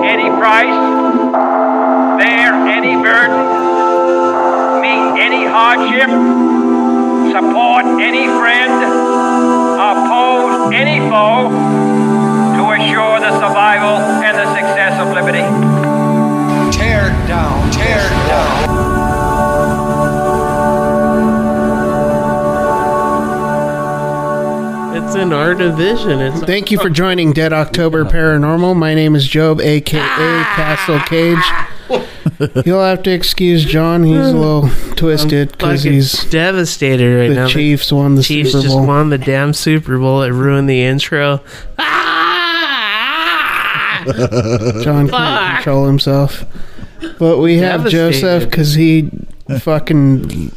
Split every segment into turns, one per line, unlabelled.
Christ, bear any burden, meet any hardship, support any friend, oppose any foe to assure the survival and the success of liberty.
Tear down, tear down.
It's an art of vision. It's
Thank you for joining Dead October Paranormal. My name is Job, aka Castle Cage. You'll have to excuse John. He's a little twisted because
fucking
he's
devastated right now.
the Chiefs won the
The Chiefs
Super
just
Bowl.
won the damn Super Bowl. It ruined the intro. Ah!
John can't control himself. But we have
Devastated.
Joseph because he fucking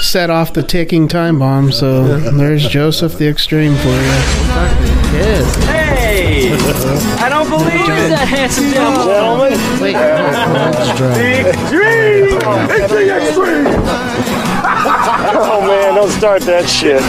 set off the ticking time bomb. So there's Joseph the Extreme for you.
yes.
Hey! I don't believe it! that handsome devil? Gentlemen,
Wait, that's right.
Extreme! It's the extreme! oh man, don't start that shit.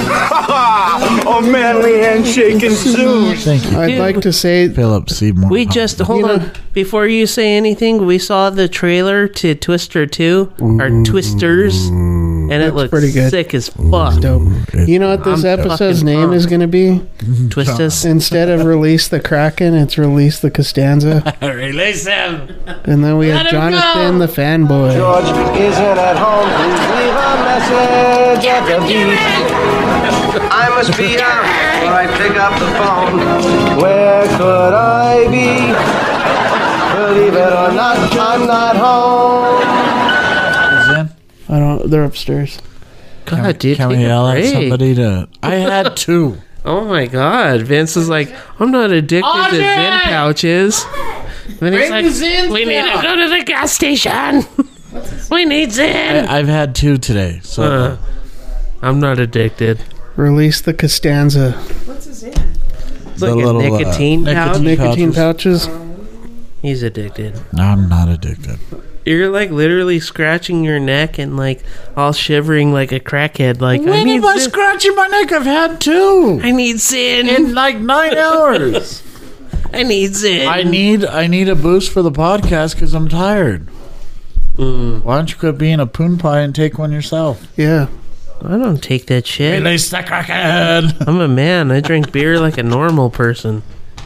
oh manly handshake ensues.
Thank you,
I'd like to say
Philip Seymour.
We just hold
You know-
on before you say anything. We saw the trailer to Twister Two or Twisters, and it looks
pretty good.
sick as fuck.
dope. You know what this
I'm
episode's
fucking
name is
pumped.
going to be?
Twisters.
Instead of release the Kraken, it's release the Costanza.
Release them.
And then we have
Let 'em
Jonathan
go!
the fanboy.
George isn't at home. Please leave a message at the beep. I must be out before I pick up the phone. Where could I be? Believe it or not, I'm not home.
in.
I don't. They're upstairs.
God, dude,
Can
take
we
a
yell at
break.
somebody to? I had two.
Oh my god. Vince is like, I'm not addicted to Zen pouches. And then he's like, we need to go to the gas station. we need Zen.
I've had two today. So
Uh, I'm not addicted.
Release the Costanza.
It's like a
uh,
nicotine pouch.
Nicotine pouches.
He's addicted.
No, I'm not addicted.
You're like literally scratching your neck and like all shivering like a crackhead. Like, I
When
need
am I
Zen.
scratching my neck? I've had two
I need Zen.
in like nine hours.
I need Zen.
I need I need a boost for the podcast because I'm tired. Why don't you quit being a poon pie and take one yourself?
Yeah.
I don't take that shit.
Release the crackhead.
I'm a man. I drink beer like a normal person.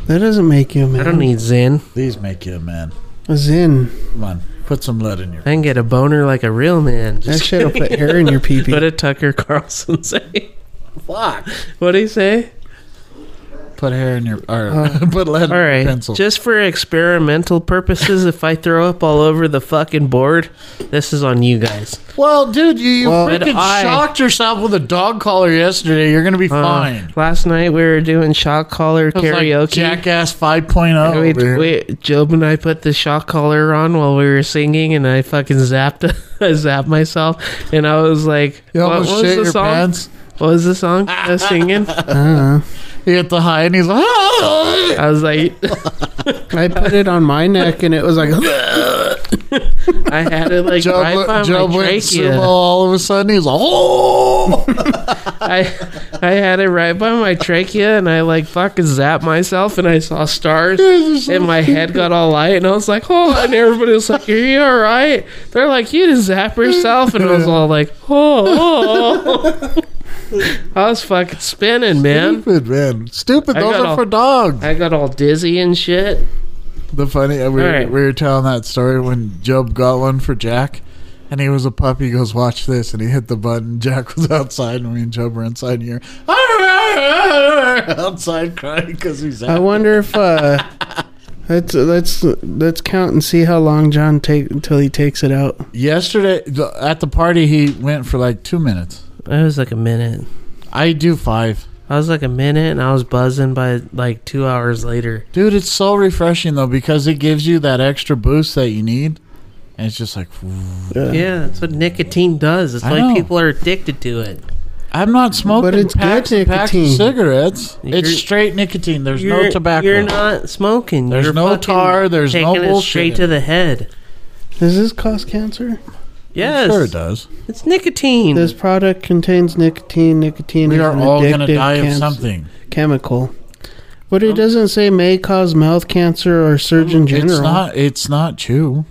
That doesn't make you a man.
I don't need Zen.
These make you a man.
a Zin.
Come on, put some lead in your.
I can get a boner like a real man.
That
Just
shit'll put hair in your pee
what
pee.
did Tucker Carlson say? Fuck. What did he say?
Put hair in your. Or, put lead
All
in
right.
your pencil.
Just for experimental purposes, if I throw up all over the fucking board, this is on you guys.
well, dude, you, you
Well-
freaking
But I-
shocked yourself with a dog collar yesterday. You're gonna be
Uh,
fine.
Last night we were doing shock collar
It's like
karaoke.
Jackass 5.0.
we,
over here.
we, Job and I put the shock collar on while we were singing, and I fucking zapped, I zapped myself, and I was like,
you
"What
almost
was
shit
the
your
song?
pants.
What was the song I was singing?"
You hit the high, and he's like,
I was like,
I put it on my neck and it was like,
"I had it like
Joe,
right by
Joe
my
went
trachea."
sumo all of a sudden. He's like, oh.
I I had it right by my trachea and I like fucking zapped myself and I saw stars and my head got all light and I was like, oh, and everybody was like, are you all right? They're like, you didn't zap yourself. And I was all like, oh. I was fucking spinning, man.
Stupid, man. Stupid.
I
Those
got
are
all-
for dogs.
I got all dizzy and shit.
The funny, uh, we,
All right.
we were telling that story when Job got one for Jack, and he was a puppy. He goes, "Watch this," and he hit the button. Jack was outside, and me and Job were inside here, outside crying because he's
I
out.
wonder if, uh, let's, let's, let's count and see how long John take until he takes it out.
yesterday the, at the party. He went for like two minutes.
It was like a minute.
I do five,
I was like a minute and I was buzzing by like two hours later.
dude. It's so refreshing though because it gives you that extra boost that you need, and it's just like
Uh,
Yeah, that's what nicotine does. It's
I
why
know.
people are addicted to it.
I'm not smoking.
But it's
packs
good
and packs of
nicotine.
cigarones.
You're-
it's straight nicotine. There's
You're-
no tobacco.
You're not smoking.
There's
You're
no
fucking
tar, there's no
taking It
bullshit
straight
in
to
it.
the head.
Does this cause cancer?
Yes,
Sure, it does.
it's nicotine.
This product contains nicotine. Nicotine
Hmm. We
is
are
an
all going to
addictive
die of
canc-
something.
chemical. But it doesn't say may cause mouth cancer or surgeon general.
It's not. It's not chew.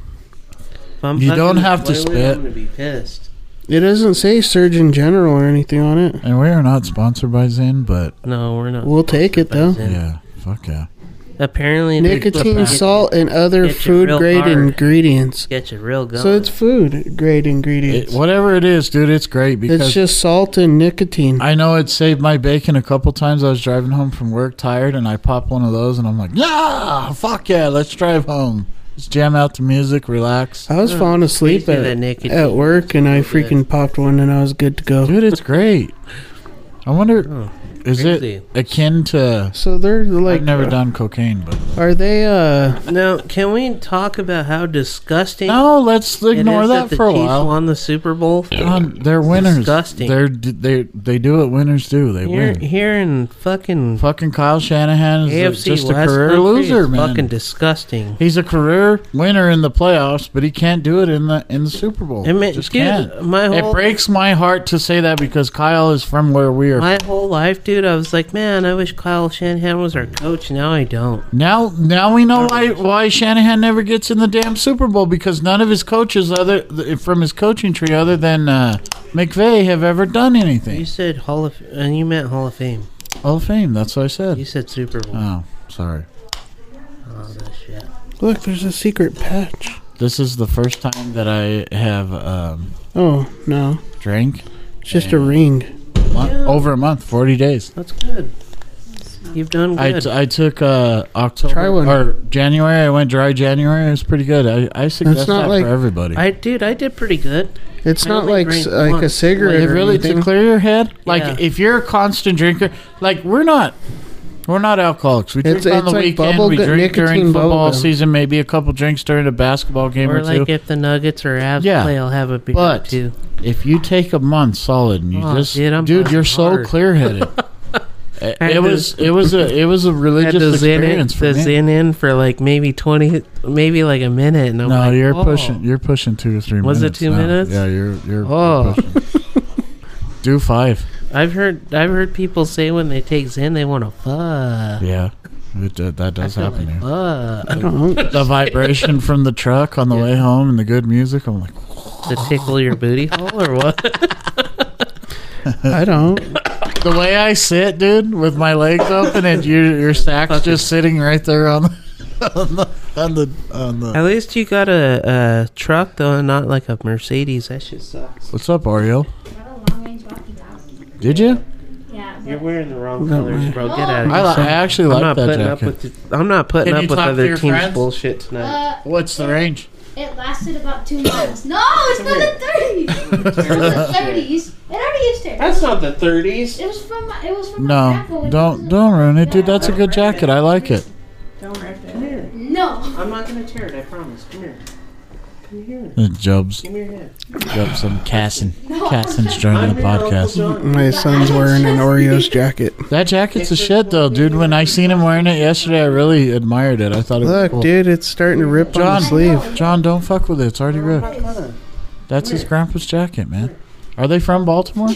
If I'm
You
fucking
don't have to
Waylon,
spit.
I'm gonna be pissed.
It doesn't say surgeon general or anything on it.
And we are not sponsored by Zen, but
No, we're not.
We'll take it though.
yeah, fuck yeah.
Apparently,
Nicotine,
it's-
salt, and other
Hit you
food
real
grade
hard.
ingredients.
Get you real going.
So it's food grade
It,
ingredients.
whatever it is, dude, it's great because
It's just salt and nicotine.
I know it saved my bacon a couple times. I was driving home from work tired, and I popped one of those, and I'm like, yeah, fuck yeah, let's drive home. Let's jam out to music, relax.
I was falling asleep
Gives you
at,
that nicotine.
at work and I freaking popped one and I was good to go.
Dude, it's great. I wonder, is
crazy.
it akin to?
So they're like,
I've never done cocaine, but
are they, uh,
now, can we talk about how disgusting
no, let's
it is
ignore that
the
for a
Chiefs
while.
won the Super Bowl?
God, they're winners.
disgusting.
They're they they do what winners do. They
Here,
win.
here in fucking
Fucking Kyle Shanahan is
AFC
just a
West
career
country
loser,
is
man.
fucking disgusting.
He's a career winner in the playoffs, but he can't do it in the in the Super Bowl.
I mean,
Just
dude,
can't.
my
it
whole
breaks my heart to say that because Kyle is from where we are.
my whole life, dude, I was like, man, I wish Kyle Shanahan was our coach. Now I don't.
now, now we know why why Shanahan never gets in the damn Super Bowl because none of his coaches other th- from his coaching tree other than uh, McVay have ever done
You
anything.
said Hall of, and you meant Hall of Fame.
Hall of Fame. That's what I said.
You said Super Bowl.
Oh, sorry.
Oh, that shit.
look, there's a secret patch.
This is the first time that I have um,
Oh, no.
drank
It's just a ring.
mon- over a month, forty days.
That's good. You've done
I,
good.
t- I took uh, October
Try one.
or January. I went dry January. It was pretty good. I, I suggest
not
that
like-
for everybody.
I dude, I did pretty good.
It's
I
not
only
like
drank
s- like a
once.
cigarette.
it
or
really to
anything.
clear your head. Like
Yeah.
if you're a constant drinker, like we're not, we're not alcoholics. We drink
It's-
on
it's
the
like
weekend.
bubble
We
gu-
drink during
nicotine bubble
football
gum.
season. Maybe a couple drinks during a basketball game or,
Or like
two.
if the Nuggets or Avs
Yeah.
play, I'll have a beer
But-
too.
If you take a month solid and you
Oh,
just,
dude,
dude,
I'm not
you're
hard.
so clear headed.
Had
it
to-
was it was a it was a
Had the
religious
Zen in,
experience for
the
me.
Zen in for like maybe twenty, maybe like a minute. And I'm
No,
like,
you're
oh.
pushing. You're pushing two or three.
Was it
minutes
two
now.
minutes?
Yeah, you're. You're.
Oh.
Oh. Do five.
I've heard I've heard people say when they take Zen, they want to fuck.
Yeah, it, uh, that does happen. here.
Fuck.
The vibration from the truck on the way home and the good music. I'm like,
to tickle your booty hole or what?
I don't.
the way I sit, dude, with my legs open and your your sack's just sitting right there on the on the on the. On the
At least you got a, a truck though, and not like a Mercedes. That shit sucks.
What's up, Oreo?
What a long range walkie talkie.
Did you?
Yeah.
You're wearing the wrong colors, bro. Get out of here.
I, li- I actually
I'm
like
not
that
putting
jacket.
up with. The, I'm not putting
Can
up
you
with
talk to
other
your
teams'
friends?
bullshit tonight.
Uh,
What's the range?
it lasted about two months. No, it's not the 30s. It was the 30s. It already used to.
That's not the 30s.
It was from my. It was from my grandpa
No,
when he was
don't
a-
don't ruin it, dude. That's a good jacket. I like it.
Don't rip it. Come here.
No.
I'm not gonna tear it. I promise. Come here. Come here.
Jobs.
Give me your hand.
Got some Casson.
No.
Casson's joining the podcast.
My son's wearing an Oreos jacket.
That jacket's a shit though, dude. When I seen him wearing it yesterday, I really admired it. I thought it was
Look,
cool.
dude, it's starting to rip on
John,
the sleeve.
John, don't fuck with it. It's already ripped. That's his grandpa's jacket, man. Are they from Baltimore?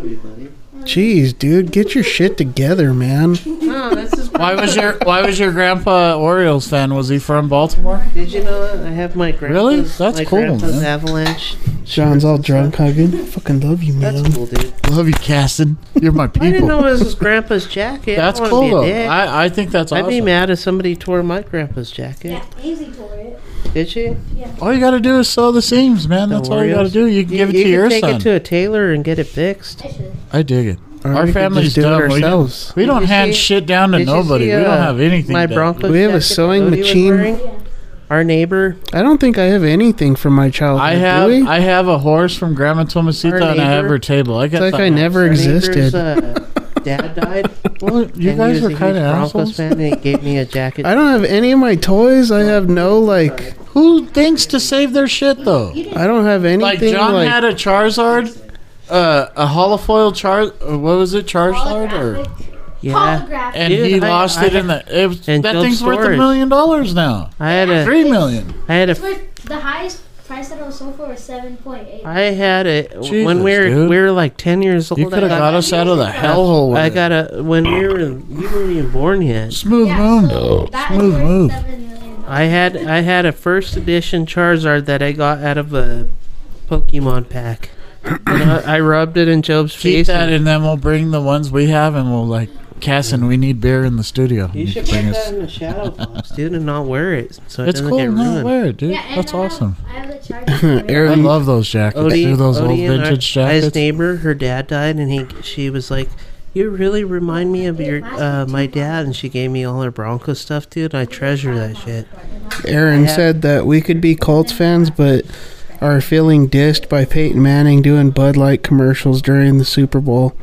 Jeez, dude, get your shit together, man.
No, this is.
Why was your Why was your grandpa Orioles fan? Was he from Baltimore?
Did you know that I have my grandpa's?
Really? That's
my
cool,
grandpa's
man.
avalanche.
John's all drunk hugging. Fucking love you, man.
That's cool, dude.
Love you, Casson. You're my
I didn't know it
people.
was his grandpa's jacket.
That's
I don't
cool
wanna
though.
be a dick.
I, I think that's
I'd be
awesome.
mad if somebody tore my grandpa's jacket.
Yeah, Daisy tore it.
Did she?
All you gotta do is sew the seams, man. That's all you gotta
Oreos?
do. You can give it to
you can
your
take
son.
it to a tailor and get it fixed.
I should.
I dig it.
Or
Our
we could
family's
just do it
dumb. We-
ourselves.
We
Did
don't
you
hand
see-
shit down to
did you
nobody.
see,
we
uh,
don't have anything.
My
down.
Broncos.
We have a
jacket that
sewing
Cody was
machine.
wearing? Our neighbor.
I don't think I have anything from my childhood.
I
Do we?
have I have a horse from Grandma Tomasita
Our
and I have
neighbor.
her table. I
it's
got
like
that
I
one.
never
Our neighbor's,
existed.
uh, Dad died.
Well, you
and
guys
he was
are
a
kind of
huge Broncos
assholes.
fan, and he gave me a jacket.
I don't have any of my toys. I have no like.
Who thinks to save their shit though?
I don't have anything
Like
like.
John had a Charizard, uh, a holofoil Char. uh, What was it, Charizard? Or
Holographic.
yeah,
Holographic.
and
Dude,
he
I-
lost
I
it in the. It was,
And
that
Job
thing's worth a
Storage.
million dollars now.
I had a,
Three million.
I had a,
It's worth the highest price that it was sold for was seven point eight.
I had it when
Jesus,
we were
dude.
we were like ten years old.
You could
I
have got us out of the hellhole. with
I
it.
got a when we were you weren't even born yet.
smooth
Yeah,
moon.
so that is
Smooth move.
worth seven million.
I had I had a first edition Charizard that I got out of a Pokemon pack. And I, I rubbed it in Job's
Keep
face.
that,
and-
and then we'll bring the ones we have, and we'll like, Cass and we need beer in the studio.
you should put
Bring
that
us-
in the shadow box, dude, and not wear it so it
It's
doesn't
cool.
get
No,
ruined.
wear it, dude.
Yeah, and uh,
That's
I have-
awesome.
I have the charger.
I
Aaron,
love those jackets.
Odie,
dude, those old
Odie and our-
vintage
His
jackets.
neighbor, her dad died, and he she was like, "You really remind me of your uh, my dad." And she gave me all her Bronco stuff, dude. I treasure that shit.
Aaron
had-
said that we could be Colts fans, but are feeling dissed by Peyton Manning doing Bud Light commercials during the Super Bowl,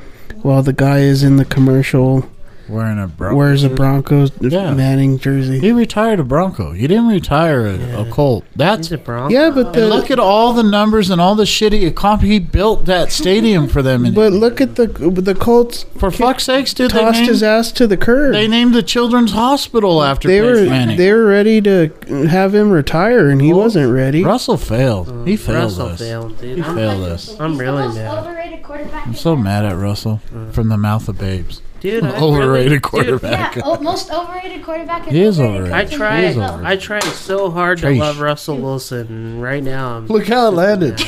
while the guy is in the commercial
Wearing a Bronco.
wears a Broncos
Yeah.
Manning jersey.
He retired a Bronco. You didn't retire a, a Colt. That's
He's a Bronco.
Yeah, but
and look
the
at all the numbers and all the shitty accom. He built that stadium for them. And
but look at the the Colts
for fuck's sakes, dude, they
tossed
named,
his ass to the curb.
they named the Children's Hospital after
They
Peyton
were
Manning.
they were ready to have him retire, and he wasn't ready.
Russell failed. He failed
Mm. Russell
us.
failed, dude.
He
I'm-
failed us.
I'm
He's the
really
most
mad.
overrated quarterback.
I'm so mad at Russell from the mouth of babes.
dude, I
Overrated
really-
quarterback.
Yeah, o- most overrated quarterback. in
He is
overrated
overrated.
I
coaching in
try.
the
He's
NFL.
overrated.
I try so hard to
Trash.
love Russell Wilson. and Right now, I'm,
Look how it landed.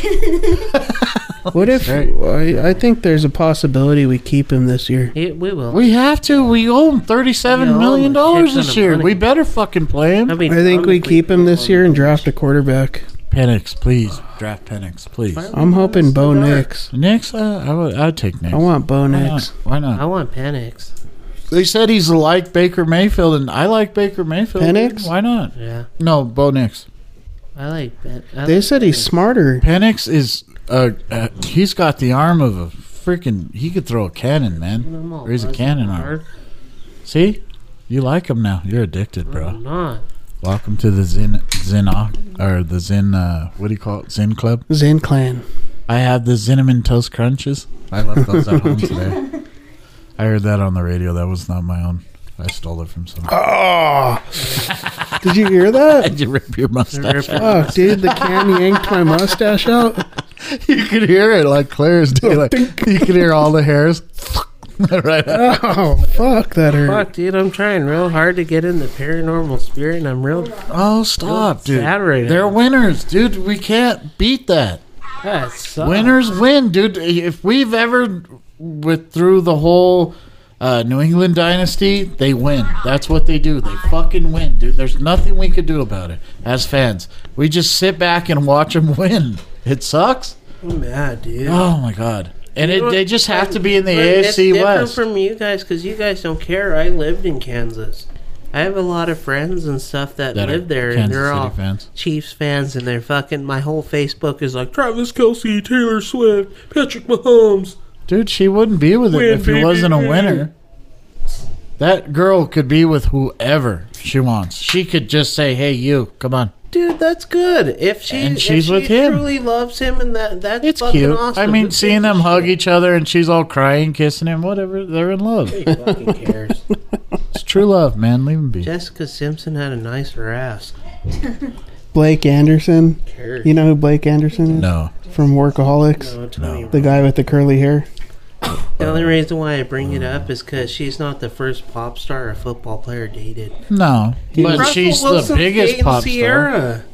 What if
Right.
I, I think there's a possibility we keep him this year?
it, we will.
We have to. We owe him thirty-seven
We owe
million
him a shit
dollars
ton
this
of
year.
money.
We better fucking play
I,
him.
mean,
I think
I'm-
we keep him this year and draft a quarterback.
Penix, please draft Penix, please.
I'm hoping Bo Nix.
Next, uh, I would. I'd take Nick.
I want Bo
Why not?
Nix.
Why not?
I want Penix.
They said he's like Baker Mayfield, and I like Baker Mayfield.
Penix?
Why not?
Yeah,
No, Bo Nix.
I like. Ben, I
They
like
said he's smarter.
Penix is. Uh, uh, he's got the arm of a freaking. He could throw a cannon, man.
I'm all
Or he's a
buzzing
cannon arm.
hard.
See, you like him now. You're addicted,
I'm
bro.
not.
Welcome to the Zen Zen or the Zen. Uh, what do you call it? Zen Club.
Zen Clan.
I have the cinnamon toast crunches. I left those at home today. I heard that on the radio. That was not my own. I stole it from someone.
Did you hear that?
Did you rip your mustache?
Oh, dude, the can yanked my mustache out.
you could hear it like clear as day. Like, you could hear all the hairs. right. out.
Oh, fuck, that hurt.
Fuck, dude, I'm trying real hard to get in the paranormal spirit, and I'm real.
Oh, stop, dude.
Sad right now.
They're winners, dude. We can't beat that.
That sucks.
Winners win, dude. If we've ever went through the whole uh, New England dynasty, they win. That's what they do. They fucking win, dude. There's nothing we could do about it as fans. We just sit back and watch them win. It sucks.
I'm mad, dude.
Oh my god. And
You
it,
know,
they just have to be in the
but It's
AFC
different
West.
from you guys because you guys don't care. I lived in Kansas. I have a lot of friends and stuff that,
That are
live there, and
Kansas
they're
City
all
fans.
Chiefs fans, and they're fucking. My whole Facebook is like Travis Kelsey, Taylor Swift, Patrick Mahomes.
Dude, she wouldn't be with it
Win,
if he
baby,
wasn't a
win.
winner. That girl could be with whoever she wants. She could just say, "Hey, you, come on."
Dude, that's good. If she,
And
if
she's
she
with him.
truly loves him, and that that's
It's
fucking
cute.
Awesome.
I
Who
mean,
gives
seeing
a
them hug
shit?
each other and she's all crying, kissing him, whatever. They're in love.
Who fucking cares.
It's true love, man. Leave him be.
Jessica Simpson had a nicer ass.
Blake Anderson.
Cares.
You know who Blake Anderson is?
No.
From Workaholics?
No, Tony
The guy with the curly hair?
The only reason why I bring it up is because she's not the first pop star a football player dated.
No. But she's the biggest pop star.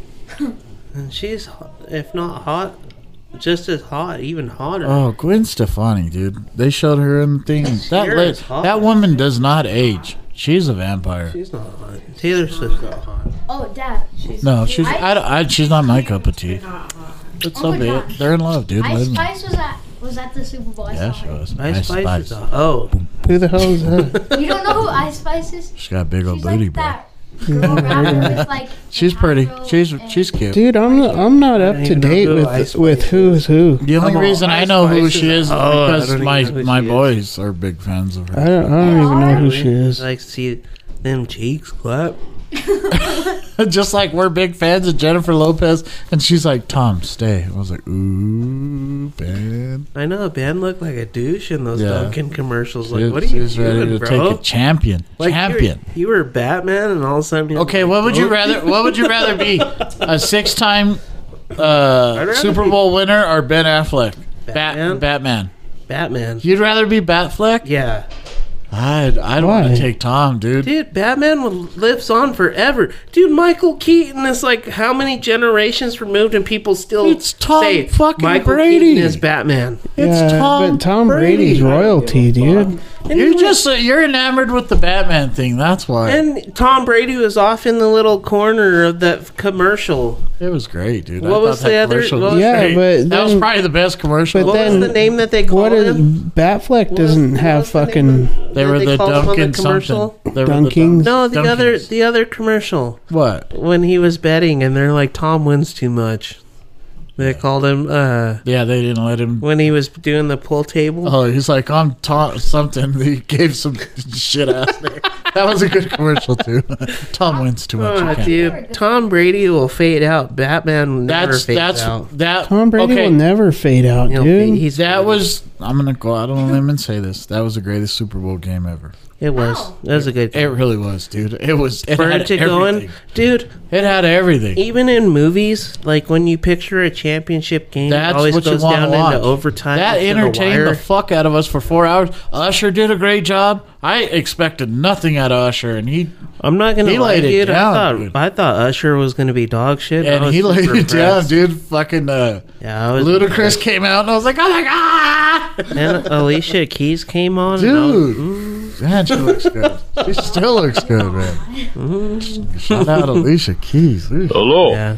and she's, ho- if not hot, just as hot, even hotter.
Oh, Gwen Stefani, dude. They showed her in the thing. That lit,
Sierra's hot.
that woman does not age. She's a vampire.
she's not hot. Taylor Swift's not hot.
Oh, Dad. She's
No, she's
Ice-
I, don't- I, she's not my cup of tea.
uh,
But
Oh
so
my
be it.
gosh.
They're in love, dude.
Ice
Let 'em.
Spice was at was at the Super Bowl. I
Yeah,
saw
she
her.
was.
Ice
Ice
Spice,
Spice.
is hot. Oh,
Who the hell is that?
You don't know who Ice Spice is?
She's got a big old
She's
booty,
like
bro.
that girl rapper with like. an
She's pretty.
afro
She's
and- Oh,
she's cute.
Dude, I'm I'm not up
don't
to
even know
date
who Ice
with
Spice
with who's who.
The only
Come on,
reason I
Ice
know who
Spice
she
is-
is is
Oh, I
because
don't
my
even know who
my
she is.
boys are big fans of
I
her.
don't, I don't even know who she
really?
is.
Like, see them cheeks clap.
Just like we're big fans of Jennifer Lopez, and she's like, "Tom, stay." I was like, "Ooh, man."
I know Ben looked like a douche in those
Yeah.
Dunkin' commercials. Like,
Dude,
what are you
she's ready
doing,
to
bro?
take a champion.
Like, you were-
champion.
You were Batman, and all of a sudden. You're
Okay,
like,
what would you
"Don't
rather? What would you rather be? A six-time uh, Super
be-
Bowl winner or Ben Affleck? Batman.
Batman?
Batman.
Batman.
You'd rather be Batfleck?
Yeah.
I'd, I'd want
Why?
to take Tom, dude.
Dude, Batman will- lives on forever. Dude, Michael Keaton is like how many generations removed, and people still
It's Tom
say
fucking
Michael
Brady.
Keaton is Batman.
it's
yeah,
Tom.
But Tom
Brady.
Brady's royalty, dude.
You're just you're enamored with the Batman thing. That's why
And Tom Brady was off in the little corner of that commercial.
it was great, dude. I
What
thought
was
that
the other-
commercial
what
was
was-
Yeah,
great.
but
that was
then-
probably the best commercial.
but
What
then-
was the name that they called
What is
him?
Batfleck
What
doesn't
was-
have
what was the name
fucking
that-
they
that
were the
called him on
Dunkin'
commercial?
something. They were the
Dunkings?
Dunk-
No, the other
Dunkins.
the other commercial
what?
when he was betting, and they're like Tom wins too much. They called him uh,
Yeah, they didn't let him.
when he was doing the pool table.
Oh, he's like I'm Tom something. He gave some shit ass there. That was a good commercial too. Tom wins too much.
Oh,
you can't-
dude, Tom Brady will fade out. Batman will never
That's
fades
that's
out.
that.
Tom Brady
okay,
will never fade out,
He'll fade-
dude.
he's
That
faded.
was. I'm gonna go out on a limb and say this. That was the greatest Super Bowl game ever.
it was that was a good
It really was, dude. It was. It
burn
had
to going,
everything.
dude.
It had everything.
Even in movies, like when you picture a championship game,
That's
it always
what
goes
you want
down
to watch.
into overtime.
That
into the
entertained the,
wire.
fuck out of us for four hours. Usher did a great job. I expected nothing out of Usher, and he
I'm not gonna
He
lie,
laid it
dude.
down,
I thought
dude.
I thought Usher was gonna be dog shit. I
and
was
he laid
super
it down,
impressed.
dude. Fucking uh,
Yeah, I was
Ludacris came out, and I was like, oh my god,
And Alicia Keys came on. and I was-
dude. Man, she looks good. She still looks good, man. Shout out Alicia Keys. dude.
yeah.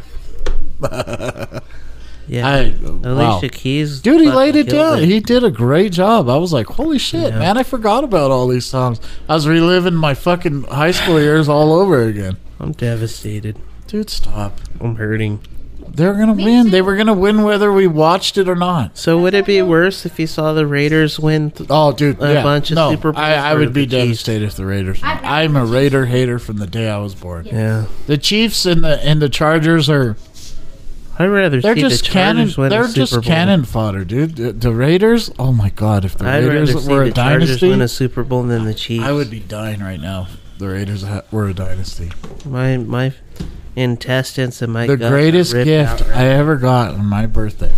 yeah.
I, wow.
Alicia Keys.
Dude, he
fucking
laid it
killed
down. He did a great job. I was like, holy shit, man, I forgot about all these songs. I was reliving my fucking high school years all over again.
I'm devastated.
Dude, stop.
I'm hurting.
They're gonna win. They were gonna win whether we watched it or not.
So would it be worse if you saw the Raiders win? Th-
Oh, dude,
A
yeah.
bunch of
no,
Super Bowls
I, I
for
would be
the Chiefs.
devastated if the Raiders. Won.
I'd rather
I'm a Raider hater from the day I was born.
yeah,
The Chiefs and the and the Chargers are
I'd rather
they're
see
just
the
cannon.
Chargers win
They're
a Super
just
Bowl.
cannon fodder, dude. The, the Raiders. Oh my god, if the
I'd
Raiders
rather see
were a
the Chargers
dynasty,
win a Super Bowl than the Chiefs.
I would be dying right now. if The Raiders ha- were a dynasty.
My my intestines and my
The
gut
greatest
ripped
gift
out.
I ever got on my birthday.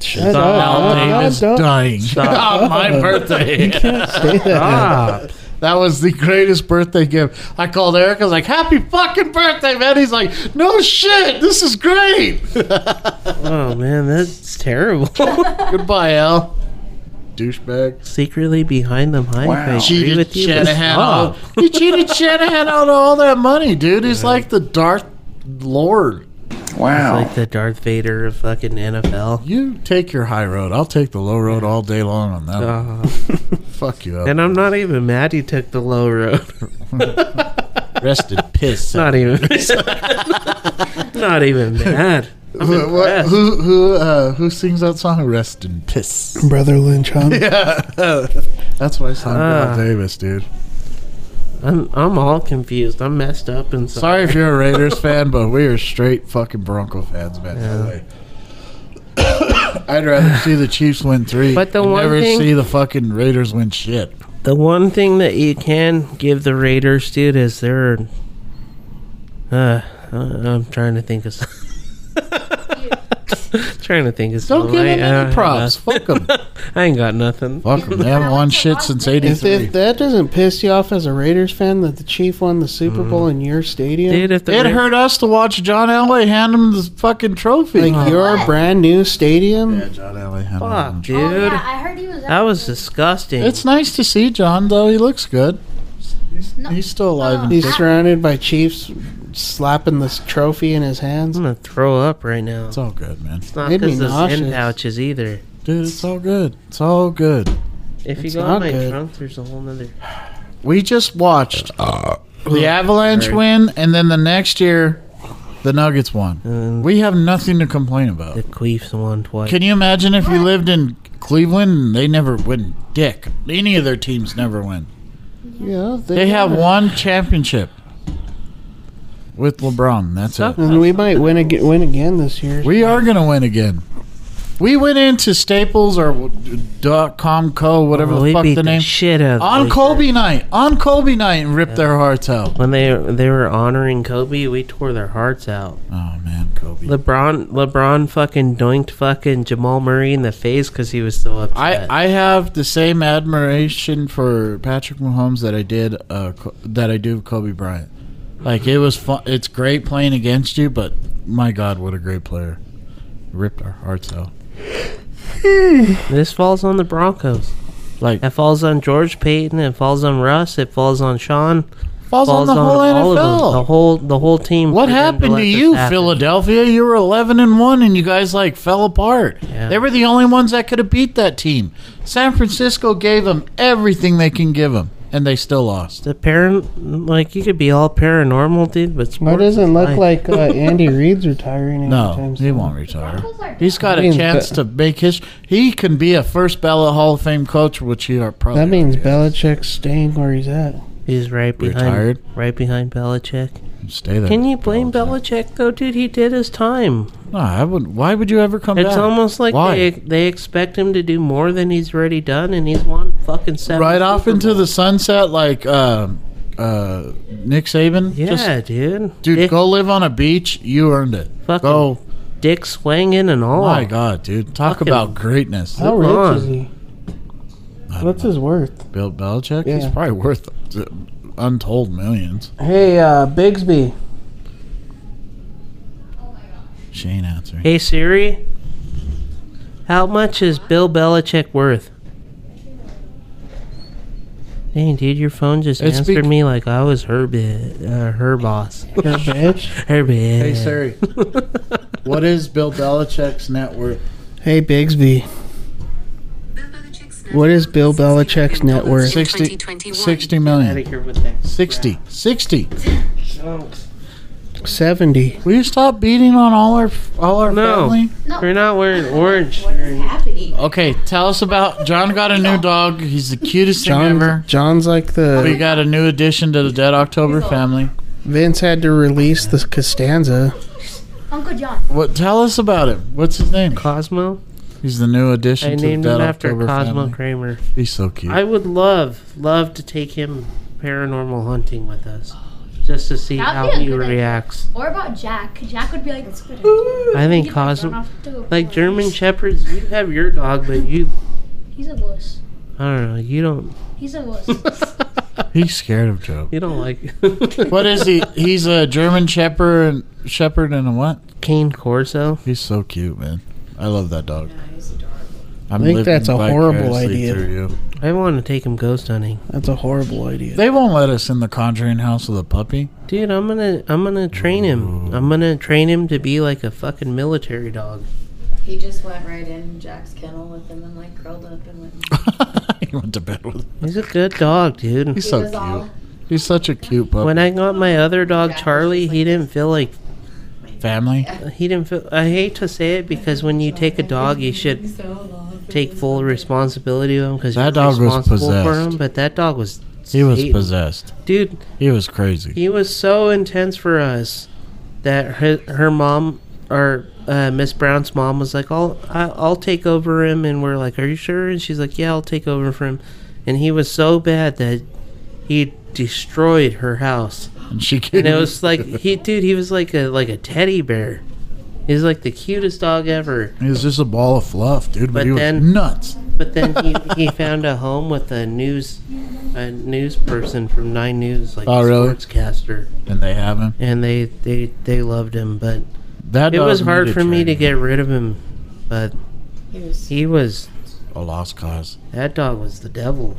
Shut
Stop.
up.
Al
Stop.
Davis
Stop.
dying on my birthday.
Say that.
Ah,
That was the greatest birthday gift. I called Eric. I was like, "Happy fucking birthday, man!" He's like, "No shit, this is great."
oh man, that's terrible.
Goodbye, Al. Douchebag.
Secretly behind them, hiding. I agree
Cheated
with you. but
Shanahan.
stop.
Out. He cheated Shanahan out of all that money, dude. He's like the Darth Lord.
Wow.
Like the Darth Vader of fucking NFL.
You take your high road. I'll take the low road all day long on that. one.
Ah.
Fuck you up.
and I'm not even mad he took the low road.
rested piss.
not even. not even mad.
Who- what- who who uh, who sings that song? Rest in piss.
Brother Lynch, huh?
That's why I sound
Ah.
Al Davis, dude.
I'm I'm all confused. I'm messed up and
Sorry if you're a Raiders fan, but we are straight fucking Bronco fans, man. I'd rather see the Chiefs win three,
But the
and
one
never
thing-
see the fucking Raiders win shit.
The one thing that you can give the Raiders, dude, is their. Uh, I- I'm trying to think of. some- trying to think of.
Don't
something.
give
I-
them
I-
any props. Fuck them.
I ain't got nothing.
Fuck them. They haven't won shit since
If, if
'83.
that doesn't piss you off as a Raiders fan that the Chief won the Super Bowl in your stadium,
Dude, if the
Mm. It
Ra-
hurt us to watch John Elway hand him the fucking trophy.
like your brand new stadium,
yeah, John Elway handed him.
Fuck,
the-
dude.
Oh, yeah, I heard he was.
That was disgusting.
It's nice to see John though. He looks good. He's, he's still alive. and
he's surrounded by Chiefs slapping this trophy in his hands.
I'm
Mm.
gonna throw up right now.
It's all good, man.
It's not
Made me
because those end
nauseous.
pouches either.
Dude, it's all good. It's all good.
If you
It's
go in
not
my
good.
trunk, there's a whole nother.
We just watched the Avalanche win, and then the next year, the Nuggets won. we have nothing to complain about.
The queefs one twice.
Can you imagine if you lived in Cleveland and they never win? Dick. Any of their teams never win.
Yeah,
They have one championship with LeBron. That's it.
And we might win again, win again this year.
We are going to win again. we went into Staples or dot com co whatever the
Well, Oh, we
fuck
beat
the
the
name
shit out of
on
the
Colby night on Colby night and ripped their hearts out.
When they they were honoring Kobe, we tore their hearts out.
Oh man, Kobe.
LeBron LeBron fucking doinked fucking Jamal Murray in the face because he was so upset.
I, I have the same admiration for Patrick Mahomes that I did uh, Co- that I do Kobe Bryant. Like it was fun. It's great playing against you, but my God, what a great player! Ripped our hearts out.
this falls on the Broncos.
Like
It falls on George Payton. It falls on Russ. It falls on Sean.
falls, on
falls
the
on
whole
all of them.
NFL.
The whole the whole team.
what
for them
happened to,
let this
you,
happen.
Philadelphia? You were eleven and one, and you guys like fell apart.
Yeah.
They were the only ones that could have beat that team. San Francisco gave them everything they can give them, and they still lost.
The parent like you could be all paranormal, dude, but
That
sports
doesn't
is
look
life.
like uh, Andy Reid's retiring.
No,
anytime
he
soon.
won't retire.
Those are
He's got
That
a
means
chance
Be-
to make his. He can be a first ballot Hall of Fame coach, which he are probably.
That means
already
Belichick's staying where he's at.
He's right behind
Retired.
right behind Belichick.
is. stay there.
Can you blame Belichick though, dude? He did his time.
No, I wouldn't. Why would you ever come back?
It's almost like
Why?
they they expect him to do more than he's already done, and he's won fucking seven.
right off
Super
into
Bowls.
the sunset, like um uh, Nick Saban.
yeah,
Just-
dude.
dude,
Dick,
go live on a beach. You earned it.
Fucking-
go.
dick swinging and all.
My God, dude, talk
Fucking-
about greatness.
How
Move
rich
on.
is he? What's his worth?
Bill Belichick. He's
Yeah.
probably worth uh, untold millions.
Hey, uh, Bigsby.
She ain't answering.
Hey Siri, how much is Bill Belichick worth? Dang, dude, your phone just
It's
answered
bec-
me like I was her bit, uh, her boss,
Her bitch.
her bit.
Hey Siri, what is Bill Belichick's net worth?
Hey, Bigsby. What is Bill Belichick's net worth?
60, 60 million.
here with that.
60. 60.
70.
Will you stop beating on all our all our
No.
family?
You're not wearing orange.
what is happening?
Okay, tell us about John got a new dog. He's the cutest thing
John,
ever.
John's like
We
the.
got a new addition to the Dead October family.
Vince had to release the Costanza.
Uncle John.
What tell us about him. What's his name?
Cosmo.
He's the new addition
I
to the
named
Dead
him after
October
Cosmo
family.
Kramer.
He's so cute.
I would love, love to take him paranormal hunting with us, just to see
That'd
how
be a
he
good idea.
reacts.
Or about Jack. Jack would be like, That's good.
I think Cosmo, like German shepherds, you have your dog, but you,
He's a wuss.
I don't know, you don't,
He's a wuss.
He's scared of Joe.
you don't like
What is he? He's a German shepherd and shepherd and a what?
Cane Corso.
He's so cute, man. I love that dog. i
think that's a horrible idea.
I want to take him ghost hunting,
That's a horrible idea.
They won't let us in the Conjuring house with a puppy.
dude. I'm gonna, I'm gonna train him.
Mm.
I'm gonna train him to be like a fucking military dog.
He just went right in Jack's kennel with him and like curled up and went.
he went to bed with. Him.
He's a good dog, dude.
He's so
was all-
cute. He's such a cute puppy.
When I got my other dog Charlie, he didn't feel like
Family.
he didn't feel. I hate to say it because when you take a dog, you should
So long.
take full responsibility of him because
That
you're
dog was
responsible for
possessed.
him. But that dog was
He was
Satan.
possessed.
dude.
He was crazy.
He was so intense for us that her, her mom or uh, Miss Brown's mom was like, "I'll I- I'll take over him," and we're like, "Are you sure?" And she's like, "Yeah, I'll take over for him." And he was so bad that he destroyed her house.
And she
And
gave
it was like he, dude, he was like a like a teddy bear. He's like the cutest dog ever.
He was just a ball of fluff, dude. But,
But
he was
then-
nuts.
But then he, he found a home with a news a news person from Nine News, like
Oh,
a
really?
sportscaster,
And they have him.
and they they they loved him. But
That
it
dog
was hard
needed
for me to
training.
get rid of him. But
He was
he was
a lost cause.
that dog was the devil.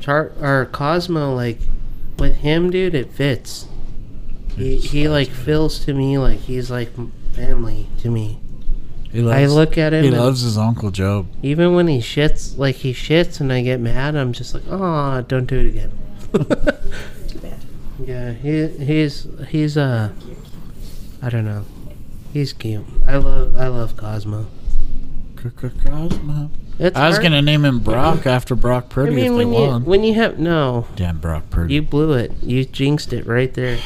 Char or Cosmo, like with him, dude, it fits. He he like feels to me like he's like family to me.
He
I
loves,
look at him
He
and-
loves his uncle Job.
Even when he shits, like he shits and I get mad, I'm just like, oh, don't do it again. yeah, he, he's he's uh, I don't know, he's cute. I love I love Cosmo.
Cosmo.
It's
I was
hard-
gonna name him Brock after Brock
I
Purdy
mean,
if they
when you
won.
when you have no,
Damn Brock Purdy.
you blew it. You jinxed it right there.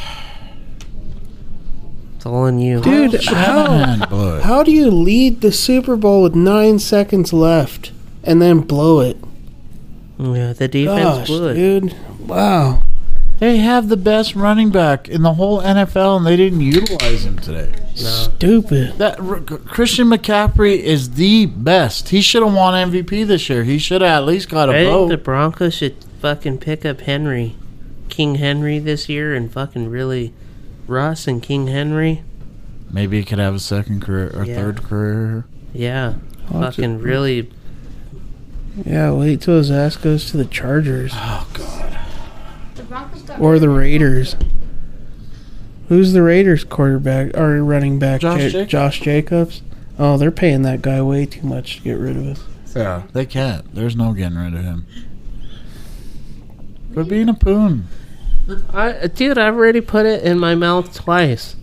It's all on you.
Dude, how,
Man, boy.
how do you lead the Super Bowl with nine seconds left and then blow it?
Yeah, the defense
Gosh,
would.
dude. Wow.
They have the best running back in the whole NFL, and they didn't utilize him today.
Stupid.
That R- Christian McCaffrey is the best. He should have won MVP this year. He should have at least got a
I think
vote.
the Broncos should fucking pick up Henry, King Henry this year, and fucking really Russ and King Henry.
Maybe he could have a second career or
Yeah.
third career.
Yeah,
Watch
fucking really.
Yeah, wait till his ass goes to the Chargers
The Broncos got
or the Raiders. Who's the Raiders quarterback or running back?
Josh Jacobs.
Josh Jacobs. Oh, they're paying that guy way too much to get rid of us.
Yeah, they can't. There's no getting rid of him. For being a poon.
I, dude, I've already put it in my mouth twice,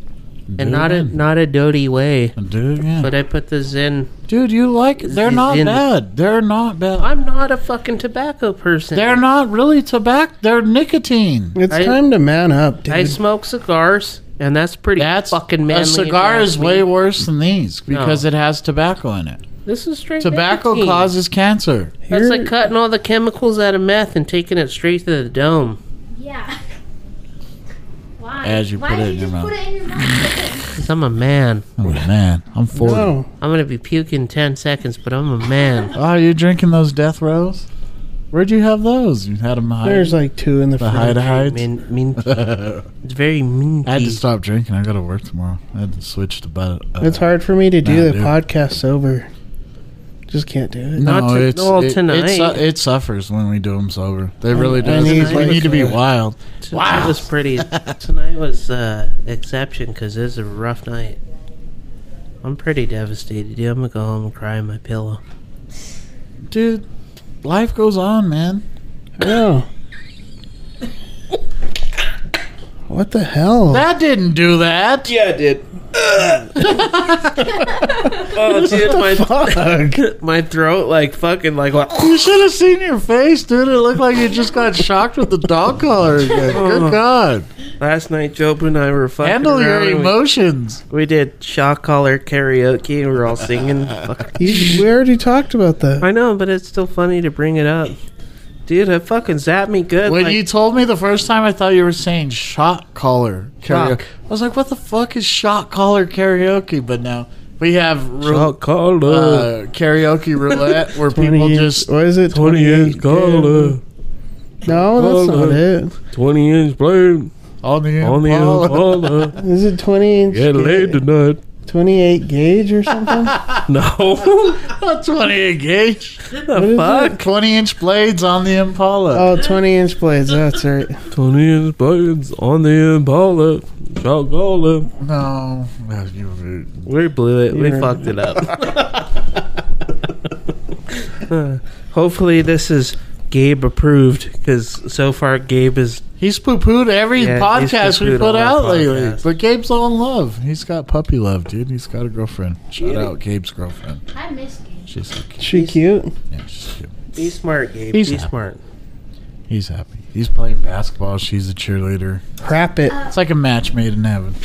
and not a not a doty way.
Do it again.
But I put this in.
Dude, you like they're
He's
not
in-
bad. They're not bad.
I'm not a fucking tobacco person.
they're not really tobacco. They're nicotine.
It's
I-
time to man up, dude.
I smoke cigars, and that's pretty
That's
fucking manly.
A
if you
cigar
ask
is
me.
way worse than these because it has tobacco in it.
This is straight
Tobacco
nicotine.
causes cancer.
That's
Here-
like cutting all the chemicals out of meth and taking it straight to the dome.
Yeah. Why?
As you
Why
put it
did
in
you
your
just
mouth.
put it in your mouth?
Cause I'm a man.
Oh man, I'm forty.
no,
I'm gonna be puking in ten seconds, but I'm a man.
Oh, you're drinking those death rows? Where'd you have those? You had them hide.
there's like two in the
the
fridge.
hide hides.
Min- minty.
I
It's very
had to
minty.
stop drinking. I got to work tomorrow. I had to switch to but. Uh,
It's hard for me to do
Nah,
the
dude.
podcast sober. Just can't do it.
No,
Not to-
it's,
well,
it,
tonight.
It, su- it suffers when we do them sober. They really do.
need
We
like-
need to be wild.
Tonight was pretty. Tonight was uh, exception because it was a rough night. I'm pretty devastated. Dude. I'm gonna go home and cry in my pillow.
Dude, life goes on, man.
No. What the hell?
That didn't do that.
Yeah, I did.
Oh, dude,
Fuck.
my my throat like fucking like what?
You should have seen your face, dude. It looked like you just got shocked with the dog collar again. Good God.
Last night, Job and I were fucking.
Handle your
around and we-
emotions.
We did shock collar karaoke. We were all singing. Fuck.
You- we already talked about that.
I know, but it's still funny to bring it up. Dude, it fucking zapped me good.
When
like-
you told me the first time, I thought you were saying shot collar karaoke.
Shock.
I was like, what the fuck is shot collar karaoke? But now we have ru-
collar.
uh, karaoke roulette where
20
people
years-
just.
what is it?
20 inch collar.
No, that's not it.
20 inch blade.
On the
On the
Impala.
collar.
Is it 20 inch?
Get
ga-
laid tonight.
28 gauge or something?
No.
Not 28 gauge.
the fuck?
20 inch blades on the Impala.
oh, 20 inch blades. That's right.
20 inch blades on the Impala. Shock collar.
No. No, you-
We blew it. We
You're-
fucked it up. Uh, hopefully, this is Gabe approved because so far Gabe is
He's poo pooed every
Yeah, he's
podcast we
poo-pooed
put
all our
out lately.
podcasts.
But Gabe's all in love. He's got puppy love, dude. He's got a girlfriend. Shout out Gabe's girlfriend.
I miss games.
She's so cute.
She cute.
Yeah, she's cute.
be smart, Gabe.
He's
be
happy.
smart.
He's happy. He's playing basketball. She's a cheerleader.
Crap it.
It's like a match made in heaven.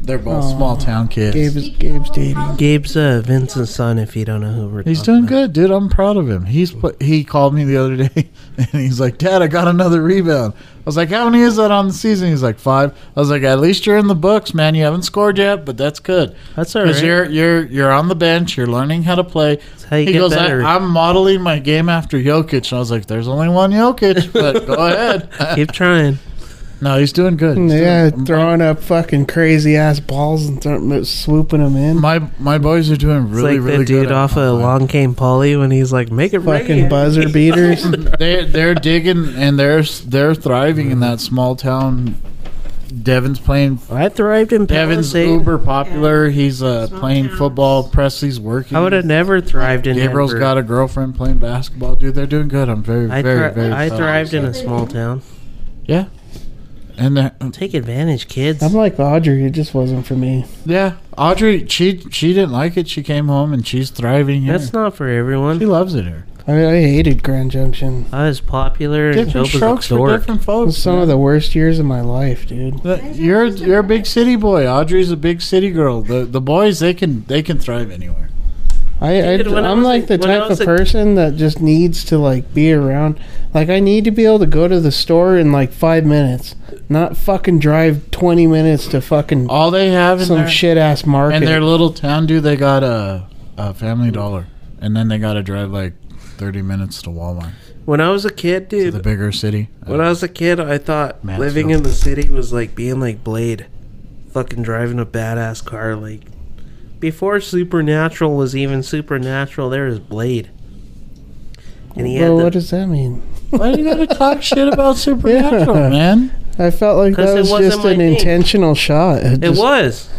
They're both
Aw.
small town kids.
Gabe is, Gabe's dating.
Gabe's uh, Vincent's son. If you don't know who we're
He's doing
talking
good, dude. I'm proud of him. He's pl- he called me the other day and he's like, "Dad, I got another rebound." I was like, "How many is that on the season?" He's like, five. I was like, "At least you're in the books, man. You haven't scored yet, but that's good."
about. That's all
Because
right.
you're you're you're on the bench, you're learning how to play.
That's how you
he
get
goes,
better.
I, am modeling my game after Jokic, and I was like, "There's only one Jokic, but go ahead."
Keep trying.
no, he's doing good. He's
Yeah,
doing-
throwing up fucking crazy ass balls and throw, swooping them in.
my my boys are doing
It's
really
like
really
the dude
good. at
off of
online.
Long Came Polly when he's like, "Make it
Fucking
rain."
buzzer beaters.
they they're digging and they're they're thriving in that small town. Devin's playing.
Mm-hmm. I thrived in
Devin's
Palisade.
uber popular. He's uh,
Small
playing
towns.
football. Presley's working.
I would have never thrived in.
Gabriel's
Denver.
got a girlfriend playing basketball. Dude, they're doing good. I'm very
I,
very
thri-
very.
I
proud.
thrived in a small town.
Yeah, and they're-
Take advantage, kids.
I'm like Audrey. It just wasn't for me.
yeah, Audrey she she didn't like it. She came home and she's thriving here.
That's not for everyone.
she loves it here.
I, I hated Grand Junction.
I was popular and Job
Different
was a
strokes for
dork.
different
It
folks.
was some of the worst years of my life, dude.
The- you're you're a big city boy. Audrey's a big city girl. The the boys they can they can thrive anywhere.
I, I
Dude, when I
I'm
was a-
like the
when I
type
was
of
a-
person that just needs to like be around. Like I need to be able to go to the store in like five minutes, not fucking drive twenty minutes to fucking
All they have in
some
their,
shit ass market.
in their little town, dude, they got a, a Family Dollar, and then they got to drive like thirty minutes to Walmart,
When I was a kid,
to
dude,
the bigger city.
When I was a kid, I thought
Mansfield.
living in the city was like being like Blade, fucking driving a badass car. Like before Supernatural was even Supernatural, there was Blade, and he
Bro,
had
what
the,
does that mean?
Why you gotta talk shit about Supernatural,
Yeah.
man?
I felt like
'Cause
that
it
was
wasn't
just
my
an
thing.
intentional shot. It,
it
just-
was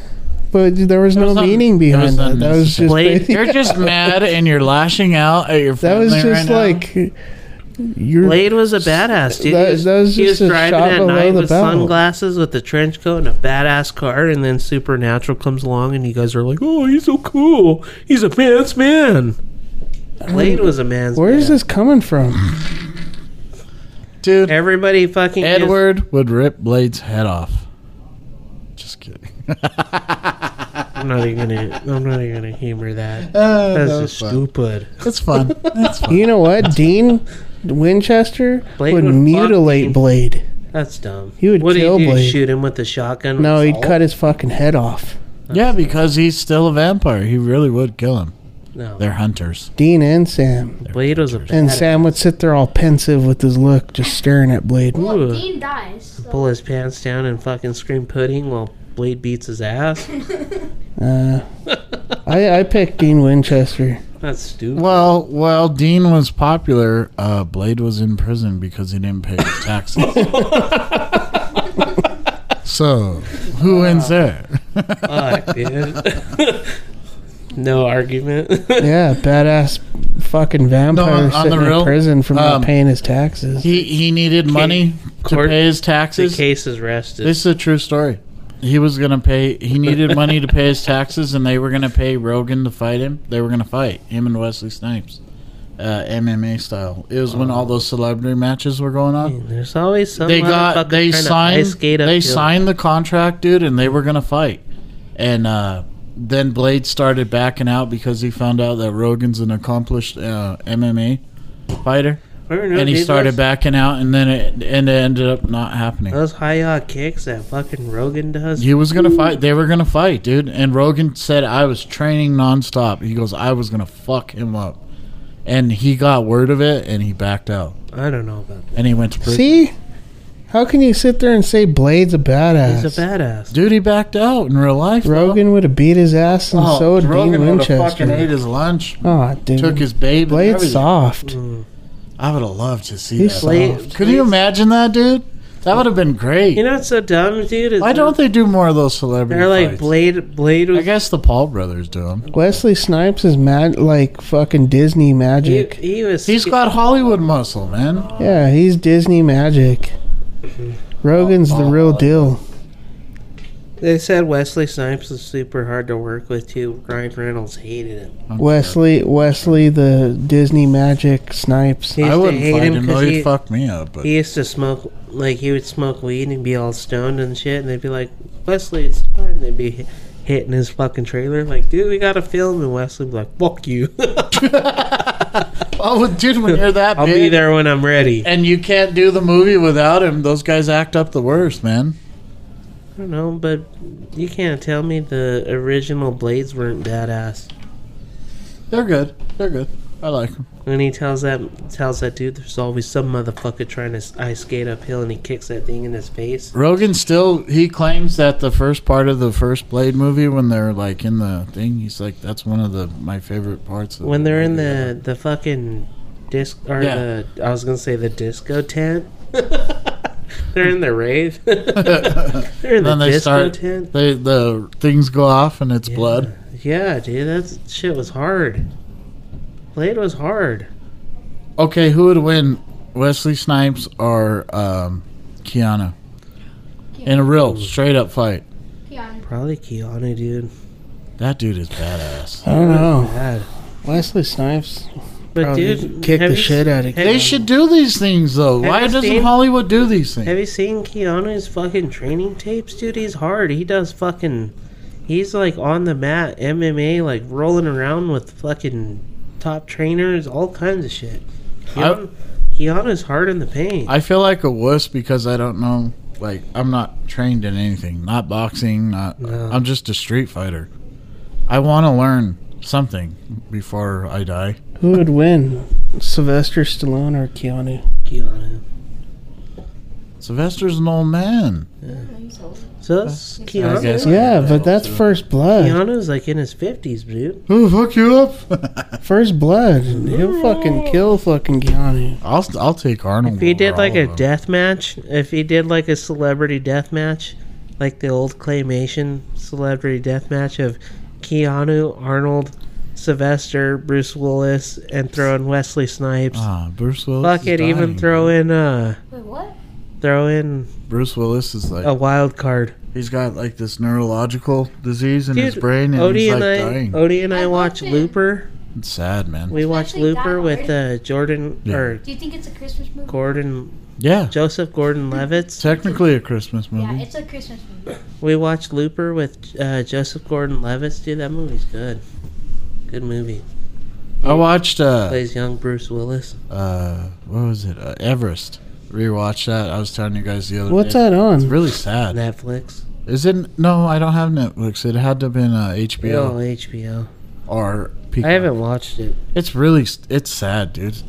but there was no
was un-
meaning
it was
behind that. That was just
unnecessary.
ba-
You're just mad and you're lashing out at your
that
family
was just
right now.
like you're
Blade was a badass dude.
That-
he was,
that was
he
just
was
a
driving
shot
at
below
night
the
with
belt.
sunglasses, with a trench coat, and a badass car. And then Supernatural comes along, and you guys are like, "Oh, he's so cool. He's a man's man." Blade was a man's
Where
man.
is this coming from?
dude.
Everybody fucking is-
Edward would rip Blade's head off. Just kidding.
I'm not even gonna. I'm not even gonna humor
Ah,
that.
Uh,
That's
that was
just
fun.
stupid.
It's fun. It's fun.
You know what, Dean Winchester
Blade
would
would fuck
mutilate
Dean.
Blade.
That's dumb.
He would
what do
kill
you do?
Blade.
Shoot him with a shotgun?
No,
with
he'd
salt?
cut his fucking head off.
Yeah, because he's still a vampire. He really would kill him.
No,
They're hunters.
Dean and Sam.
Blade was a
And
badass.
Sam would sit there all pensive with his look, just staring at Blade.
Ooh.
Well, Dean dies. So.
Pull his pants down and fucking scream pudding while Blade beats his ass.
Uh, I, I picked Dean Winchester.
That's stupid.
Well, while Dean was popular, uh, Blade was in prison because he didn't pay his taxes. so, who wins there?
Fuck, dude. no argument.
Yeah, badass fucking
No,
vampire
on- on the
sitting
real-
in prison for
um,
not paying his taxes.
He he needed money to
court-
pay his
the
taxes.
case is rested.
This is a true story. He was gonna pay. He needed money to pay his taxes, and they were gonna pay Rogan to fight him. They were gonna fight him and Wesley Snipes, uh, MMA style. It was when all those celebrity matches were going on.
There's always some.
They got
motherfucker
they
trying to
signed
ice skate
they
uphill.
signed the contract, dude, and they were gonna fight. And uh, then Blade started backing out because he found out that Rogan's an accomplished uh, MMA fighter,
Remember, no,
and he
dude,
started
those-
backing out, and then it and it ended up not happening.
Those high uh, kicks that fucking Rogan does.
He was gonna fight. They were gonna fight, dude. And Rogan said I was training nonstop. He goes, I was gonna fuck him up, and he got word of it, and he backed out,
I don't know about that.
and he went to prison.
See? How can you sit there and say Blade's a badass?
He's a badass.
dude, he backed out in real life. bro.
Rogan would have beat his ass, and
Oh,
so would
Rogan
Dean
would have fucking ate
Winchester.
his lunch,
Aw, dude.
took his baby.
Blade's soft.
I would have loved to see
He's
that.
soft.
Could you imagine that, dude? That would have been great.
You know what's so dumb, dude? Is
Why don't they do more of those celebrity
They're like
fights?
Blade. Blade
I
was.
guess the Paul brothers do them.
Wesley Snipes is mad like fucking Disney
He,
magic.
he was.
He's got Hollywood muscle, man.
Yeah, he's Disney magic.
Mm-hmm.
Rogan's the real deal.
They said Wesley Snipes was super hard to work with too. Ryan Reynolds hated him.
Wesley, Wesley, the Disney magic Snipes.
He used
I
to
wouldn't
hate
fight
him
him though.
because
He'd
he,
fuck me up. But
he used to smoke like he would smoke weed and be all stoned and shit. And they'd be like, Wesley, it's fine. And they'd be hit- hitting his fucking trailer like, dude, we got a film. And Wesley'd be like, fuck you.
oh, dude, when you're that
I'll
big
be there when I'm ready. I
and you can't do the movie without him, those guys act up the worst, man.
don't know, but you can't tell me the original Blades weren't badass.
They're good. They're good. I like them.
When he tells that tells that dude, there's always some motherfucker trying to s- ice skate uphill, and he kicks that thing in his face.
Rogan still he claims that the first part of the first Blade movie when they're like in the thing, he's like that's one of the my favorite parts. Of
When they're in
movie."
the the fucking disc or
Yeah.
the I was gonna say the disco tent. they're in the rave. they're in the
then they
disco
start
tent.
they the things go off and it's blood.
Yeah, dude, that shit was hard. Blade was hard.
Okay, who would win, Wesley Snipes or um, Kiana? In a real straight up fight,
Keanu.
Probably Keanu, dude.
that dude is badass.
I don't know.
Bad.
Wesley Snipes,
But
Probably
dude,
kick
have
the
you
shit
s-
out of
have-
They should do these things though.
Have
Why
you
doesn't
seen-
Hollywood do these things?
Have you seen Keanu's fucking training tapes, dude? He's hard. He does fucking. He's like on the mat, MMA, like rolling around with fucking top trainers, all kinds of shit. Keanu, Keanu's hard in the paint.
I feel like a wuss because I don't know. Like I'm not trained in anything. Not boxing. Not.
No.
I'm just a street fighter. I want to learn something before I die.
Who would win, Sylvester Stallone or Keanu?
Keanu.
Sylvester's an old man.
So that's
I
Keanu.
guess.
Yeah, but that's first blood.
Keanu's like in his fifties, dude.
Who fuck you up?
First blood. He'll fucking kill fucking Keanu.
I'll st- I'll take Arnold.
If he did
over
like
all
a
of them.
death match, if he did like a celebrity death match, like the old claymation celebrity death match of Keanu, Arnold, Sylvester, Bruce Willis, and throw in Wesley Snipes.
Ah, Bruce Willis.
Fuck
is
it, even
dying.
throw in uh,
Wait, what?
throw in
Bruce Willis is like
a wild card.
he's got like this neurological disease in his
Dude,
brain, and
Odie
he's
and
like
I, Oh.
dying.
Odie and I
I
watch
love it.
Looper.
it's sad, man.
We watch
actually that
Looper with
hard.
uh, Jordan
Yeah.
or
Do you think it's a Christmas movie?
Gordon
yeah,
Joseph Gordon Levitt's.
technically a Christmas movie.
Yeah, it's a Christmas movie.
We watched Looper with uh, Joseph Gordon-Levitt. Dude, that movie's good. Good movie.
I watched uh,
Plays young Bruce Willis.
uh what was it? Uh, Everest. Rewatched that. I was telling you guys the other
What's
day.
that on?
It's really sad.
Netflix.
Is it? No, I don't have Netflix. It had to have been uh,
Oh,
HBO
HBO.
or Peacock.
I haven't watched it.
It's really s- it's sad, dude.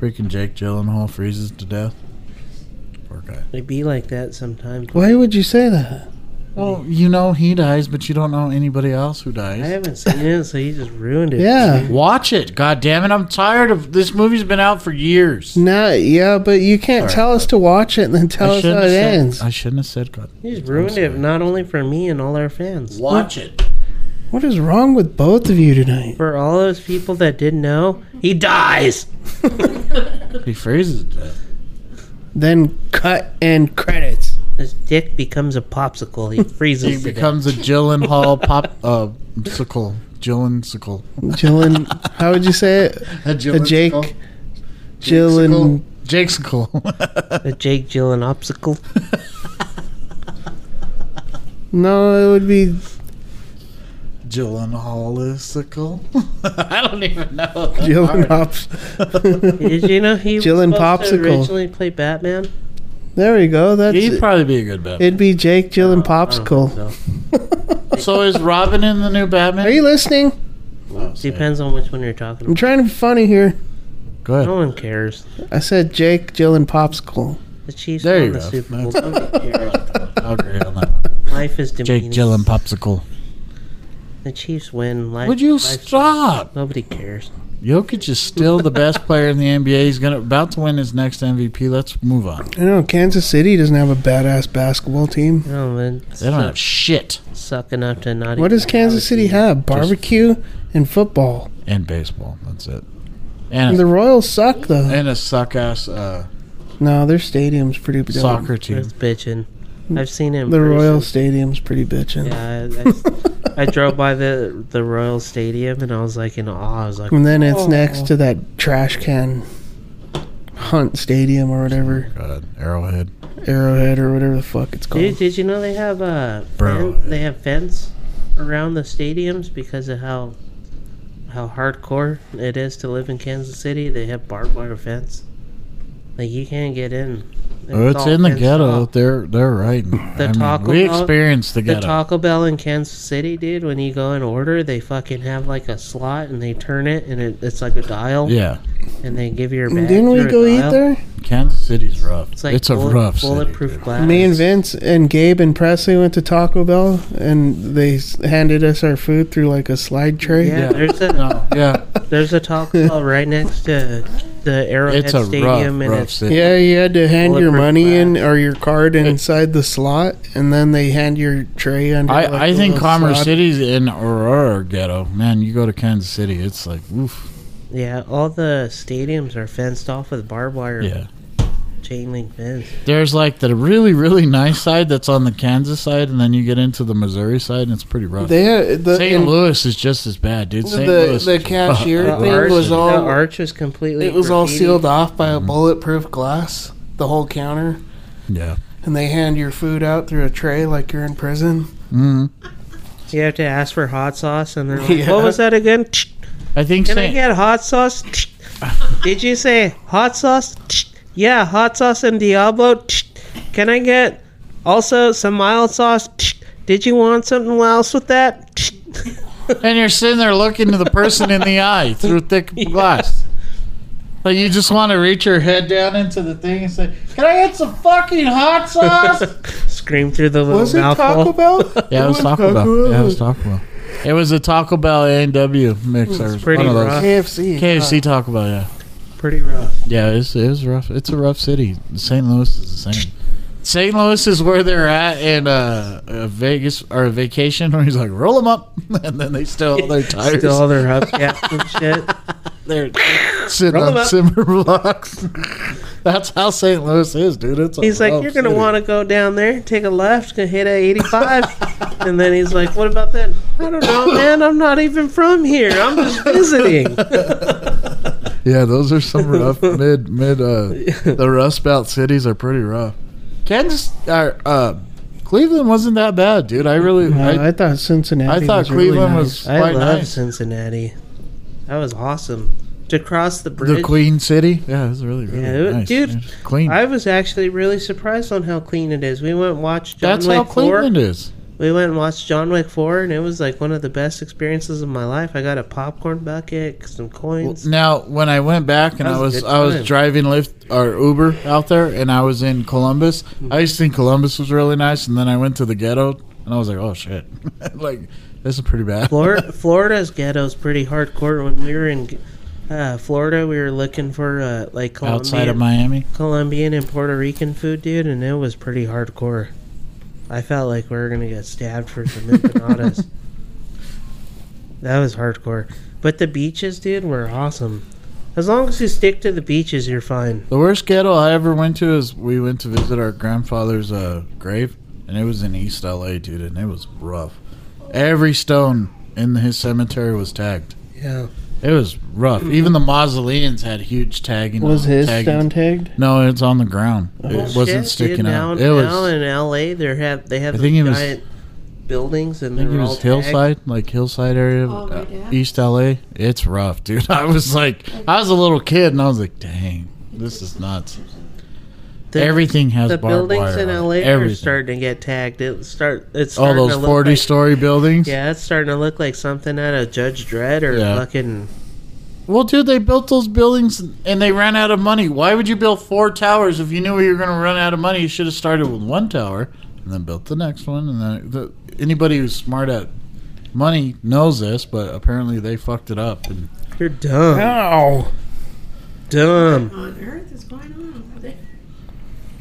Freaking Jake Gyllenhaal freezes to death. Poor guy.
It be like that sometimes.
Why would you say that?
Well, you know he dies, but you don't know anybody else who
I
dies.
haven't seen it, so he just ruined it.
Yeah.
Watch it, god damn it! I'm tired of this movie's been out for years.
Nah, yeah, but you can't tell us to watch it and then tell
I
us how
shouldn't,
it
have said,
ends.
I shouldn't have said god.
He just ruined it, not only for me and all our fans.
Watch it.
What is wrong with both of you tonight?
For all those people that didn't know, he dies.
He freezes to death.
Then cut and credits.
His dick becomes a popsicle. He freezes.
He
to death.
becomes a Gyllenhaal pop uh sickle. Gyllensicle.
Jillian, how would you say it?
A
A Jake. Jillian.
a Jake Gyllenhaal popsicle.
No, it would be.
Gyllenhaalisicle. I don't even know.
Jillian Hops.
Did you know he was
Gyllen
supposed to
popsicle.
originally play Batman?
There we go. That's
He'd
it.
probably be a good Batman.
It'd be Jake Jillian
Cool.
Popsicle.
so is Robin in the new Batman?
Are you listening?
Oh, sorry.
Depends on which one you're talking
I'm
about.
trying to be funny here.
Go ahead.
No
Oh.
one cares.
I said Jake Jillian Popsicle.
The Chiefs
There
won
you
the
go.
Super Bowl.
That's-
Don't care.
I'll agree on that one.
Life is
Jake
demeaning.
Gyllen popsicle.
The Chiefs win. Life.
Would you
life-
stop?
Nobody cares.
Jokic is still the best player in the NBA. He's gonna about to win his next MVP. Let's move on.
I know Kansas City doesn't have a badass basketball team.
No man.
They don't have shit
suck enough to not. even
What does Kansas City have? Barbecue and football.
in baseball. That's it. And
The
a,
Royals suck though.
and a suck ass uh,
No, their stadium's pretty dope.
soccer team.
It's bitching. I've seen him.
The Royal Stadium's pretty bitchin'.
Yeah, I, I, I drove by the the Royal Stadium and I was like in awe. I was like,
And then it's next to that trash can Hunt Stadium or whatever,
God, Arrowhead.
Arrowhead or whatever the fuck it's called.
dude, did you know they have uh,
Bro.
fen- they have fence around the stadiums because of how how hardcore it is to live in Kansas City. They have barbed wire fence. Like you can't get in.
Oh, it's
all
in the
fenced
ghetto.
off.
They're they're riding. I mean,
Taco
we
Bell-
experienced the
The
ghetto.
Taco Bell in Kansas City, dude, when you go and order, they fucking have like a slot and they turn it and it, it's like a dial
yeah,
and they give you your bag.
Didn't we
through a
go eat
dial.
there?
Kansas City's rough. It's,
It's like
a
bullet-
rough
bulletproof
city. dude.
glass.
Me and Vince and Gabe and Presley went to Taco Bell and they s- handed us our food through like a slide tray.
Yeah,
Yeah.
there's a
No, yeah,
there's a Taco Bell right next to the Arrowhead
it's a
Stadium,
rough,
and
rough
it's
city.
Yeah, you had to hand your
Bulletproof
money in or your card inside the slot, and then they hand your tray under.
I,
like,
I
a
think
little
Commerce
slot.
City's in Aurora ghetto. Man, you go to Kansas City, it's like oof.
yeah, all the stadiums are fenced off with barbed wire
Yeah,
chain link fence.
There's like the really, really nice side that's on the Kansas side, and then you get into the Missouri side, and it's pretty rough.
They had the
St.
in-
Louis is just as bad, dude. St.
the,
Louis.
the cashier
The
thing
arch,
was
the
all
arch was completely.
it was all
graffiti. Mm-hmm.
sealed off by a bulletproof glass. The whole counter,
yeah.
and they hand your food out through a tray like you're in prison.
Mm.
You have to ask for hot sauce, and they're like,
Yeah.
"What was that again?
I think
Can I
St.
get hot sauce? Did you say hot sauce? Yeah, hot sauce and Diablo. Can I get also some mild sauce? Did you want something else with that?
and you're sitting there looking to the person in the eye through thick glass. Like you just want to reach your head down into the thing and say, "Can I get some fucking hot sauce?"
Scream through the little
Was it
mouthful.
Taco Bell?
yeah, it was Taco Bell. Yeah, it was Taco Bell. It was a Taco Bell A and W mix. It was
pretty
one of those.
rough.
KFC.
KFC Taco Bell. Yeah,
Pretty rough.
yeah. It's it was rough. It's a rough city. St. Louis is the same. St. Louis is where they're at in uh, uh, Vegas or a vacation where he's like, roll them up, and then they still all their tires.
Still all their hubcaps and shit.
They're sitting
Roll 'em
on
up.
simmer blocks. That's how St. Louis is, dude. It's a
He's like,
rough
you're gonna
city."
want to go down there, take a left, gonna hit a 85, and then he's like, what about that? I don't know, man. I'm not even from here. I'm just visiting.
Yeah, those are some rough mid mid. Uh, the Rust Belt cities are pretty rough. Kansas, uh, uh, Cleveland wasn't that bad, dude. I really,
Uh, I,
I,
thought Cincinnati.
I thought
was really
Cleveland
nice.
was
I
quite
love
nice.
Cincinnati. That was awesome to cross the bridge.
The Queen City, yeah, it was really, really
Yeah, it-
nice,
dude,
Clean.
I was actually really surprised on how clean it is. We went and watched John
That's how
Wick Four.
Cleveland is.
We went and watched John Wick Four, and it was like one of the best experiences of my life. I got a popcorn bucket, some coins.
Now, when I went back and
That
I was
was a good
I
time.
was driving Lyft or Uber out there, and I was in Columbus. I used to think Columbus was really nice, and then I went to the ghetto, and I was like, oh shit, like this is pretty bad.
Florida, Florida's ghetto's pretty hardcore. When we were in uh, Florida, we were looking for uh, like Colombian,
Outside of Miami,
Colombian and Puerto Rican food, dude, and it was pretty hardcore. I felt like we were gonna get stabbed for some empanadas. that was hardcore. But the beaches, dude, were awesome. As long as you stick to the beaches, you're fine.
the worst ghetto I ever went to is we went to visit our grandfather's uh, grave, and it was in East LA, dude, and it was rough. Every stone in his cemetery was tagged.
Yeah.
It was rough. Even the mausoleums had huge tagging.
was his
taggings.
stone tagged?
No, it's on the ground. it
Shit,
wasn't
dude,
sticking
now,
out. It
Now
was.
in L.A., they have they have
I
those
think it was-
giant buildings and
I think
they're
it
all
was
tagged.
hillside, like hillside area,
Oh,
uh,
right, yeah.
East LA. It's rough, dude. I was like, I was a little kid, and I was like, dang, this is nuts.
The-
Everything has
the
barbed
buildings
wire
in
on it.
LA are
Everything.
starting to get tagged. It start it's
All
starting
those
to look like,
forty-story buildings.
Yeah, it's starting to look like something out of Judge Dredd or
Yeah.
fucking
Well, dude, they built those buildings and they ran out of money. Why would you build four towers if you knew you were going to run out of money? You should have started with one tower and then built the next one. And then the, anybody who's smart at money knows this, but apparently they fucked it up. And
You're dumb.
Ow!
Dumb.
on earth is going on over there?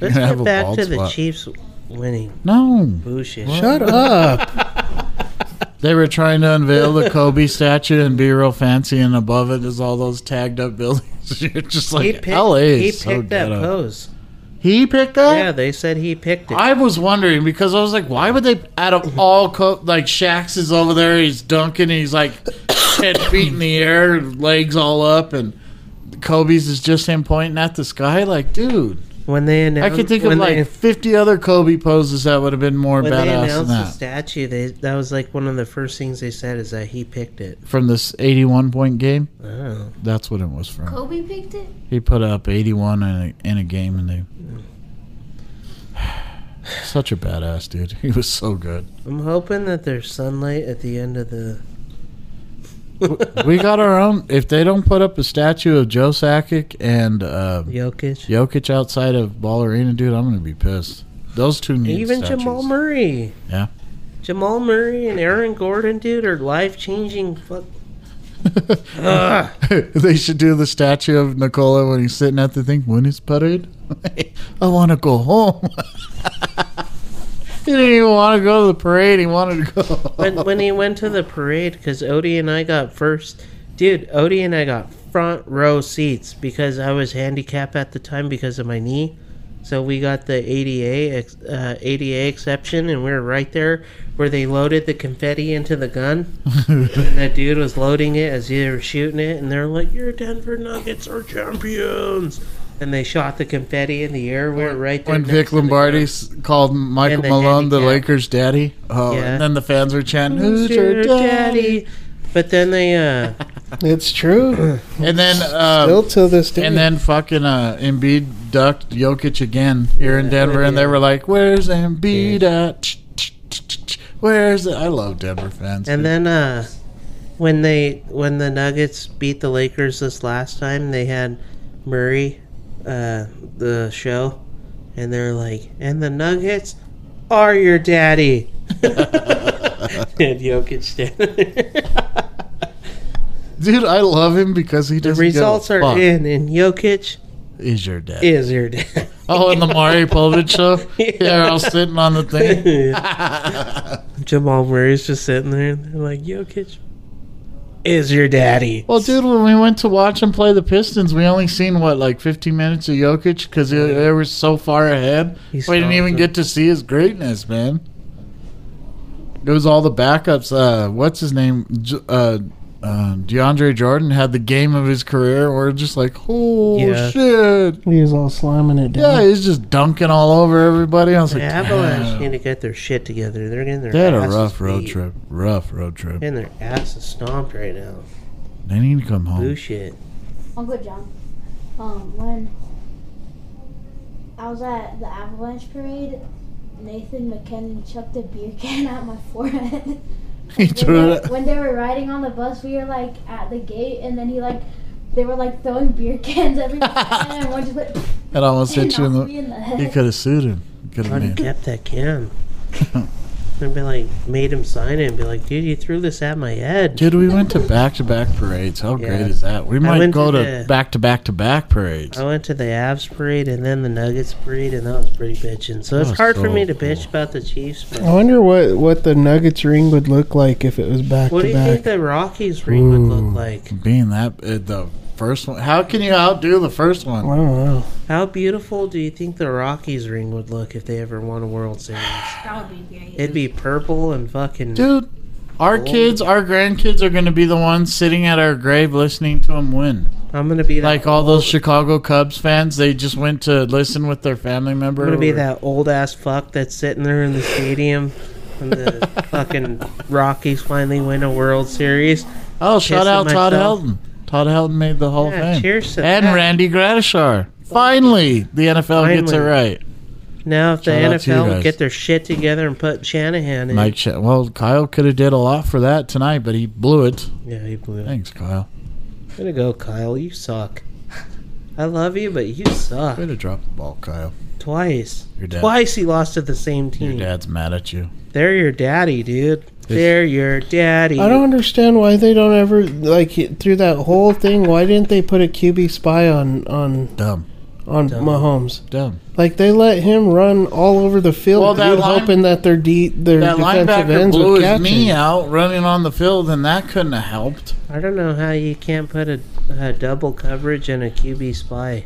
Let's
have
get
a
back
bald
to the
spot.
Chiefs winning.
no,
Bullshit.
Shut up!
they were trying to unveil the Kobe statue and be real fancy, and above it is all those tagged up buildings. You're just like
He picked,
LA. Is
he picked
so
that
ghetto.
pose.
He picked that.
Yeah, they said he picked it.
I was wondering because I was like, why would they out of all co- like Shax is over there, he's dunking, he's like head feet in the air, legs all up, and Kobe's is just him pointing at the sky. Like, dude,
when they
I
announced,
could think of
when
like
they,
fifty other Kobe poses that would have been more
when they
badass than
announced the
that
statue, they, that was like one of the first things they said is that he picked it.
from this eighty-one point game.
Oh.
That's what it was from.
Kobe picked it?
He put up eighty-one in a, in a game, and they. Such a badass dude. He was so good.
I'm hoping that there's sunlight at the end of the.
we got our own. If they don't put up a statue of Joe Sakic and uh,
Jokic.
Jokic outside of Ball Arena, dude, I'm gonna be pissed. Those two need
Even
statues.
Jamal Murray.
Yeah.
Jamal Murray and Aaron Gordon, dude, are life changing. Fuck.
they should do the statue of Nicola when he's sitting at the thing when his parade. I want to go home. he didn't even want to go to the parade. He wanted to go. Home.
When, when he went to the parade, because Odie and I got first. Dude, Odie and I got front row seats because I was handicapped at the time because of my knee. So we got the ADA ex- uh, ADA exception, and we were right there where they loaded the confetti into the gun. and that dude was loading it as they were shooting it, and they're like, "Your Denver Nuggets are champions!" And they shot the confetti in the air. We were right there.
When
next
Vic
to the gun.
Lombardi s- called Michael
And the
Malone the
handicap.
Lakers' daddy, oh,
Yeah.
and then the fans were chanting, "Who's
Your
your daddy?"
daddy. But then they uh,
It's true.
And then, uh,
Still till this day.
and then fucking uh, Embiid ducked Jokic again here in Denver, and they were like, "Where's Embiid at? Ch- ch- ch- ch- ch- Where's?" I love Denver fans.
And then uh when they when the Nuggets beat the Lakers this last time, they had Murray uh the show and they're like, "And the Nuggets are your daddy." and Jokic standing there.
dude, I love him because he
The
doesn't.
results
give a
are
fuck.
in and Jokic
Is your daddy?
is your daddy.
Oh, and the Mario Povich show.
Yeah.
They're all sitting on the thing.
Jamal Murray's just sitting there and they're like, "Jokic is your daddy."
Well, dude, when we went to watch him play the Pistons, we only seen what like 15 minutes of Jokic because they they were so far ahead.
He's
we didn't
strong,
even
too.
get to see his greatness, man. It was all the backups. Uh, what's his name? J- uh, uh, DeAndre Jordan had the game of his career. We're just like, oh
Yeah.
shit!
he was all slamming it
Yeah,
down.
he's just dunking all over everybody. I was
The
like,
Avalanche
damn.
need to get their shit together. They're getting their
They had a
asses
rough road
beat.
trip. Rough road trip.
And their ass is stomped right now.
They need to come
Boo
home.
shit.
Uncle John, Oh, um, when I was at the Avalanche parade, Nathan McKinnon chucked a beer can at my forehead.
He
when,
threw
they,
it.
when they were riding on the bus, we were like at the gate, and then he like they were like throwing beer cans everywhere, and then one just went
It almost
and
hit you in
knocked
the.
me in the
You
head.
could have sued him. Could
I'd
have
have
been.
kept that can. And be like, made him sign it and be like, dude, you threw this at my head.
Dude, we went to back to back parades. How
Yeah.
great is that? We might
went
go
to
to
the-
back to back to back parades.
I went to the Avs parade and then the Nuggets parade, and that was pretty bitching. So it's
was
hard for
so
me to bitch
cool. Oh,
about the Chiefs. But
I wonder what, what the Nuggets ring would look like if it was back
what do
to
you
back.
think the Rockies ring would look like?
Being that uh, the first one, how can you outdo the first one?
I don't know.
How beautiful do you think the Rockies ring would look if they ever won a World Series?
That would be great.
It'd be purple and fucking.
Dude,
Oh.
our kids, our grandkids are going to be the ones sitting at our grave listening to them win.
I'm gonna be that
Like all those Chicago Cubs fans, they just went to listen with their family member.
I'm gonna be
or-
that old ass fuck that's sitting there in the stadium when the fucking Rockies finally win a World Series.
Oh, shout
pissing
out Todd
myself.
Helton. Todd Helton made the Hall
Yeah,
of Fame.
cheers to
and
that.
Randy Gratishar. Finally, the NFL gets it
Finally.
right.
Now, if the
Shout out to you
NFL would
guys.
get their shit together and put Shanahan in,
Mike, Sha- well, Kyle could have did a lot for that tonight, but he blew it.
yeah, he blew it.
Thanks, Kyle.
Way to go, Kyle. You suck. I love you, but you suck.
Way to drop the ball, Kyle.
Twice.
Your dad.
Twice he lost to the same
Your
team.
dad's mad at you.
They're your daddy, dude. They're your daddy.
I don't understand why they don't ever like through that whole thing. Why didn't they put a QB spy on on
Dumb.
on Mahomes?
Dumb.
Like they let him run all over the field,
Well, that
dude,
line-
hoping that their de- their
That
defensive
linebacker
ends
blew
would
his
catch
knee
him.
out running on the field, and that couldn't have helped.
I don't know how you can't put a, a double coverage and a QB spy.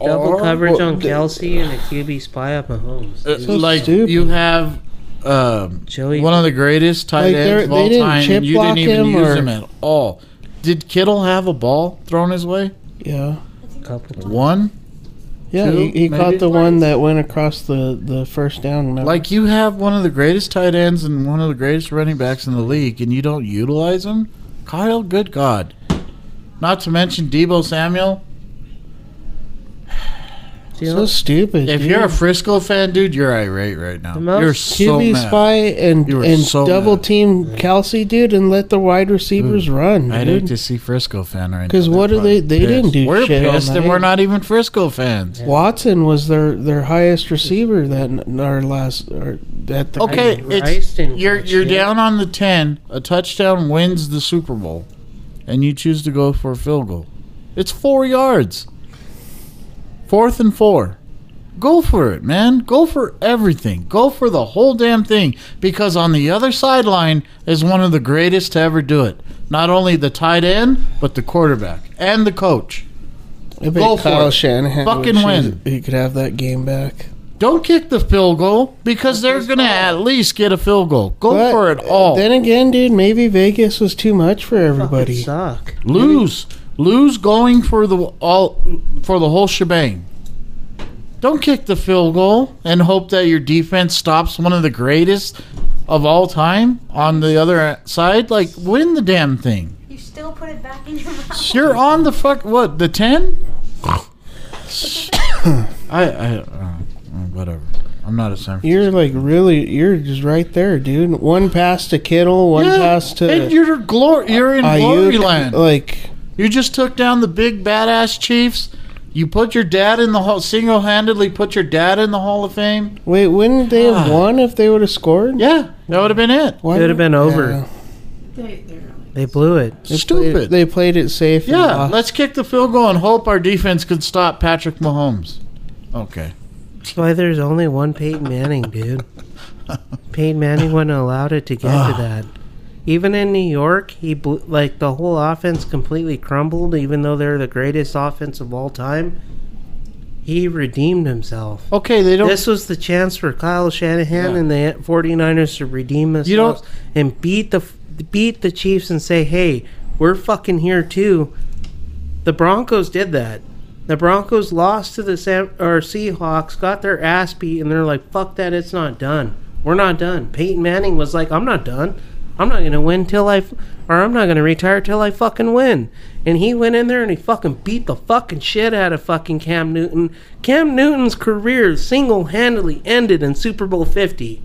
Double
Or-
coverage on
d-
Kelsey and a QB spy on Mahomes.
Uh, like,
stupid.
you have um,
Joey-
one of the greatest tight
Like, they're-
ends of
they
all
didn't
time,
chip
and you didn't
block
even
him,
use
or-
him at all. Did Kittle have a ball thrown his way?
Yeah,
Couple
One?
yeah.
Two,
he he
maybe?
caught the one that went across the the first down. Remember?
Like you have one of the greatest tight ends and one of the greatest running backs in the league, and you don't utilize them. Kyle, good God! Not to mention Debo Samuel.
so stupid.
If
dude.
you're a Frisco fan, dude, you're irate right now.
The most
You're so
QB
mad.
spy and
You were
and
so
double
mad.
team Kelsey, dude, and let the wide receivers run,
I'd hate
dude.
to see Frisco fan right now.
'Cause
They're
what are
probably
they- they didn't
pissed.
do
We're
shit all
pissed, and
night.
we're not even Frisco fans.
Watson was their their highest receiver that n- our last or at the
Okay,
Rice
it's,
didn't
you're
catch
you're
it.
down on the ten. A touchdown wins the Super Bowl, and you choose to go for a field goal. It's four yards. Fourth and four. Go for it, man. Go for everything. Go for the whole damn thing. Because on the other sideline is one of the greatest to ever do it. Not only the tight end, but the quarterback and the coach.
I bet
Go for
Kyle
it.
Shanahan
Fucking
wishes
win.
He could have that game back.
Don't kick the field goal because they're going to at least get a field goal. Go
But
for it all.
Then again, dude, maybe Vegas was too much for
Fucking
everybody.
suck.
lose, lose going for the all for the whole shebang. Don't kick the field goal and hope that your defense stops one of the greatest of all time on the other side. Like win the damn thing.
You still put it back in your mouth.
You're on the fuck what the ten? I I uh, whatever. I'm not a San Francisco.
You're like really, you're just right there, dude. One pass to Kittle, one pass
and
to
you're glory. You're in glory
uh, Ayuk. uh,
land.
Like
You just took down the big badass Chiefs. You put your dad in the hall single-handedly. Put your dad in the Hall of Fame.
Wait, wouldn't they have
God.
won if they would have scored?
Ah. Yeah, that would have been it.
Why
It would have been over.
Yeah.
They, they're really
They blew it.
They
Stupid.
Played, they uh, played it safe. and
yeah,
lost.
let's kick the field goal and hope our defense could stop Patrick Mahomes. Okay,
That's why there's only one Peyton Manning, dude. Peyton Manning wouldn't have allowed it to get to that. Even in New York, he blew, like the whole offense completely crumbled. Even though they're the greatest offense of all time, he redeemed himself.
okay, they don't.
This was the chance for Kyle Shanahan and the 49ers to redeem themselves and beat the beat the Chiefs and say, "Hey, we're fucking here too." The Broncos did that. The Broncos lost to the Sam, or Seahawks, got their ass beat, and they're like, "Fuck that! It's not done. We're not done." Peyton Manning was like, "I'm not done. I'm not gonna win till I, f- or I'm not gonna retire till I fucking win." And he went in there and he fucking beat the fucking shit out of fucking Cam Newton. Cam Newton's career single-handedly ended in Super Bowl 50.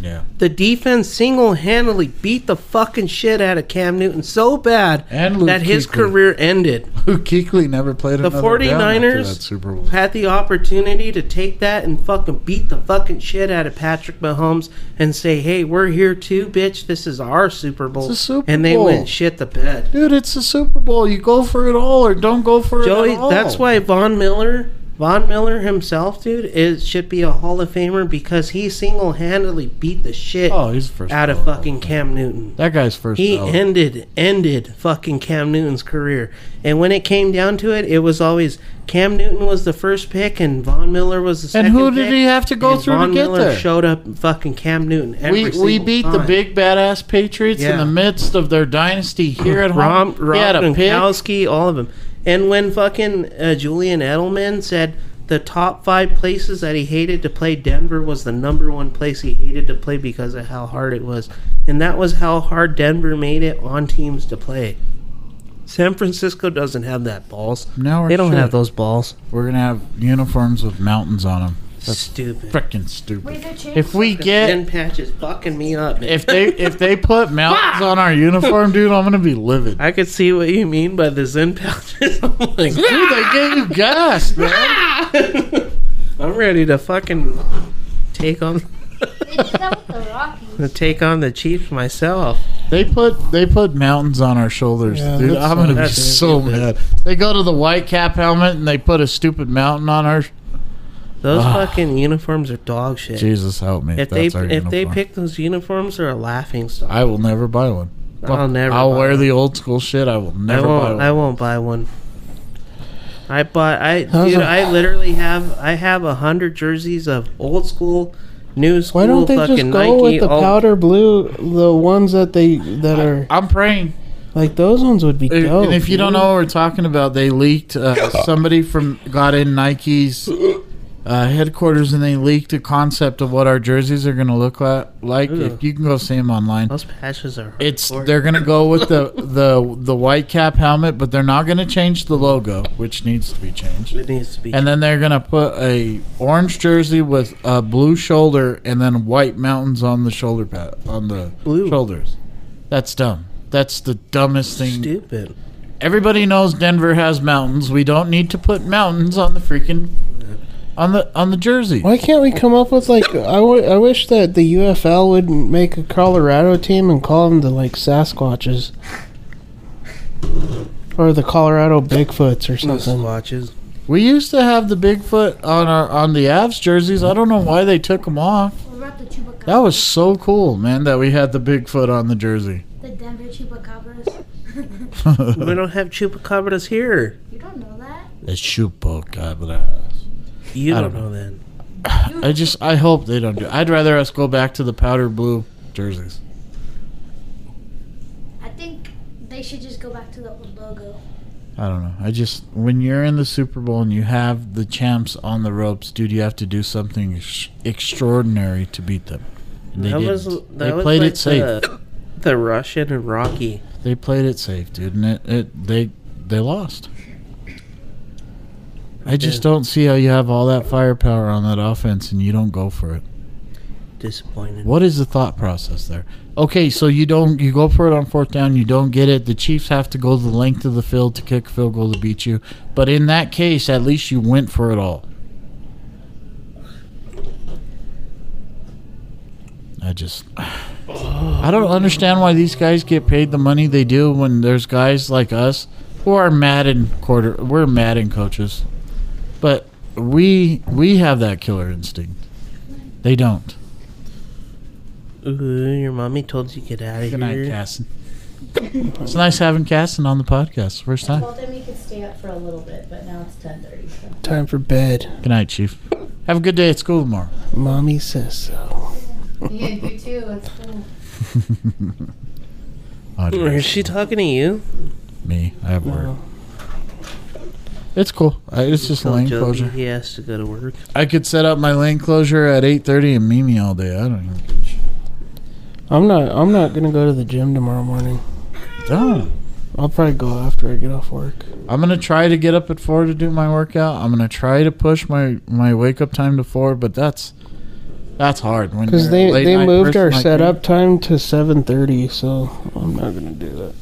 yeah,
The defense single-handedly beat the fucking shit out of Cam Newton so bad
And Luke
that his
Kuechly.
career ended
Luke Kuechly never played
the
another 49ers, down after
49ers
that Super Bowl.
had the opportunity to take that and fucking beat the fucking shit out of Patrick Mahomes and say, "Hey, we're here too, bitch. This is our Super Bowl."
It's a Super
and they
Bowl.
went shit the bed.
Dude, it's the Super Bowl. You go for it all, or don't go for it
Joey,
at all.
that's why Von Miller, Von Miller himself, dude, is should be a Hall of Famer because he single-handedly beat the shit
Oh, he's first
out of
ballot.
fucking Cam Newton.
That guy's first.
He
ballot.
ended ended fucking Cam Newton's career. And when it came down to it, it was always Cam Newton was the first pick and Von Miller was the
And
second.
who did
pick,
he have to go
and
through
Von
to get
Miller
there?
Showed up and fucking Cam Newton. Every
we we
single
beat the
time.
big badass Patriots in
Yeah.
the midst of their dynasty here at
Rom,
home.
Rom,
He had a pick.
Gronkowski, all of them. And when fucking uh, Julian Edelman said the top five places that he hated to play, Denver was the number one place he hated to play because of how hard it was, and that was how hard Denver made it on teams to play. San Francisco doesn't have that balls.
No,
they don't
shit.
have those balls.
We're gonna have uniforms with mountains on them.
Stupid.
Freaking
Wait,
stupid.
they're changing.
If we
Ten
get
patches fucking me up. man.
if they if they put mountains on our uniform, dude, I'm gonna be livid.
I could see what you mean by the Zen pouches. I'm like,
Dude, they gave you gas, man.
I'm ready to fucking take on
They did that with the Rockies.
to take on the Chiefs myself.
They put they put mountains on our shoulders,
Yeah,
dude.
that's
I'm gonna be
that's
so mad. They go to the white cap helmet and they put a stupid mountain on our.
Those
Ah.
fucking uniforms are dog shit.
Jesus help me.
if they if they pick those uniforms, they're a laughing stock.
I will never buy one.
I'll never
I'll
buy
wear
one.
the old school shit. I will
I
never buy
won't.
one.
I won't buy one. I bought. I
was
dude.
a-
I literally have. I have a hundred jerseys of old school, new school.
Why don't they
fucking
just go
Nike, Oh,
with the
all-
powder blue, the ones that they that are
I'm praying.
like those ones would be
And-
dope.
and if you don't
dude.
know what we're talking about, they leaked uh, somebody from got in Nike's uh, headquarters and they leaked a concept of what our jerseys are going to look li- like. If you can go see them online,
Those patches are.
it's
hardcore.
they're going to go with the the the white cap helmet, but they're not going to change the logo, which needs to be changed.
It needs to be.
And then they're gonna put a orange jersey with a blue shoulder, and then white mountains on the shoulder pad on the
Blue.
shoulders. That's dumb. That's the dumbest thing.
stupid.
Everybody knows Denver has mountains. We don't need to put mountains on the freaking on the on the jersey.
Why can't we come up with like I wa- I wish that the UFL would make a Colorado team and call them the like Sasquatches or the Colorado Bigfoots or something.
Watches.
We used to have the Bigfoot on our on the Avs jerseys. I don't know why they took them off.
What about the Chupacabra?
That was so cool, man, that we had the Bigfoot on the jersey.
The Denver Chupacabras.
we don't have chupacabras here.
you don't know that?
It's Chupo Cabras.
You
I
don't,
don't
know then.
I just I hope they don't do. I'd rather us go back to the powder blue jerseys.
I think they should just go back to the old logo.
I don't know. I just when you're in the Super Bowl and you have the champs on the ropes, dude, you have to do something ex- extraordinary to beat them. And they
that
didn't.
was that
they
was
played
like
it safe.
The, the Russian and Rocky.
They played it safe, dude, and it, it they they lost. I just don't see how you have all that firepower on that offense and you don't go for it.
Disappointed.
What is the thought process there? Okay, so you don't you go for it on fourth down, you don't get it. The Chiefs have to go the length of the field to kick a field goal to beat you. But in that case, at least you went for it all. I just I don't understand why these guys get paid the money they do when there's guys like us who are Madden quarter we're Madden coaches. But we we have that killer instinct. They don't.
Ooh, your mommy told you get out of
Good
here.
night, Casson. it's nice having Casson on the podcast. First time.
Well, then we could stay up for a little bit, but now it's 10:30. So.
Time for bed.
Good night, Chief. Have a good day at school tomorrow.
Mommy says so.
Yeah, you too. Let's go.
Audrey,
Is she talking to you?
Oh, me. I have work. It's cool. I, it's just
Tell
lane
Joby
closure.
He has to go to work.
I could set up my lane closure at eight thirty and Mimi all day. I don't even. give a shit.
I'm not. I'm not gonna go to the gym tomorrow morning.
Don't.
I'll probably go after I get off work.
I'm gonna try to get up at four to do my workout. I'm gonna try to push my my wake up time to four, but that's that's hard when
Because
you're
they
a late
they
night
moved
person
our
like me.
setup time to 7:30, so I'm not gonna do that.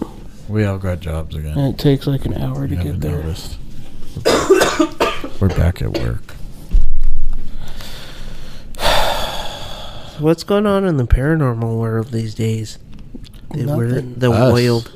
We all got jobs again.
And it takes like an hour to
You
get
haven't
there.
noticed. We're back at work.
So what's going on in the paranormal world these days? They were
Nothing.
the
Us.
wild.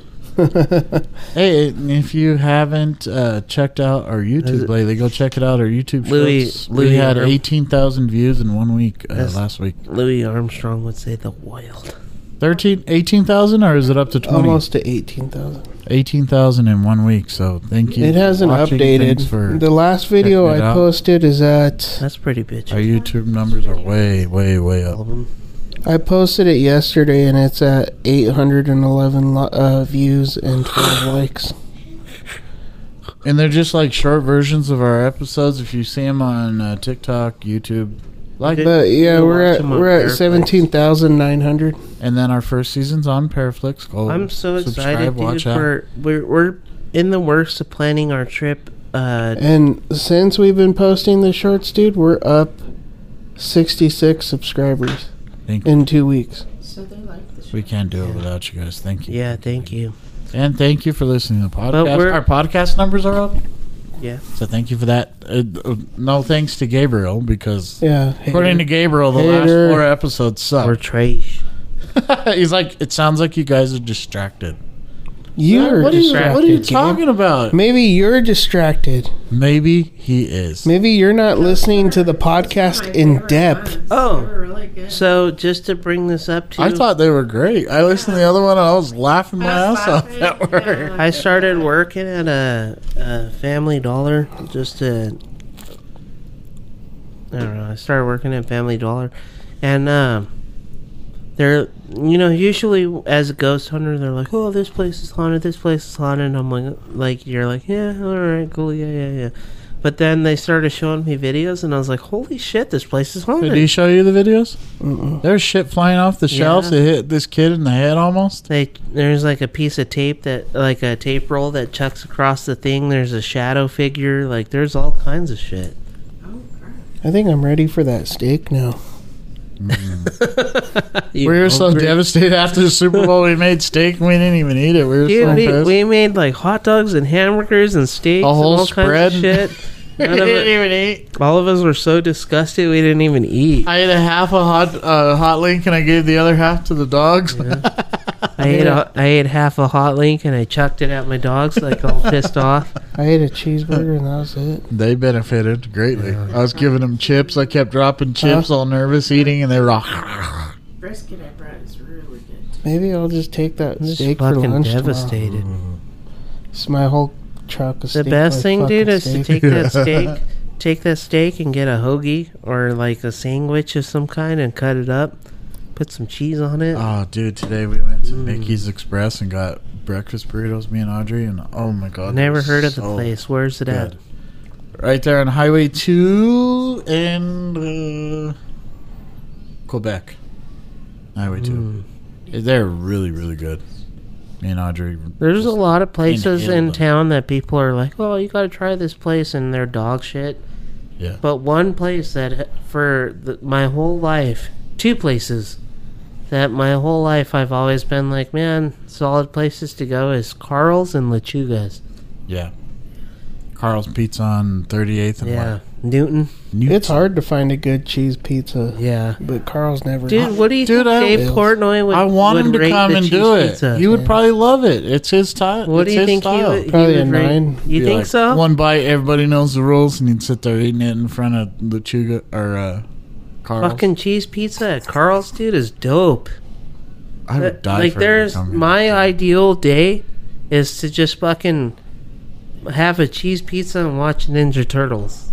Hey, and if you haven't uh, checked out our
Is
YouTube
it-
lately, go check it out. Our YouTube
Louis-
shorts. we
Louis
had
Arm-
eighteen thousand views in one week uh,
That's-
last week.
Louis Armstrong would say the wild.
13, 18,000 or is it up to twenty?
Almost to 18,000.
eighteen thousand in one week. So thank you.
It hasn't
watching. Thanks
updated.
For
the last video
checking
I
it out.
posted is at
That's pretty bitch.
our YouTube numbers are way, way, way up.
I posted it yesterday and it's at 811 lo- uh, views and 12 likes.
And they're just like short versions of our episodes. If you see them on uh, TikTok, YouTube, like
Did-
But yeah,
You
we're
watch
at
them on
we're at
Paraflix.
17,900.
And then our first season's on Paraflix. Go
I'm so
subscribe,
excited, dude.
Watch out.
For, we're we're in the works of planning our trip. Uh,
And since we've been posting the shorts, dude, we're up 66 subscribers
Thank
in 2 weeks.
So they like the show.
We can't do it without you guys. Thank you.
yeah, thank you.
And thank you for listening to the
we're-
podcast. Our podcast numbers are up.
Yeah.
So thank you for that. Uh, uh, no thanks to Gabriel because
Yeah.
according to Gabriel, the last
Hater.
four episodes
We're
suck.
trash.
He's like, it sounds like you guys are distracted.
you're
what, are you,
distracted.
what are you
Gabe.
talking about?
Maybe you're distracted.
Maybe he is.
Maybe you're not listening to the podcast in depth.
Oh.
they were really good.
So just to bring this up to
I
you,
thought they were great. I listened to the other one and I was laughing my
I was
ass off
laughing.
at
Yeah,
work.
I liked
I
it.
started working at a, a Family Dollar just to. I don't know. I started working at Family Dollar, and um, they're you know usually as a ghost hunter they're like, oh this place is haunted, this place is haunted. And I'm like, like you're like, yeah, all right, cool, yeah, yeah, yeah. But then they started showing me videos, and I was like, holy shit, this place is
Did he
haunted.
show you the videos? There's shit flying off the shelves.
Yeah.
It hit this kid in the head almost.
They, there's like a piece of tape that like a tape roll that chucks across the thing. There's a shadow figure. Like there's all kinds of shit.
Oh, crap.
I think I'm ready for that steak now.
You
We were so
hungry?
devastated after the Super Bowl. We made steak. and We didn't even eat it. We were
Dude,
so
we,
pissed.
we made like hot dogs and hamburgers and steaks
A whole
and all
spread.
kinds of shit. None of it,
even eat.
all of us were so disgusted we didn't even eat. I,
I ate a half a hot uh, hot link and I gave the other half to the dogs.
ate a, I ate half a hot link and I chucked it at my dogs like all pissed off.
I ate a cheeseburger and that was it.
they benefited greatly. I was giving them chips. I kept dropping
Uh-huh.
chips, all nervous eating, and they were all.
Brisket I brought is really good.
Maybe I'll just take that
Just
steak for
fucking
lunch tomorrow.
devastated.
It's my whole truck a
The
steak
best
like
thing,
fucking
dude, is to
steak.
take that steak, take that steak and get a hoagie or like a sandwich of some kind and cut it up, put some cheese on it.
Oh, dude, today we went to Mickey's Express and got breakfast burritos, me and Audrey, and oh my god.
Never
they're
heard of the
so
place. Where's it at?
good. Right there on Highway 2 and uh, Quebec. Highway
Hmm.
2. They're really, really good. Me and Audrey.
There's a
just-
lot of places in
Indiana.
town that people are like, "Well, you got to try this place," and they're dog shit.
Yeah.
But one place that uh, for the, my whole life, two places that my whole life I've always been like, man, solid places to go is Carl's and Lechuga's.
Yeah. Carl's Pizza on 38th and
Yeah, Newton.
Newton.
It's hard to find a good cheese pizza,
Yeah,
but Carl's never.
dude. What do you
Dude,
think
I-
Dave Portnoy would?
I want
would
him to
rate
come
the
and
cheese
do it.
pizza?
He would probably love it. It's his time.
What do you think he
style.
would? he
Probably
would
a
rate-
nine.
You
Be
think
like,
so?
One bite, everybody knows the rules, and he'd sit there eating it in front of Lechuga or uh, Carl's.
Fucking cheese pizza at Carl's, dude, is dope.
I would die
uh, like
for
there's
it. to come here.
my ideal day is to just fucking have a cheese pizza and watch Ninja Turtles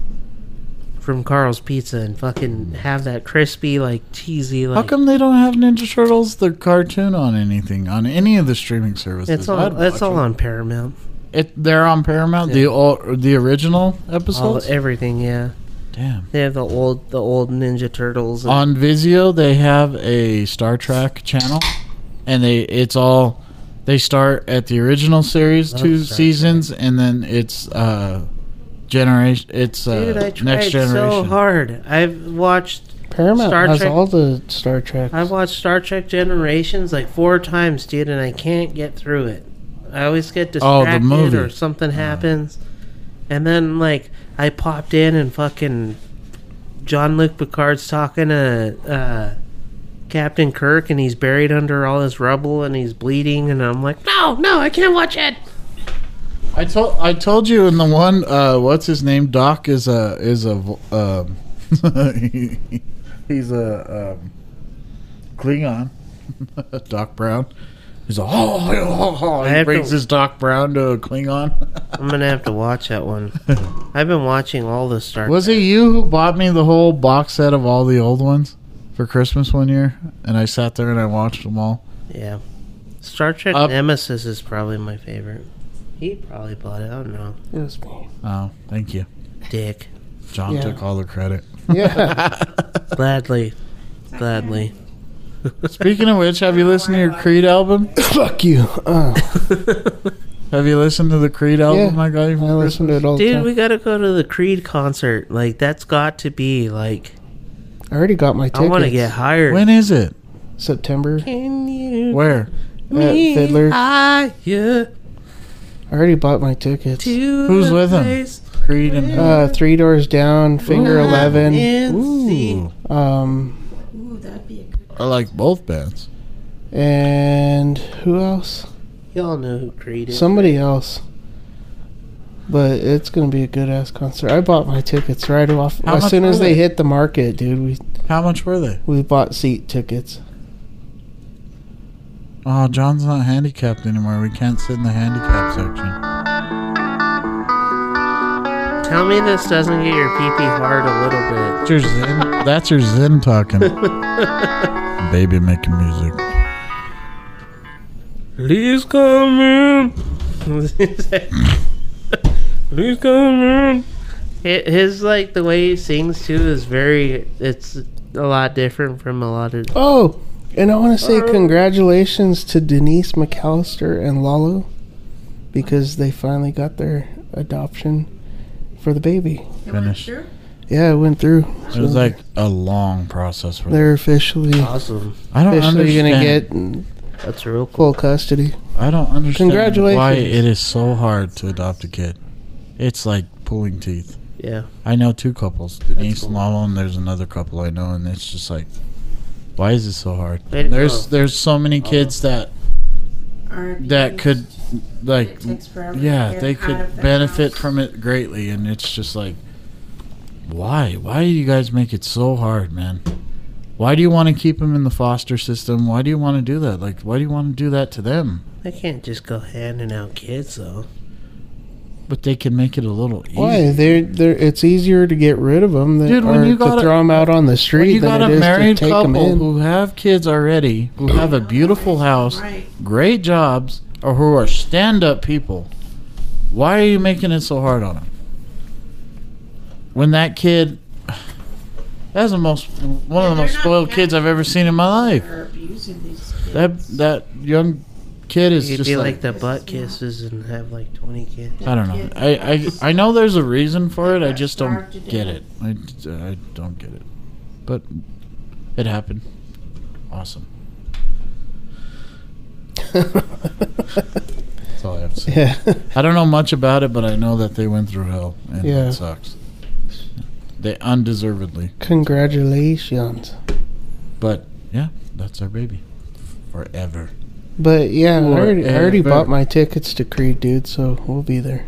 from Carl's Pizza and fucking have that crispy like cheesy
Mm. How
like
come they don't have Ninja Turtles the cartoon on anything on any of the streaming services?
it's all
I'd
it's
watch
all
it.
on Paramount
It, they're on Paramount. The old, the original
all
episodes.
everything yeah
Damn.
they have the old the old Ninja Turtles and,
on Vizio they have a Star Trek channel, and they it's all they start at the original series,
Love
two
Star Trek.
seasons, and then it's uh generation. It's uh,
dude I tried
next generation.
so hard I've watched
Paramount
Star
has
Trek-
all the Star Trek.
I've watched Star Trek Generations like four times, dude, and I can't get through it. I always get
Oh, the
distracted
movie. Uh.
or something happens. And then, like, I popped in and fucking John Luke Picard's talking to uh, Captain Kirk, and he's buried under all this rubble and he's bleeding, and I'm like, no, no, I can't watch it.
I told I told you in the one uh, what's his name Doc is a is a vo- um, he- he's a um, Klingon Doc Brown. He's a oh, oh, oh,
I
he
have
brings
to-
his Doc Brown to a Klingon.
I'm gonna have to watch that one. I've been watching all the Star
Was it you who bought me the whole box set of all the old ones for Christmas one year? And I sat there and I watched them all.
Yeah. Star Trek
Up-
Nemesis is probably my favorite. He probably bought it. I don't know.
It was me.
Oh, thank you.
Dick.
John
Yeah.
took all the credit.
Yeah,
Gladly. Gladly.
Speaking of which, have you listened to your Creed album?
fuck you. Uh,
Have you listened to the Creed album
Yeah.
I got you
I
for
listen
Christmas?
to it all the
Dude,
time.
we gotta go to the Creed concert. Like, that's got to be, like,
I already got my
I
tickets.
wanna get hired.
When is it?
September.
Can you
Where?
me uh,
Fiddler's.
hire
I already bought my tickets.
to
Who's
the
with him?
place
Creed and
Uh, three doors down, finger
where
eleven.
it's the-
Ooh,
Um,
Ooh, that'd be a good.
I like both bands.
and who else?
Y'all know who Creed is.
Somebody else. But it's gonna be a good ass concert. I bought my tickets right off
How
as
much
soon
were
as
they?
they hit the market, dude. We
How much were they?
we bought seat tickets.
Oh, John's not handicapped anymore. We can't sit in the handicap section.
Tell me this doesn't get your pee pee hard a little bit.
That's your Zen, that's your Zen talking. Baby making music.
Please come in. Please come in. His like the way he sings too is very. It's a lot different from a lot of.
Oh, and I want to say congratulations to Denise McAllister and Lalo because they finally got their adoption for the baby.
It went
Finish.
through?
Yeah, it went through.
It was like a long process for them.
They're officially
Awesome.
I don't
officially
understand.
gonna get
That's real cool.
full custody.
I don't understand
Congratulations.
why it is so hard to adopt a kid. It's like pulling teeth.
Yeah.
I know two couples, Denise and Lalo, and there's another couple I know, and it's just like, why is this so hard?
Way to
There's
go.
there's so many kids that
Or
that
because
could like,
it takes forever to
yeah,
get
they
out
could
of the
benefit
house.
from it greatly, and it's just like, why? Why do you guys make it so hard, man? Why do you want to keep them in the foster system? Why do you want to do that? Like, why do you want to do that to them?
I can't just go handing out kids though.
but they can make it a little easier.
Why? They're, they're, it's easier to get rid of them than
Dude, when
or
you
to
got a-
throw them out on the
When
street
you
than
got a
it is
married
to take 'em
couple
in.
who have kids already, who have a beautiful house, great jobs, or who are stand-up people, why are you making it so hard on them? When that kid, that's the most one of the most spoiled kids I've ever seen in my life.
They're abusing these
That that young kid is
You'd
just
be
like
like, the butt kisses and have like 20 kids.
I don't know. I, I I know there's a reason for it. I just don't get it. I, I don't get it. But it happened. Awesome. That's all I have to say.
yeah.
I don't know much about it, but I know that they went through hell, and
Yeah.
it sucks. They undeservedly.
Congratulations.
But yeah, that's our baby forever.
But yeah, I already, I already
Forever.
bought my tickets to Creed, dude, so we'll be there.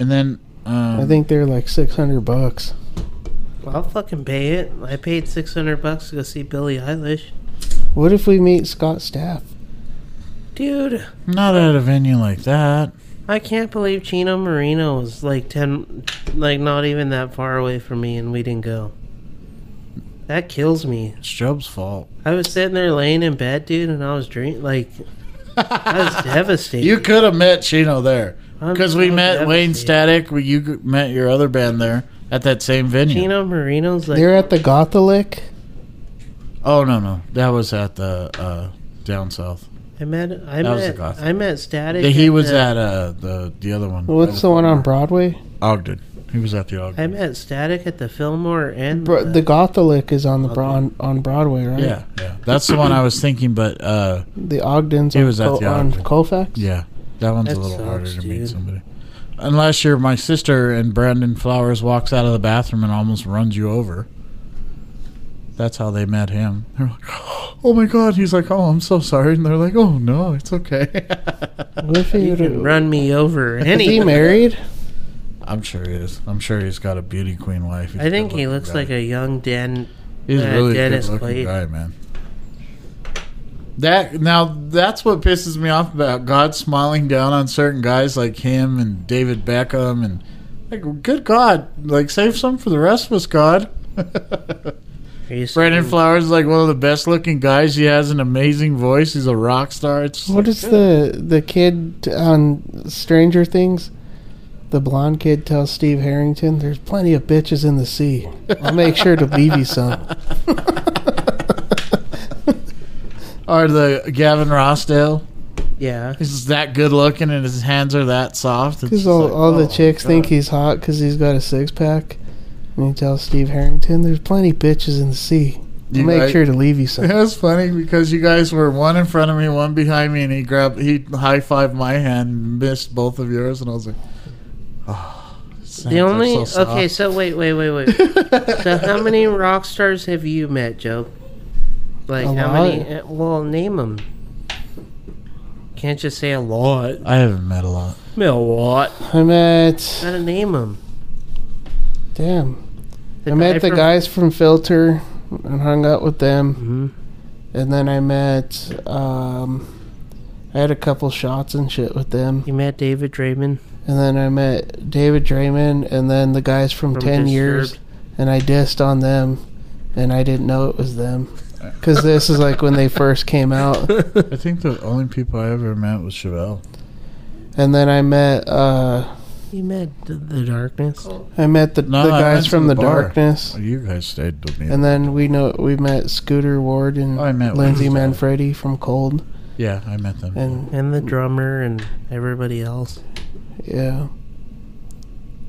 And then um,
I think they're like 600 bucks.
Well, I'll fucking pay it. I paid 600 bucks to go see Billie Eilish.
What if we meet Scott Staff?
Dude,
not at a venue like that.
I can't believe Chino Marino was like 10, like not even that far away from me and we didn't go. That kills me.
It's Job's fault.
I was sitting there laying in bed, dude, and I was dreaming. Like, I was devastated.
You could have met Chino there
I'm
because we
so
met Wayne
devastated.
Static. We you g- met your other band there at that same venue.
Chino Marino's like,
They're at the Gothelic.
Oh no no, that was at the uh, down south.
I met, I
That was
met,
the goth.
I met Static.
he was
the,
at uh, the the other one.
What's the one on Broadway?
Ogden? He was at the
I
Ogden.
met Static at the Fillmore and
Bro, the Gothelic is on the Bro- on, on Broadway, right?
Yeah, yeah, that's the one I was thinking. But uh,
The Ogden's
It
on,
was at
Co-
the
on
Ogden.
Colfax.
yeah, that one's
That
a little
sucks,
harder to meet
dude.
somebody. Unless you're my sister and Brandon Flowers walks out of the bathroom and almost runs you over. That's how they met him. They're like, "Oh my god!" He's like, "Oh, I'm so sorry," and they're like, "Oh no, it's okay."
What if he,
can run me over.
is he
Any,
married?
I'm sure he is. I'm sure he's got a beauty queen wife. He's
I think he
good-looking
looks
guy.
like a young Dan.
he's
uh,
really
Dennis
Dennis good
Quaid.
guy, man. That now that's what pisses me off about God smiling down on certain guys like him and David Beckham and like good God, like save some for the rest of us, God.
Are you saying-
Brandon Flowers is like one of the best looking guys. He has an amazing voice. He's a rock star. It's just
What
like,
is the the kid on Stranger Things? The blonde kid tells Steve Harrington, "There's plenty of bitches in the sea. I'll make sure to leave you some."
or the Gavin Rossdale.
Yeah.
He's just that good looking and his hands are that soft. It's
Because
just
all,
like,
all
oh,
the chicks
God.
think he's hot because he's got a six pack, and he tells Steve Harrington, "There's plenty bitches in the sea. I'll
You
make
guys-
sure to leave you
It
some."
was funny because you guys were one in front of me, one behind me, and he grabbed, he high fived my hand and missed both of yours, and I was like, oh, his hands
The
are
only
so
okay, so wait, wait, wait, wait.
soft."
so how many rock stars have you met, Joe? Like
A
how many?
lot.
uh, Well, name them. Can't just say a lot.
I haven't met a lot.
A lot.
I met
Gotta name them.
damn. I met the
from-
guys from Filter and hung out with them.
Mhm.
And then I met, um, I had a couple shots and shit with them.
You met David Draymond.
And then I met David Draymond and then the guys from,
From
10 Years.
Disturbed.
And I dissed on them. And I didn't know it was them. Because this is like when they first came out.
I think the only people I ever met was Chevelle.
And then I met, uh,
You met the, the Darkness.
I met the,
No,
the
I went
guys
to
from
the
the,
bar. Oh,
Darkness.
You guys stayed with me.
And then we know we met Scooter Ward and
Oh, I met
Lindsay
Ward.
Manfredi from Cold.
yeah, I met them.
And
And the drummer and everybody else.
yeah.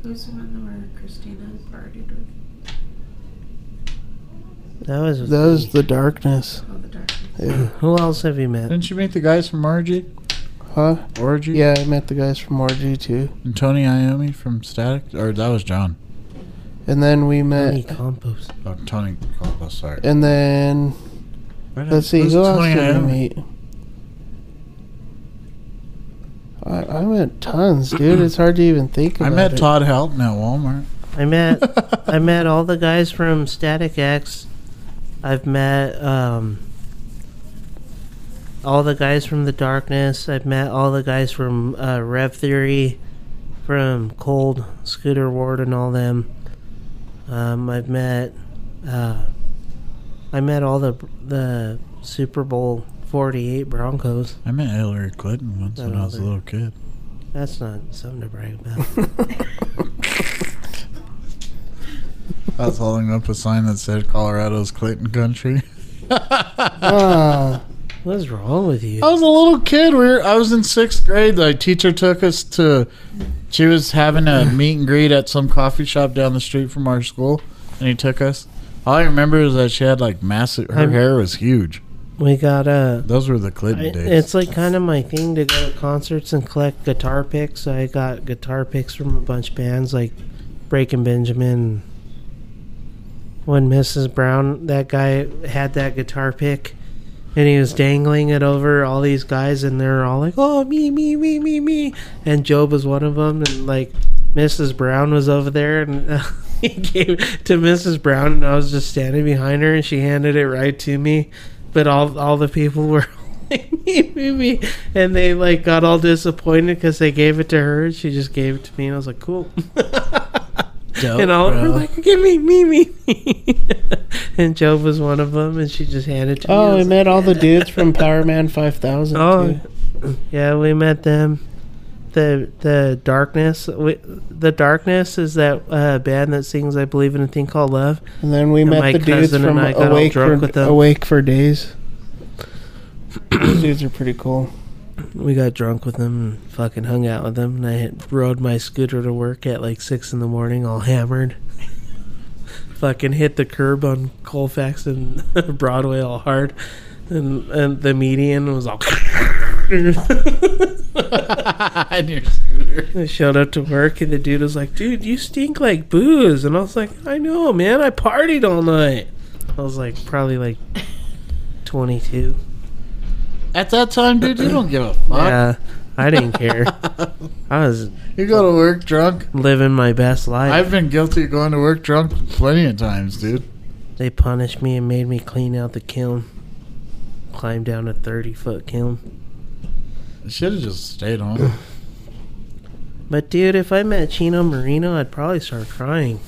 Who's the one where Christina partied with?
That was with
That was
me.
the darkness.
Oh, the dark.
Who else have you met?
Didn't you meet the guys from Orgy?
Huh?
Orgy?
Yeah, I met the guys from RG too.
And Tony Iommi from Static? Or that was John.
And then we
Tony
met.
Campos.
Oh, Tony. Oh, sorry.
And then
Where did-
let's see,
who's
who else did we
Iommi?
meet? I, I met tons, dude. It's hard to even think
I
about.
met
it.
Todd Helton at Walmart.
I met I met all the guys from Static X. I've met um, all the guys from The Darkness. I've met all the guys from uh, Rev Theory. from Cold, Scooter Ward, and all them. Um, I've met, uh, I met all the the Super Bowl 48 Broncos.
I met Hillary Clinton once when I was a little kid.
That's not something to brag about.
I was holding up a sign that said Colorado's Clinton country.
Ah,
What's wrong with you?
I was a little kid. We were, I was in sixth grade. The teacher took us to. She was having a meet and greet at some coffee shop down the street from our school, and he took us. All I remember is that she had like massive. Her
I'm-
hair was huge.
We got uh,
Those were the Clinton
I-
days.
It's like kind of my thing to go to concerts and collect guitar picks. I got guitar picks from a bunch of bands like Breaking Benjamin. When Mrs. Brown, that guy had that guitar pick and he was dangling it over all these guys, and they're all like, oh, me, me, me, me, me. And Job was one of them, and like Mrs. Brown was over there, and he gave it to Mrs. Brown, and I was just standing behind her, and she handed it right to me. But all, all the people were maybe and they like got all disappointed because they gave it to her and she just gave it to me and i was like cool
Dope,
and all
Oh, bro.
were like give me me me me and job was one of them and she just handed it to
oh,
me
we
I was like,
met all the dudes from Power Man 5000.
oh
too.
yeah we met them the the darkness we, the darkness is that uh, band that sings i believe in a thing called love
And then we
And
met
my
the dudes
cousin and
from
I got all
Awake
drunk
for,
with them.
Awake for Days. Those dudes are pretty cool.
we got drunk with them and fucking hung out with them and i had- rode my scooter to work at like six in the morning all hammered fucking hit the curb on colfax and broadway all hard and, and the median was all
And your scooter.
I showed up to work and the dude was like, dude, you stink like booze. And I was like, I know, man. I partied all night. I was like, probably like 22.
At that time, dude, you don't give a fuck.
Yeah. I didn't care. I was
You go to work drunk.
living my best life.
I've been guilty of going to work drunk plenty of times, dude.
They punished me and made me clean out the kiln. Climb down a 30 foot kiln.
I should have just stayed home.
But dude, if I met Chino Marino, I'd probably start crying.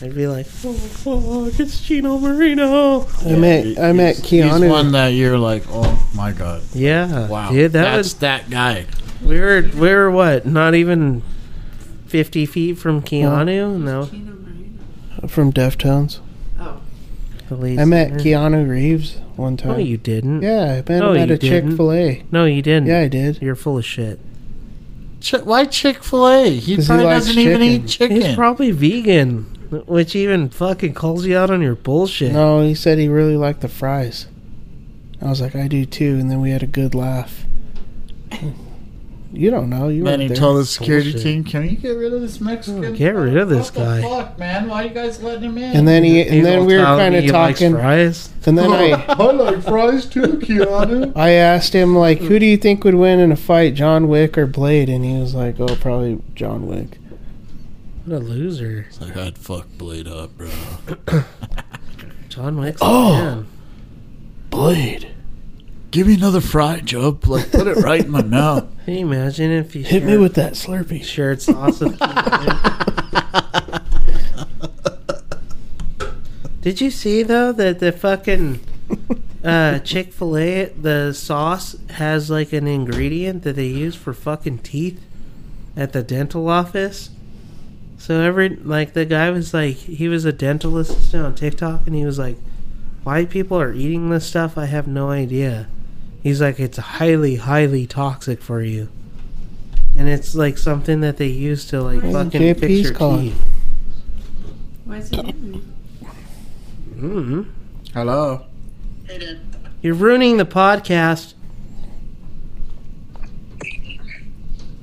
I'd be like, oh, fuck, it's Chino Marino.
I met I met
He's one
Keanu.
that you're like, oh my god,
Yeah.
wow,
Dude, that
that's
was
that guy.
We were we were what? Not even fifty feet from Keanu. No,
Chino Marino.
from Deftones.
Oh.
the lead
I met
singer.
Keanu Reeves one time.
No, Oh, you didn't.
yeah, I met
No,
him at
you
a Chick Fil A.
No, you didn't.
Yeah, I did.
You're full of shit.
Ch- why Chick Fil A? He
'Cause he
probably
likes
doesn't even
chicken.
eat chicken.
He's probably vegan, which even fucking calls you out on your bullshit.
No, he said he really liked the fries. I was like, I do too, and then we had a good laugh. You don't know. You were
then he
there.
told the security
Bullshit. Oh,
team, "Can you get rid of this Mexican?
get rid of this
what the
guy."
fuck, man? Why you guys letting him in?"
and then he
He's
and then
all
we were
telling
kind
me
of
he likes
talking.
Fries.
And then I
I like fries too, Keanu.
I asked him like, who do you think would win in a fight, John Wick or Blade? And he was like, oh, probably John Wick.
What a loser,
It's like I'd fuck Blade up, bro.
John Wick.
Oh.
man.
Blade, give me another fry, Joe. Like put it right in my mouth.
Can you imagine if you
Hit me
shared-
with that Slurpee.
shared sauce with Did you see though that the fucking uh, Chick Fil A the sauce has like an ingredient that they use for fucking teeth at the dental office? So every like the guy was like he was a dental assistant on TikTok and he was like, "Why people are eating this stuff? I have no idea." He's like, "It's highly, highly toxic for you." And it's like something that they use to like
Where's
fucking
JP's
fix your
calling?
teeth.
Why is he doing that?
hmm
Hello.
You're ruining the podcast.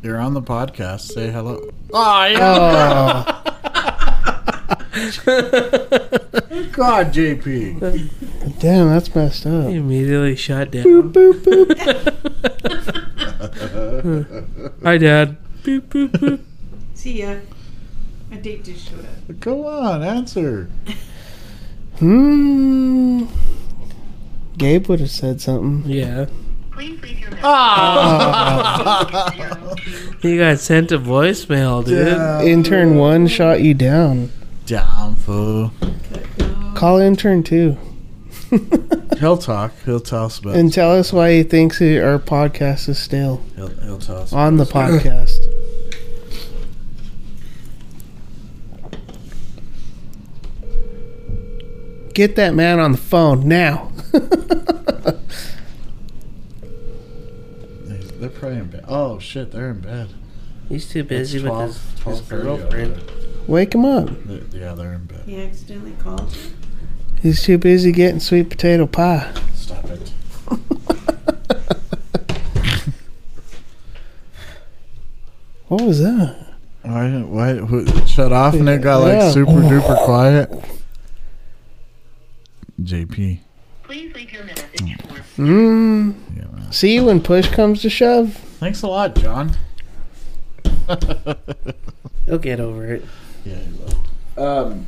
You're on the podcast. Say hello. Oh,
Oh,
Oh.
God, JP.
damn, that's messed up.
He immediately shut down.
boop, boop.
Hi, Dad. Boop, boop, boop.
See ya. My date just showed up.
Go on, answer.
Hmm. Gabe would have said something.
Yeah.
Ah.
He got sent a voicemail, dude.
Intern one shot you down.
Down fool.
Call intern two
He'll talk. He'll tell us about.
and tell us why he thinks he- our podcast is stale
He'll, he'll tell us.
on the podcast. Get that man on the phone now.
They- They're probably in bed. Oh shit, they're in bed.
He's too busy
It's
with
12,
his,
12:30
his
over
girlfriend.
Wake him up.
there. They- Yeah, they're in bed.
He accidentally called. you?
He's too busy getting sweet potato pie.
Stop it.
What was that?
Why? Why? Who, it shut off and it got like
Yeah.
super duper quiet. JP.
Mm.
Yeah, man.
See, when push comes to shove,
Thanks a lot, John.
He'll get over it.
Yeah, he will. Um,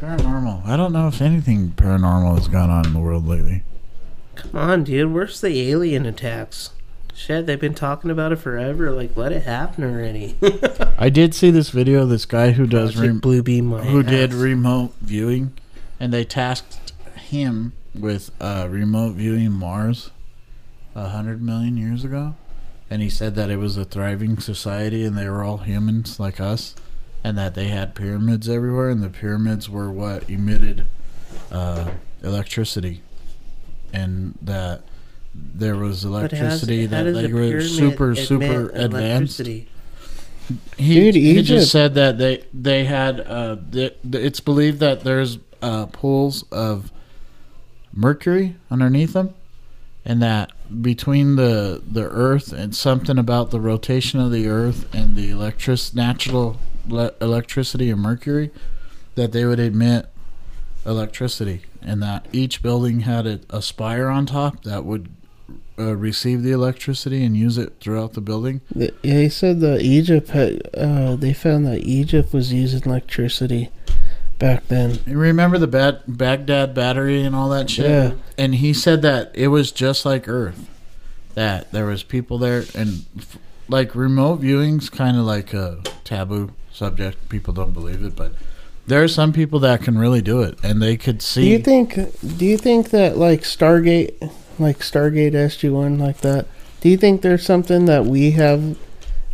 paranormal. I don't know if anything paranormal has gone on in the world lately.
Come on, dude. Where's the alien attacks? Shit, they've been talking about it forever. Like, let it happen already.
I did see this video. of This guy who does rem-
Blue Beam my
who did
ass.
remote viewing, and they tasked him with uh, remote viewing Mars a hundred million years ago, and he said that it was a thriving society and they were all humans like us, and that they had pyramids everywhere, and the pyramids were what emitted uh, electricity, and that there was
But how's-
electricity
how
that
does
they
a
were
pyramid
super
emit
super advanced
electricity?
he,
Dude,
he
Egypt.
just said that they they had uh th- th- it's believed that there's uh pools of mercury underneath them and that between the the earth and something about the rotation of the earth and the electric natural le- electricity of mercury that they would emit electricity and that each building had a, a spire on top that would uh, receive the electricity and use it throughout the building
the, yeah, he said the Egypt had, uh, they found that Egypt was using electricity back then.
You remember the Bat- Baghdad battery and all that shit?
Yeah.
And he said that it was just like Earth. That there was people there and f- like remote viewing's kind of like a taboo subject. People don't believe it, but there are some people that can really do it and they could
Do
see
you think? Do you think that like Stargate, like Stargate SG One, like that? Do you think there's something that we have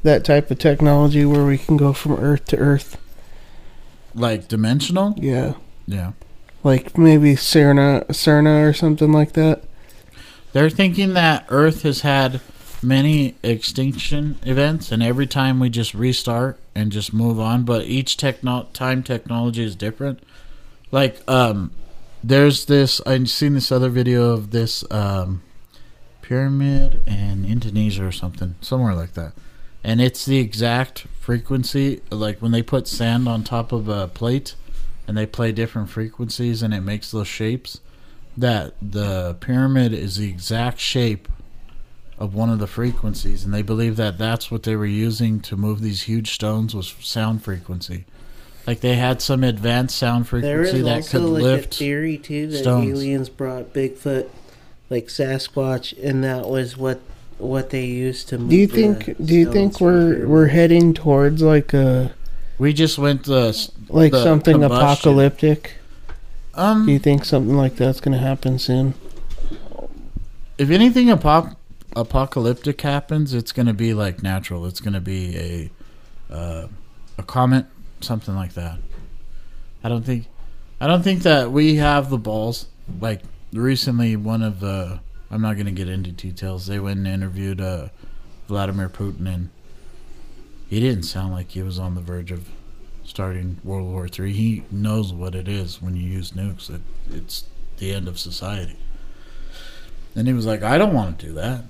that type of technology where we can go from Earth to Earth?
like dimensional.
Yeah,
Yeah.
like maybe Cerna, Cerna or something like that.
They're thinking that Earth has had many extinction events, and every time we just restart and just move on. But each techno- time technology is different. Like, um, there's this. I've seen this other video of this um, pyramid in Indonesia or something, somewhere like that. And it's the exact frequency, like when they put sand on top of a plate, and they play different frequencies, and it makes those shapes that the pyramid is the exact shape of one of the frequencies, and they believe that that's what they were using to move these huge stones was sound frequency. Like they had some advanced sound
There is
frequency that could
also like a
lift.
theory too that
stones.
aliens brought Bigfoot, like Sasquatch, and that was what what they used to. Move
Do you
the
think? Do you
stones
think
from
we're
here.
we're heading towards like a
We just went the
like
The
something
combustion.
apocalyptic?
um.
Do you think something like that's gonna happen soon?
if anything apop- apocalyptic happens, it's going to be like natural. It's going to be a uh, a comet, something like that. I don't think I don't think that we have the balls. Like recently, one of the I'm not going to get into details. They went and interviewed uh, Vladimir Putin, and he didn't sound like he was on the verge of starting World War Three. He knows what it is when you use nukes. It, it's the end of society. And he was like, I don't want to do that.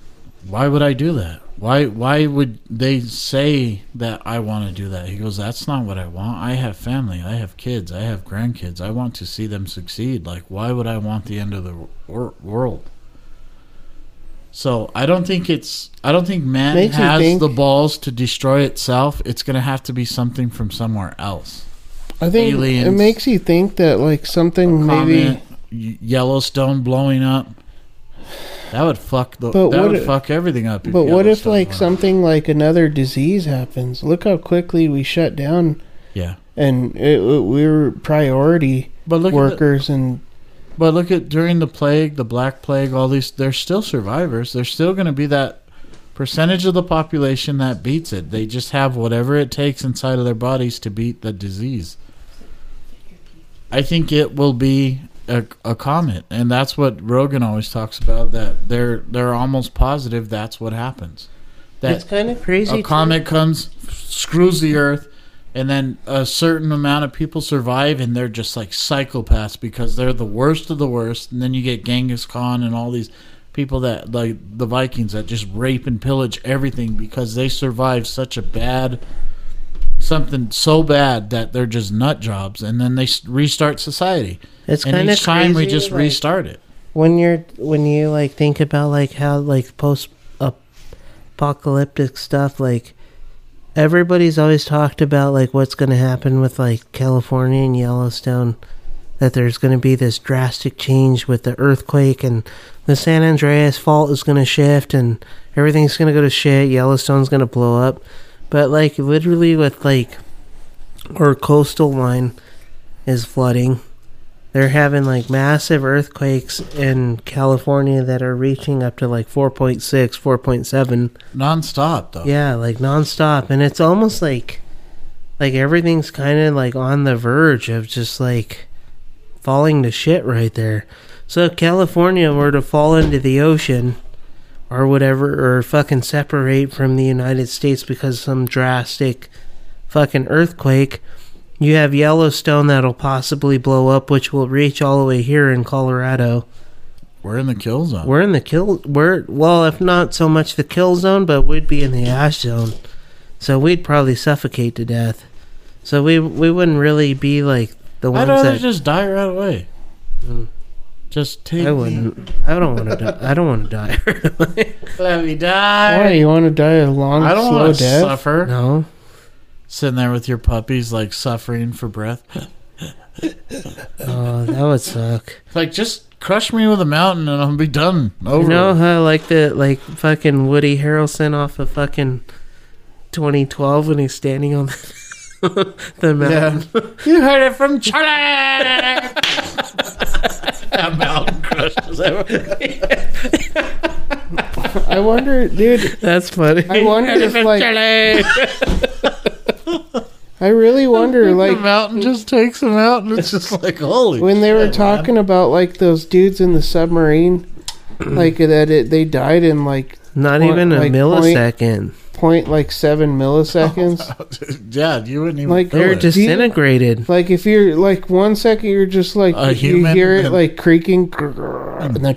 Why would I do that? Why why would they say that I want to do that? He goes, That's not what I want. I have family. I have kids. I have grandkids. I want to see them succeed. Like, why would I want the end of the wor- world? So I don't think it's I don't think man
Makes you
has
think.
the balls to destroy itself. It's gonna have to be something from somewhere else.
I think it
Aliens.
makes you think that like something maybe.
Comet, Y- Yellowstone blowing up. That would fuck the,
But
that
what
would
if-
fuck everything up.
But what if
Yellowstone
like
went.
something like another disease happens? Look how quickly we shut down,
Yeah.
and it, it- we were priority
But look at the-
workers, and
But look at during the plague, the black plague, all these they're still survivors. There's still going to be that percentage of the population that beats it. They just have whatever it takes inside of their bodies to beat the disease. I think it will be a, a comet, and that's what Rogan always talks about. That they're they're almost positive that's what happens. That
It's kind of crazy.
a
too.
comet comes, screws the Earth, and then a certain amount of people survive, and they're just like psychopaths because they're the worst of the worst. And then you get Genghis Khan and all these people that like the Vikings that just rape and pillage everything because they survived such a bad something so bad that they're just nut jobs, and then they s- restart society.
It's
and
kinda
each time we
crazy,
just
like-
restart it.
when you're when you like think about like how like post apocalyptic stuff like everybody's always talked about like what's going to happen with like California and Yellowstone that there's going to be this drastic change with the earthquake and the San Andreas fault is going to shift and everything's going to go to shit Yellowstone's going to blow up but like literally with like our coastal line is flooding they're having like massive earthquakes in California that are reaching up to like 4.6, 4.7.
Non-stop though.
Yeah, like nonstop. And it's almost like like everything's kind of like on the verge of just like falling to shit right there. So if California were to fall into the ocean or whatever or fucking separate from the United States because of some drastic fucking earthquake, you have Yellowstone that'll possibly blow up which will reach all the way here in Colorado.
We're in the kill zone.
We're in the kill. We're well, if not so much the kill zone, but we'd be in the ash zone, so we'd probably suffocate to death. So we we wouldn't really be like the
I'd
ones
rather
that
just die right away.
Mm.
Just take
I
me
wouldn't. I don't want to die. I don't want to die.
Let me
why
die.
you want to die a long,
I don't
slow
want to
death?
suffer.
no,
Sitting there with your puppies, like suffering for breath.
oh, that would suck.
Like, just crush me with a mountain and I'll be done. Over.
You know
with.
how like the like fucking Woody Harrelson off of fucking 2012 when he's standing on the, the mountain.
you heard it from Charlie. that mountain crushes everyone.
I wonder, dude.
That's funny.
I wonder if like
the
I really wonder like
mountain just takes him out, and it's just like holy.
when they were talking about like those dudes in the submarine, like that it, they died in like
Not
Point-
even a
like, point-
millisecond.
point like seven milliseconds.
yeah, you wouldn't even.
Like,
feel
They're
it.
just-
disintegrated.
Like if you're like one second you're just like
A
you
human
hear it
and-
like creaking, and then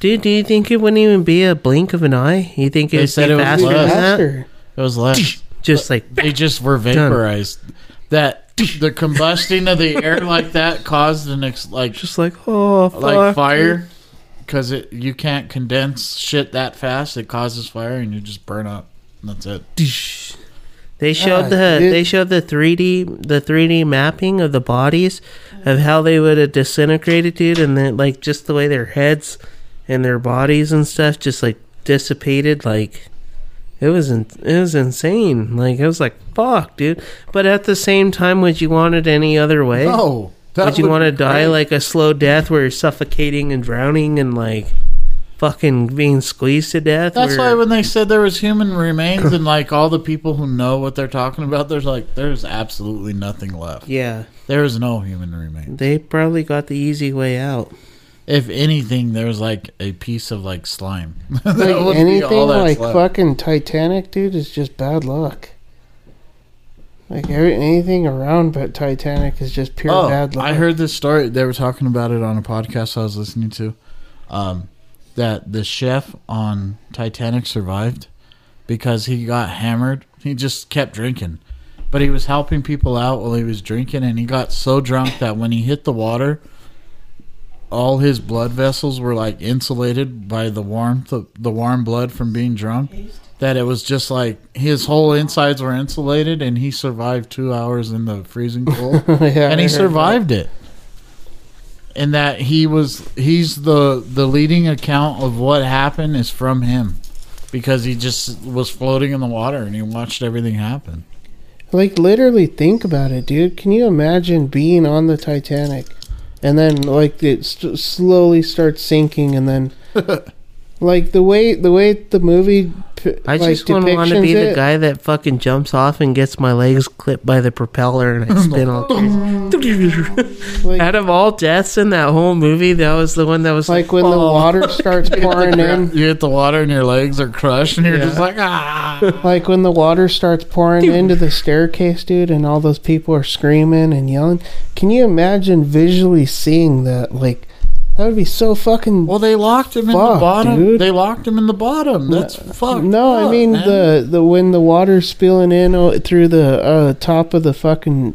Dude, do you think it wouldn't even be a blink of an eye? You think
They
it would
said
be
it was
faster than
less.
that?
faster.
it was less.
Just like
they just were vaporized. That the combusting of the air like that caused an ex- like
just like oh fuck.
like fire because it you can't condense shit that fast. It causes fire and you just burn up. And that's it.
They showed
Ah,
the
dude.
they showed the three D the three D mapping of the bodies of how they would have disintegrated, dude, and then like just the way their heads and their bodies and stuff just like dissipated. Like it was in, it was insane. Like it was like fuck, dude. But at the same time, would you want it any other way?
Oh,
would you want to die like a slow death where you're suffocating and drowning and like fucking being squeezed to death?
That's
where-
why when they said there was human remains and like all the people who know what they're talking about, there's like there's absolutely nothing left.
yeah,
There is no human remains.
they probably got the easy way out.
If anything, there's like a piece of like slime. That
Like
would be all
anything
that's
like
left.
fucking Titanic, dude, is just bad luck. Like every, anything around but Titanic is just pure bad luck.
Oh, I heard this story. They were talking about it on a podcast I was listening to. Um, that the chef on Titanic survived because he got hammered. He just kept drinking. But he was helping people out while he was drinking, and he got so drunk that when he hit the water, all his blood vessels were like insulated by the warmth of the warm blood from being drunk. That it was just like his whole insides were insulated, and he survived two hours in the freezing cold
yeah,
and
I
he
heard
survived it. and that he was he's the the leading account of what happened is from him because he just was floating in the water and he watched everything happen.
Like literally think about it, dude. Can you imagine being on the Titanic and then like it st- slowly starts sinking and then like the way the way the movie p-
I
like,
just wouldn't want to
depictions
be the
it-
guy that fucking jumps off and gets my legs clipped by the propeller and I spin all.
Like-
Out of all deaths in that whole movie, that was the one that was
like when the
"Oh."
water starts pouring in,
You hit the water and your legs are crushed and you're just like ah.
like when the water starts pouring into the staircase, dude, and all those people are screaming and yelling. Can you imagine visually seeing that? Like that would be so fucking.
Well, they locked him in the
Fuck,
bottom.
dude.
They locked him in the bottom. That's fucked.
no,
up,
I mean
man.
the the when the water's spilling in o- through the uh, top of the fucking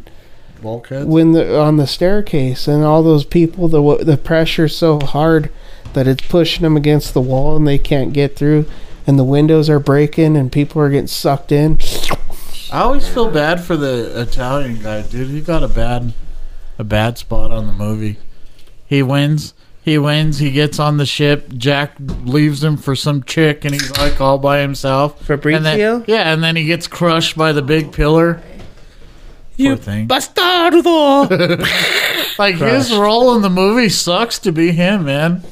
bulkhead.
when the on the staircase and all those people the wa- the pressure's so hard that it's pushing them against the wall and they can't get through and the windows are breaking and people are getting sucked in
I always feel bad for the Italian guy, dude. He got a bad, a bad spot on the movie. He wins. He wins. He gets on the ship. Jack leaves him for some chick, and he's like all by himself. And then-
Fabrizio?
yeah, and then he gets crushed by the big pillar. Poor thing.
Bastardo!
Like his role in the movie sucks to be him, man.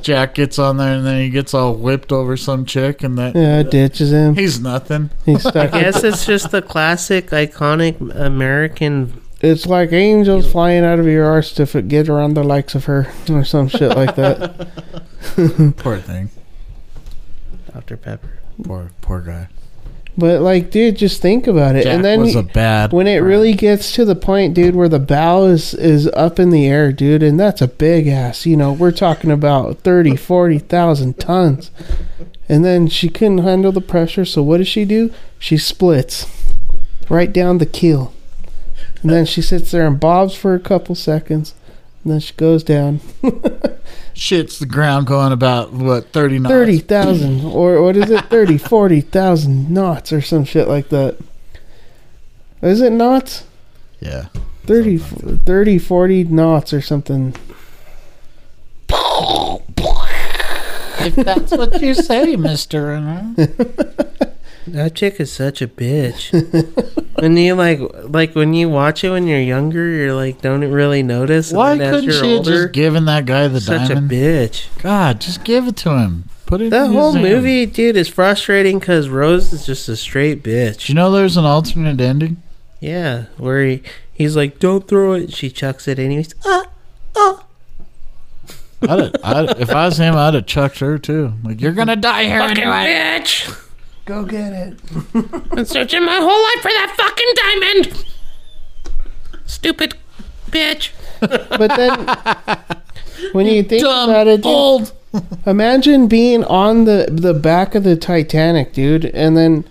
Jack gets on there, and then he gets all whipped over some chick, and that
yeah it ditches him
he's nothing.
he's stuck in-
Guess it's just the classic, iconic American.
it's like angels flying out of your arse to f- get around the likes of her or some shit like that
Poor thing.
Dr. Pepper.
Poor poor guy.
but like dude just think about it
Jack
and then
was a bad.
when it
friend.
really gets to the point, dude, where the bow is, is up in the air, dude, and that's a big ass. You know, we're talking about 30, 40,000 tons. And then she couldn't handle the pressure, so what does she do? She splits right down the keel. And then she sits there and bobs for a couple seconds. And then she goes down
shits the ground going about what 30 knots.
30,000 or what is it? 30, 40,000 knots or some shit like that. Is it knots?
yeah
30, 30 40 knots or something.
if that's what you say mister
That chick is such a bitch. when you like, like when you watch it when you're younger, you're like, don't really notice. and
why
then as
couldn't
you're
she have
older,
just given that guy the
such
diamond
a bitch?
god just give it to him put it
That
in his
whole
hand.
movie, dude, is frustrating because Rose is just a straight bitch.
do you know there's an alternate ending
Yeah, where he, he's like, "Don't throw it." She chucks it anyways. Ah,
I'd have, I'd, if i was him i'd have chucked her too like you're gonna die here anyway
bitch!
Go get it.
Been searching my whole life for that fucking diamond. Stupid bitch.
But then when you think
dumb
about it, dude,
old
imagine being on the the back of the Titanic, dude, and then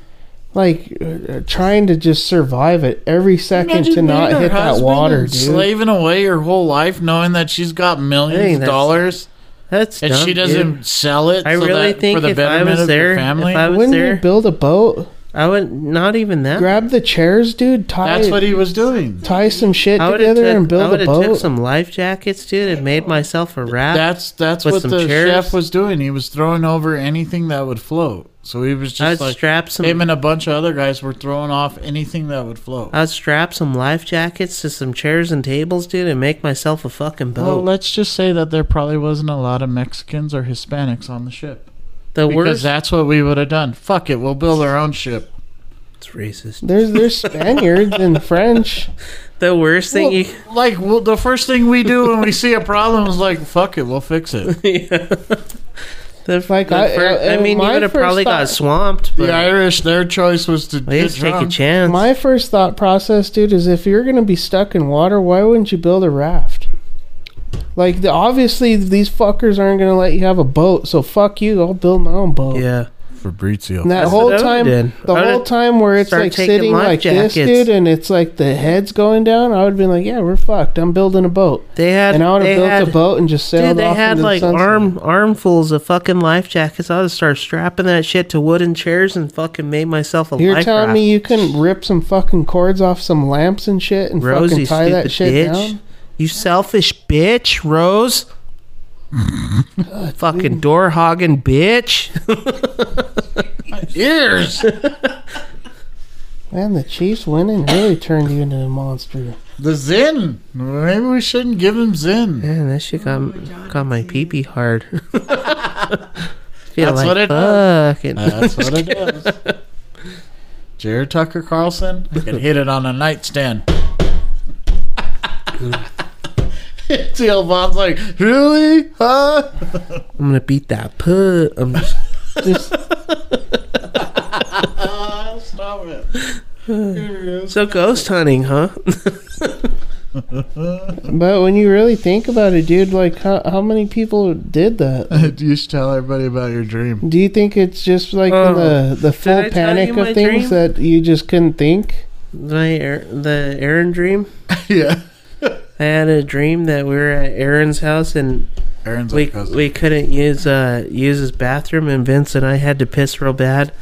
like uh, trying to just survive it every second to not
being her
hit that
husband
water,
and
dude.
slaving away her whole life knowing that she's got
Hey,
millions of
that's-
dollars
That's
and
dumb,
she
dude.
doesn't sell it
I
so
really
that,
think
for the
if I
betterment
was
of
there,
your family
if I was
Wouldn't you
there,
build a boat?
I would not even that.
Grab the chairs, dude. Tie
that's what he was doing
tie some shit
I would have
together and
took, I
build a
would've took
boat.
some life jackets, dude, and made myself a raft.
That's that's
with
what
some
the
chairs.
chef was doing. He was throwing over anything that would float. So he was just
I'd
like
strap some.
him and a bunch of other guys were throwing off anything that would float.
I'd strap some life jackets to some chairs and tables, dude, and make myself a fucking boat.
well, let's just say that there probably wasn't a lot of Mexicans or Hispanics on the ship
the
because
worst.
that's what we would have done. Fuck it, we'll build our own ship.
It's racist.
There's there's Spaniards and French.
The worst thing you.
Like well, the first thing we do when we see a problem is like, fuck it, we'll fix it.
The,
Like,
the
I-
fir-
I-
I mean, you
my
would have
first
probably got
thought-
swamped, but
The Irish, their choice was to
at
get
least take a
drunk.
chance.
My first thought process, dude, is if you're gonna be stuck in water, why wouldn't you build a raft? Like, the, obviously these fuckers aren't gonna let you have a boat, so fuck you. I'll build my own boat.
yeah,
Fabrizio.
And that
That's
whole
what I
time,
did.
the
I would've
whole time where it's
started
like
taking
sitting
life
like this,
jackets.
dude, and it's like the head's going down, I would have been like, yeah, we're fucked. I'm building a boat,
they had.
and I would
they
have built
had,
a boat and just
Dude,
sailed
they
off
had
into
like
the sunset.
arm armfuls of fucking life jackets. I would have started strapping that shit to wooden chairs and fucking made myself a
You're
life
telling
raft.
me you couldn't rip some fucking cords off some lamps and shit and
Rosie,
fucking tie
stupid
that shit
bitch.
down?
You selfish bitch, Rose. Fucking door hogging bitch.
Ears.
Man, the Chiefs winning really turned you into a monster.
The Zen. Maybe we shouldn't give him Zen.
Man, that shit got, got my pee pee hard. Feel
That's
like
what it does.
fucking.
That's what it does. Jared Tucker Carlson I could hit it on a nightstand. Till Bob's like, really? Huh?
I'm gonna beat that put. I'm just,
Uh, Stop it.
so ghost hunting, huh?
But when you really think about it, dude, like how, how many people did that?
you should tell everybody about your dream.
Do you think it's just like
Oh.
the the
I
full
tell
panic
you my
of
dream?
things that you just couldn't think?
My Aar- the Aaron dream.
yeah.
I had a dream that we were at Aaron's house and
Aaron's
we
like, cousin.
we couldn't use uh use his bathroom and Vince and I had to piss real bad.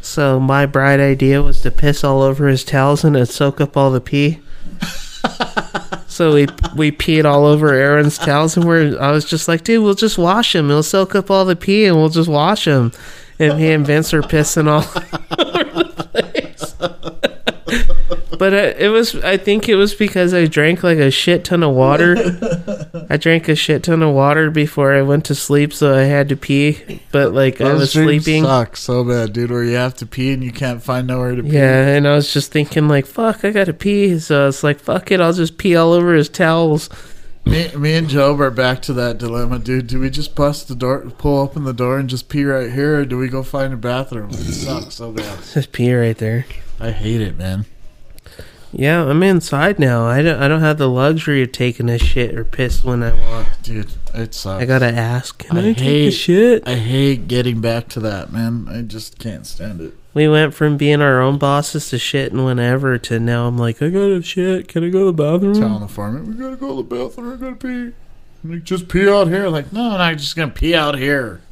So my bright idea was to piss all over his towels and it'd soak up all the pee. so we we peed all over Aaron's towels and we're I was just like, dude, we'll just wash him. It'll soak up all the pee and we'll just wash him. And he and Vince are pissing all over the place. but uh, it, it was I think it was because I drank like a shit ton of water. I drank a shit ton of water before I went to sleep, so I had to pee. But like I
Those
was
dreams
sleeping,
suck so bad, dude, where you have to pee and you can't find nowhere to pee.
yeah, and I was just thinking like, fuck, I gotta pee. So it's like, fuck it, I'll just pee all over his towels.
Me, me and Job are back to that dilemma, dude. Do we just bust the door, pull open the door, and just pee right here, or do we go find a bathroom? It sucks so bad.
Just pee right there.
I hate it, man.
Yeah, I'm inside now. I don't, I don't have the luxury of taking a shit or piss when I want.
Dude, it sucks.
I gotta ask. Can
I
I, take a
hate-
shit?
I hate getting back to that, man. I just can't stand it.
We went from being our own bosses to shitting whenever to now I'm like, I gotta shit. Can I go to the bathroom?
Telling the foreman, we gotta go to the bathroom, we gotta pee. I'm like, just pee out here. Like, no, I'm not just gonna pee out here.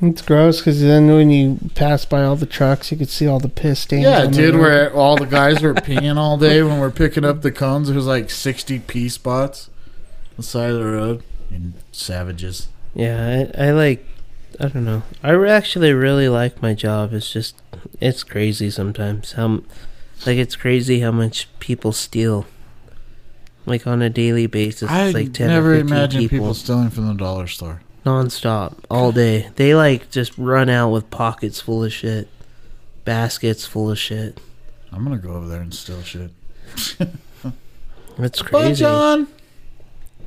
It's gross because then when you pass by all the trucks, you could see all the piss stains.
Yeah,
on the
dude,
road.
where all the guys were peeing all day when we're picking up the cones. There's like 60 pee spots on the side of the road. And savages.
Yeah, I, I like. I don't know. I re- actually really like my job. It's just, it's crazy sometimes. How, m- like, it's crazy how much people steal. Like on a daily basis,
I
it's like ten
never
or fifteen
imagined people.
people,
stealing from the dollar store.
nonstop all day. They like just run out with pockets full of shit, baskets full of shit.
I'm gonna go over there and steal shit.
It's
Bye,
crazy.
John.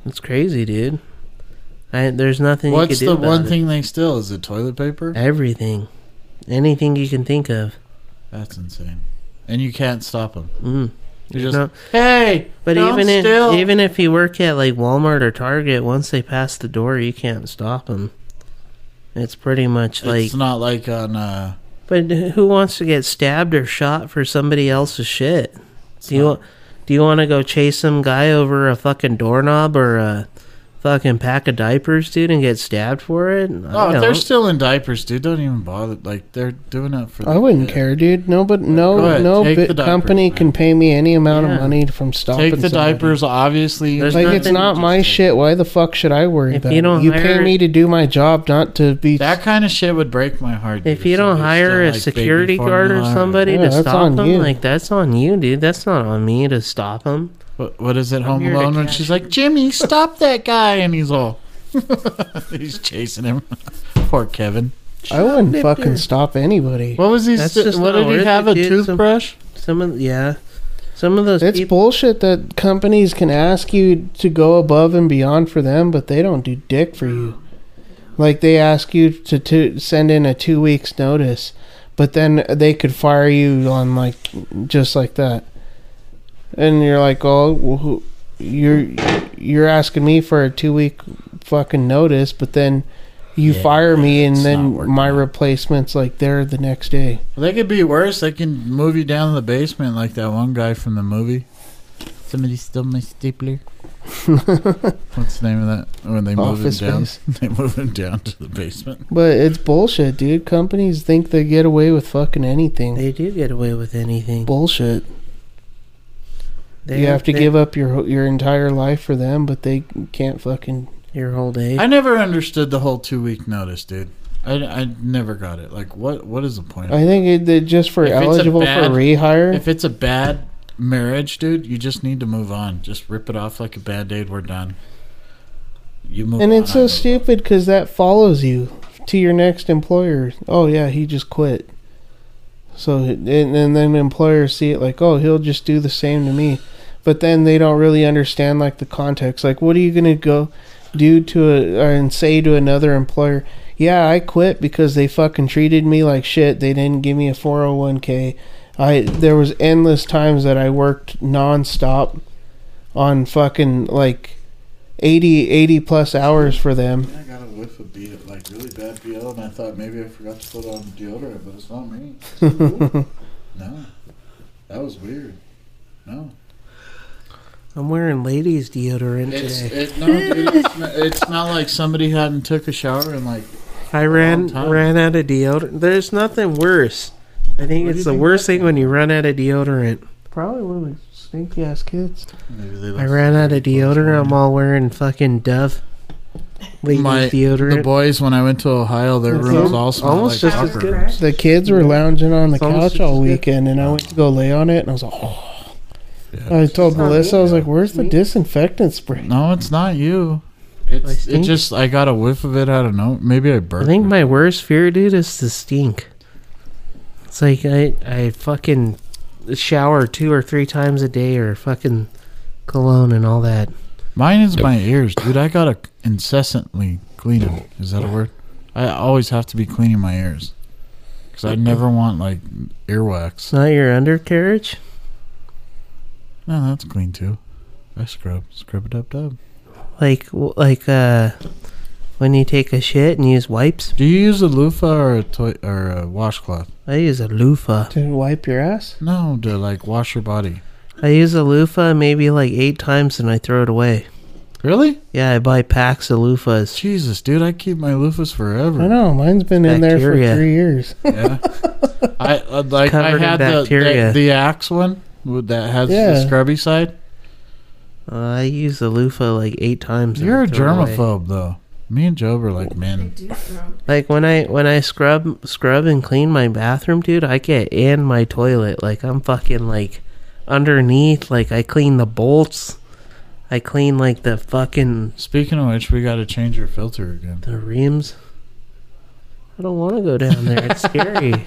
It's crazy, dude. I, there's nothing
What's
you can
the
do about
one
it.
thing they steal? Is it toilet paper?
Everything, anything you can think of.
That's insane. And you can't stop them.
Mm.
You just
No.
hey,
But
don't
even if,
steal.
even if you work at like Walmart or Target, once they pass the door, you can't stop them. It's pretty much like,
it's not like on uh,
but who wants to get stabbed or shot for somebody else's shit? Do you do you want to go chase some guy over a fucking doorknob or a fucking pack of diapers, dude, and get stabbed for it?
oh,
I
if they're
don't.
still in diapers, dude. Don't even bother. Like they're doing it for.
I
the
wouldn't
kid.
care, dude. No, but no,
Go ahead,
no
take
bit
the diapers,
company
man.
can pay me any amount
Yeah.
of money from stopping.
Take the
somebody.
diapers. Obviously,
There's
Like
Nothing-
it's not my shit. Why the fuck should I worry
If
about
you
it?
don't
you
hire-
pay me to do my job, not to be.
that kind of shit would break my heart. dude,
If you don't
somebody's
hire
stealing,
a
like, baby
security guard or
formula
somebody
Yeah,
to
that's
stop
on
them,
you.
like that's on you, dude. That's not on me to stop them.
What, what is it, Home
here to
Alone? When
catch
she's like, Jimmy, stop that guy. And he's all, he's chasing him. Poor Kevin.
I wouldn't fucking stop anybody.
What was he?
That's
st-
just
what
not
did he
worth
have?
it,
a
dude. Some-
toothbrush?
Some of yeah, some of those
It's
people.
bullshit that companies can ask you to go above and beyond for them, but they don't do dick for you. Like they ask you to, to send in a two weeks notice, but then they could fire you on like just like that, and you're like, oh, well, who, you're you're asking me for a two week fucking notice, but then you
Yeah,
fire me, and
it's not
then
working
my
out.
replacement's like there the next day.
They could be worse. They can move you down to the basement like that one guy from the movie. Somebody stole my stapler. What's the name of that? When they move
Office
him down,
Space.
they move him down to the basement.
But it's bullshit, dude. Companies think they get away with fucking anything.
They do get away with anything.
bullshit.
They
you have to
they-
give up your your entire life for them, but they can't fucking.
your whole day.
I never understood the whole two week notice, dude. I, I never got it. Like, what what is the point?
I think it, that just for
If it's a
eligible
bad-
for rehire.
If it's a bad marriage, dude, you just need to move on. Just rip it off like a bad aid. We're done. You move
and
on.
it's so stupid because that follows you to your next employer. Oh yeah, he just quit. So and, and then employers see it like, oh, he'll just do the same to me, but then they don't really understand like the context. Like, what are you gonna go do to a or, and say to another employer? Yeah, I quit because they fucking treated me like shit. They didn't give me a four hundred one k. I there was endless times that I worked nonstop on fucking like 80, 80 plus hours for them.
I got a whiff of B, like really bad BL, and I thought maybe I forgot to put on deodorant, but it's not me. no, that was weird. No,
I'm wearing ladies deodorant
it's
today.
it, no, dude, it, sm- it smelled like somebody hadn't took a shower and like
I ran
long time.
ran out of deodorant. There's nothing worse. I think
What do
it's
you
the
think
worst
that-
thing when you run out of deodorant.
Probably one of those stinky ass kids.
maybe they.
I ran out of deodorant. I'm all wearing fucking Dove ladies
My
deodorant.
the boys when I went to Ohio, their rooms all smelled
Almost
like
just as
locker
good.
rooms.
The kids were lounging on the
It's almost
couch
just
all
as good.
weekend, and I went to go lay on it, and I was like, oh. I told
not
Melissa, I was
me.
like, where's the disinfectant spray?
No, it's not you. It's it
stink?
just I got a whiff of it. I don't know. Maybe I
I
burped.
think
it.
my worst fear, dude, is the stink. It's like I I fucking shower two or three times a day, or fucking cologne and all that.
Mine is my ears, dude. I gotta incessantly clean them. Is that a word? I always have to be cleaning my ears because I never want like
It's
earwax.
not your undercarriage.
No, that's clean too. I scrub, scrub it up, dub.
Like like uh, when you take a shit and use wipes.
Do you use a loofah or a toy or a washcloth?
I use a loofah.
To wipe your ass?
No, to like wash your body.
I use a loofah maybe like eight times and I throw it away.
Really?
Yeah, I buy packs of loofahs.
Jesus, dude, I keep my loofahs forever.
I know, mine's been in there for
Hmm. Bacteria.
three years.
Yeah. I uh, like I
covered in
had the, the
bacteria.
the axe one with- that has
Yeah.
the scrubby side.
Uh, I use the loofah like eight times. and I
You're a
throw it away.
germaphobe though. Me and Job are like men.
do throw
Like when I when I scrub scrub and clean my bathroom, dude, I get in my toilet. Like I'm fucking like underneath. Like I clean the bolts. I clean like the fucking
Speaking of which, we got to change your filter again.
the rims. I don't want to go down there. It's scary.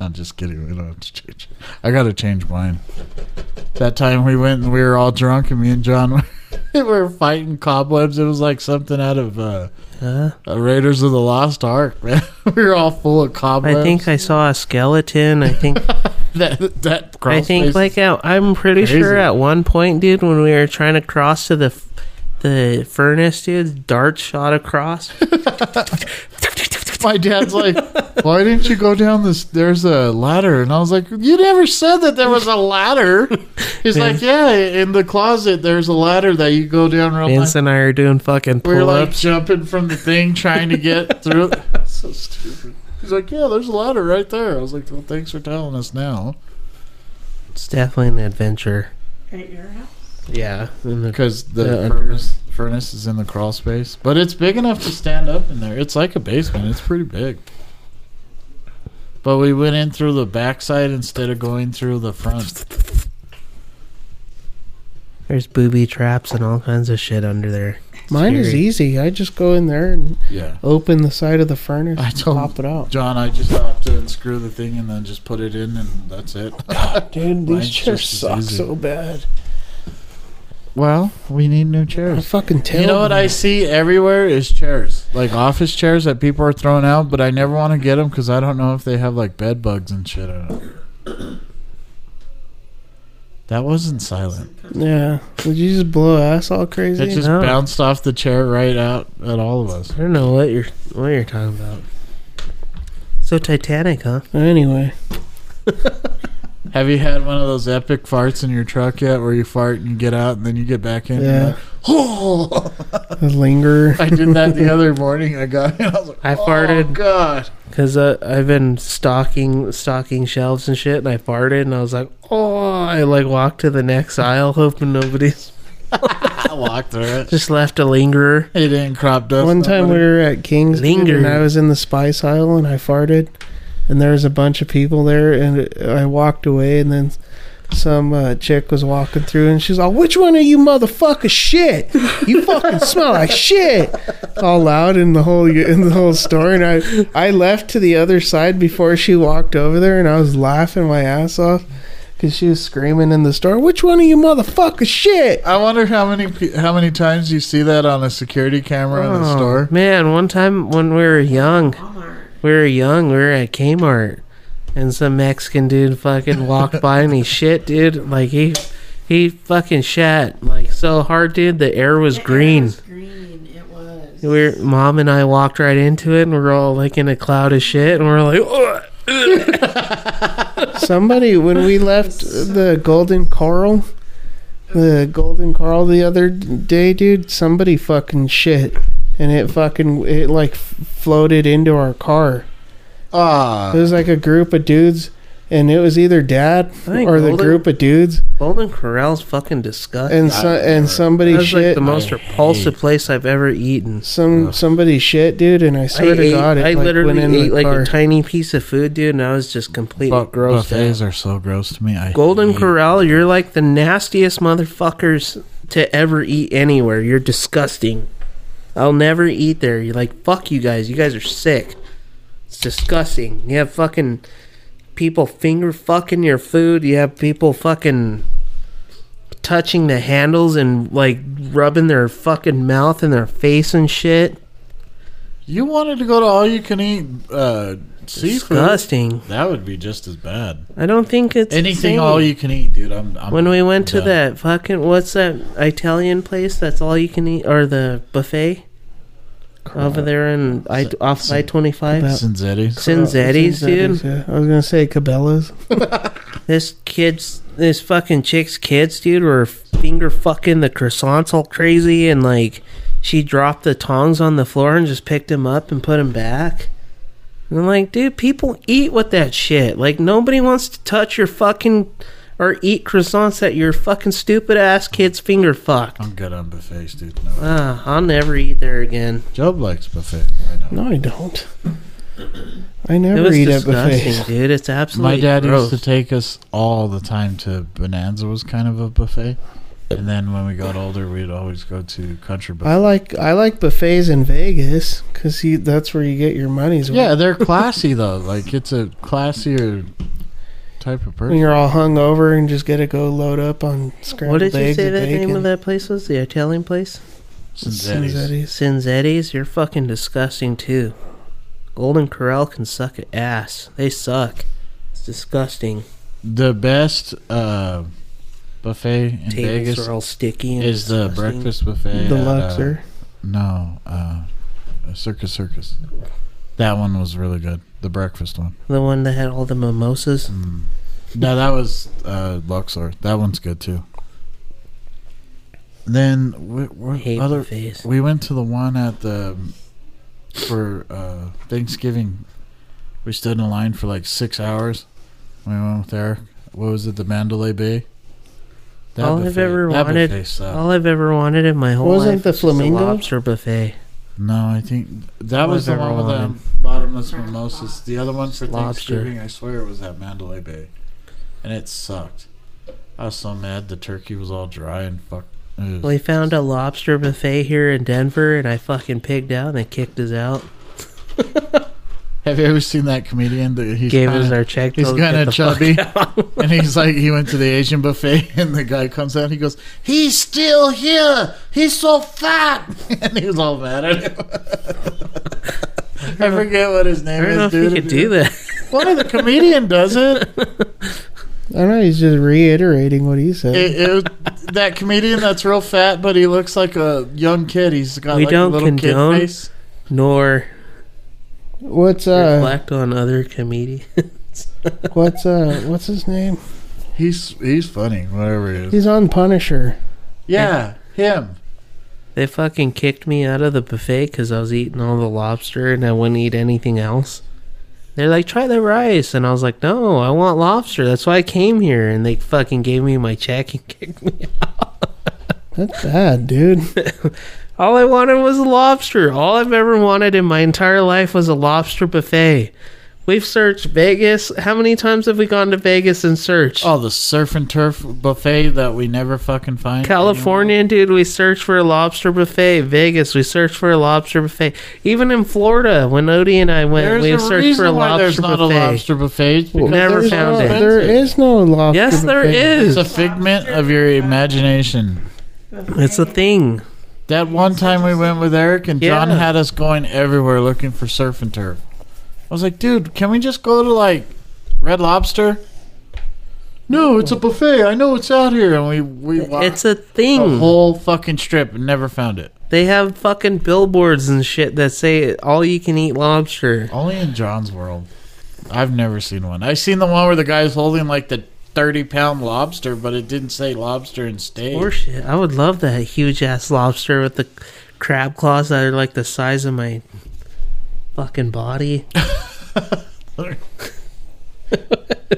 I'm just kidding. We don't have to change. it. I got to change mine. That time we went and we were all drunk, and me and John were, were fighting cobwebs. It was like something out of uh,
Huh?
uh, Raiders of the Lost Ark, man. we were all full of
I
cobwebs.
think I saw a skeleton. I think
that that crawl
I think
space-
like at, I'm pretty
Crazy.
sure at one point, dude, when we were trying to cross to the f- the furnace, dude, dart shot across.
my dad's like, "Why didn't you go down this? There's a ladder." And I was like, "You never said that there was a ladder." He's like, "Yeah, in the closet there's a ladder that you go down real
Vince and I are doing fucking
We were
pull
like
ups.
jumping from the thing trying to get through. so stupid. He's like, yeah, there's a ladder right there. I was like, well, thanks for telling us now.
It's definitely an adventure.
at your house.
Yeah. in the-
Because the
Yeah.
furnace, furnace is in the crawl space. But it's big enough to stand up in there. It's like a basement, it's pretty big. But we went in through the backside instead of going through the front.
There's booby traps and all kinds of shit under there.
Mine is
Scary.
easy. I just go in there and
Yeah.
open the side of the furnace
I
and
told-
pop it out.
John, I just have to unscrew the thing and then just put it in, and that's it. Mine's
Dude, these chairs
just as
suck
easy.
so bad.
well, we need new chairs.
I fucking tell
You know what I see everywhere is chairs, like office chairs that people are throwing out, but I never want to get them because I don't know if they have like bed bugs and shit on them. That wasn't silent.
Yeah. Would you just blow ass all crazy?
It just
No.
bounced off the chair right out at all of us.
I don't know what you're what you're talking about. So Titanic, huh?
Anyway,
Have you had one of those epic farts in your truck yet, where you fart and you get out and then you get back in?
Yeah.
Yeah. oh.
Linger.
I did that the other morning. I got in. I was like,
I
oh,
farted.
God.
Cause uh, I've been stocking stocking shelves and shit, and I farted, and I was like, "Oh!" I like walked to the next aisle, hoping nobody's
I walked through it.
just left a lingerer.
It didn't crop dust.
One time we
nobody.
were at King's
Linger.
and I was in the spice aisle and I farted, and there was a bunch of people there, and it- I walked away, and then some uh, chick was walking through, and she's like, "Which one of you motherfuckers shit? You fucking smell like shit!" All loud in the whole in the whole store, and I I left to the other side before she walked over there, and I was laughing my ass off. Cause she was screaming in the store. Which one of you motherfuckers shit?
I wonder how many pe- how many times you see that on a security camera in the
Oh,
store.
Man, one time when we were young, we were young, we were at Kmart, and some Mexican dude fucking walked by and he shit, dude. Like he, he fucking shat like so hard, dude. The air was green.
It was green. It was.
We are mom and I walked right into it, and we're all like in a cloud of shit, and we're like, "Ugh."
Somebody, when we left the Golden Coral, the Golden Coral the other day, dude, somebody fucking shit. And it fucking, it like f- floated into our car.
Ah,
It was like a group of dudes, and it was either dad
think
or the
Golden-
group of dudes.
Golden Corral's fucking disgusting.
And, so, and somebody
That's like
shit.
the most repulsive place I've ever eaten.
some somebody shit, dude, and I
I,
swear to
ate-
God, it
I
like
literally
went in
ate
the
like
car.
a tiny piece of food, dude, and I was just completely
bu-
grossed out.
buffets are so gross to me. I
Golden
hate-
Corral, you're like the nastiest motherfuckers to ever eat anywhere. You're disgusting. I'll never eat there. You're like, fuck you guys. You guys are sick. It's disgusting. You have fucking people finger fucking your food. You have people fucking touching the handles and like rubbing their fucking mouth in their face and shit.
You wanted to go to all you can eat uh, seafood.
Disgusting.
That would be just as bad.
I don't think it's the
Anything
same.
all you can eat, dude. I'm. I'm
When we went to
done.
that fucking what's that Italian place that's all you can eat or the buffet over there in I, off I twenty five.
Sinzetti.
Oh,
Sin Zeddy's, dude.
yeah. I was gonna say Cabela's.
This kid's this fucking chick's kids, dude, were finger fucking the croissants all crazy and like she dropped the tongs on the floor and just picked them up and put them back. And I'm like, dude, people eat with that shit. Like nobody wants to touch your fucking or eat croissants that your fucking stupid ass kids finger fucked.
I'm good on buffets, dude. No.
Ah, I'll never eat there again.
Job likes buffets. I don't.
No, I don't. I
It
never
was
eat at
disgusting,
buffets.
dude. It's absolutely
My dad
gross.
used to take us all the time to Bonanza was kind of a buffet, and then when we got older, we'd always go to Country
I
Buffet.
like I like buffets in Vegas because that's where you get your money's worth.
Yeah, they're classy though. Like it's a classier type of
when
person.
you're all hung over and just gotta go load up on scrambled
What did you
eggs
say
and
that
bacon.
name of that place was? The Italian place?
Sinzetti's.
Sinzetti's.
Sinzetti's? You're fucking disgusting too. Golden Corral can suck at ass. They suck. It's disgusting.
The best uh, buffet in
Tables
Vegas
are all sticky. And
is the
disgusting.
breakfast buffet.
The
at, uh,
Luxor.
no, uh, Circus Circus. That one was really good. The breakfast one.
The one that had all the mimosas.
No, that was uh, Luxor. That one's good too. Then wh-
I
what
hate
other?
buffets.
We went to the one at the for uh, Thanksgiving. We stood in line for like six hours. We went with Eric. What was it? The Mandalay Bay. That
All I've ever
that
wanted-
buffet sucked.
All I've ever wanted in my whole
Wasn't
life
the
was just a
flamingo?
lobster buffet.
No, I think that
All
was the
I've ever
one with
wanted.
the bottomless mimosas. The other one for
Lobster.
Thanksgiving, I swear, it was at Mandalay Bay, and it sucked. I was so mad. The turkey was all dry and fucked. It was-
We found a lobster buffet here in Denver, and I fucking pigged out, and they kicked us out.
Have you ever seen that comedian? That he's
Gave
kinda,
us our check.
He's
told us to
kind
get
of
the fuck
chubby, and he's like, he went to the Asian buffet, and the guy comes out. He goes, "He's still here. He's so fat," and he was all mad at him. I forget what his name
I don't know
is,
if
dude.
you could do that.
One of the comedian does it.
I don't know. He's just reiterating what he said.
it, it was- that comedian that's real fat, but he looks like a young kid. He's got
We
like
don't
a little
condone-
kid face.
Nor
what's uh?
reflect on other comedians.
What's uh? What's his name?
He's he's funny, whatever he is.
He's on Punisher.
Yeah, him.
They fucking kicked me out of the buffet because I was eating all the lobster and I wouldn't eat anything else. They're like, try the rice. And I was like, no, I want lobster. That's why I came here. And they fucking gave me my check and kicked me out.
That's bad, dude.
all I wanted was a lobster. All I've ever wanted in my entire life was a lobster buffet. We've searched Vegas. How many times have we gone to Vegas and searched?
Oh, the surf and turf buffet that we never fucking find.
California, dude, we searched for a lobster buffet. Vegas, we searched for a lobster buffet. Even in Florida, when Odie and I went,
There's
we
a
searched for a
reason why
lobster
there's
buffet.
not a lobster buffet. It's because
Never
there's
found
no
it.
There
expensive.
is no lobster.
yes, there
buffet.
is.
It's a figment of your imagination.
It's a thing.
That one time we went with Eric and John
Yeah.
had us going everywhere looking for surf and turf. I was like, dude, can we just go to like Red Lobster? No, it's a buffet. I know it's out here, and we we walked
It's a
the
thing.
whole fucking strip and never found it.
They have fucking billboards and shit that say all you can eat lobster.
Only in John's world. I've never seen one. I've seen the one where the guy's holding like the thirty pound lobster, but it didn't say lobster and steak.
Or shit. I would love that huge ass lobster with the crab claws that are like the size of my fucking body.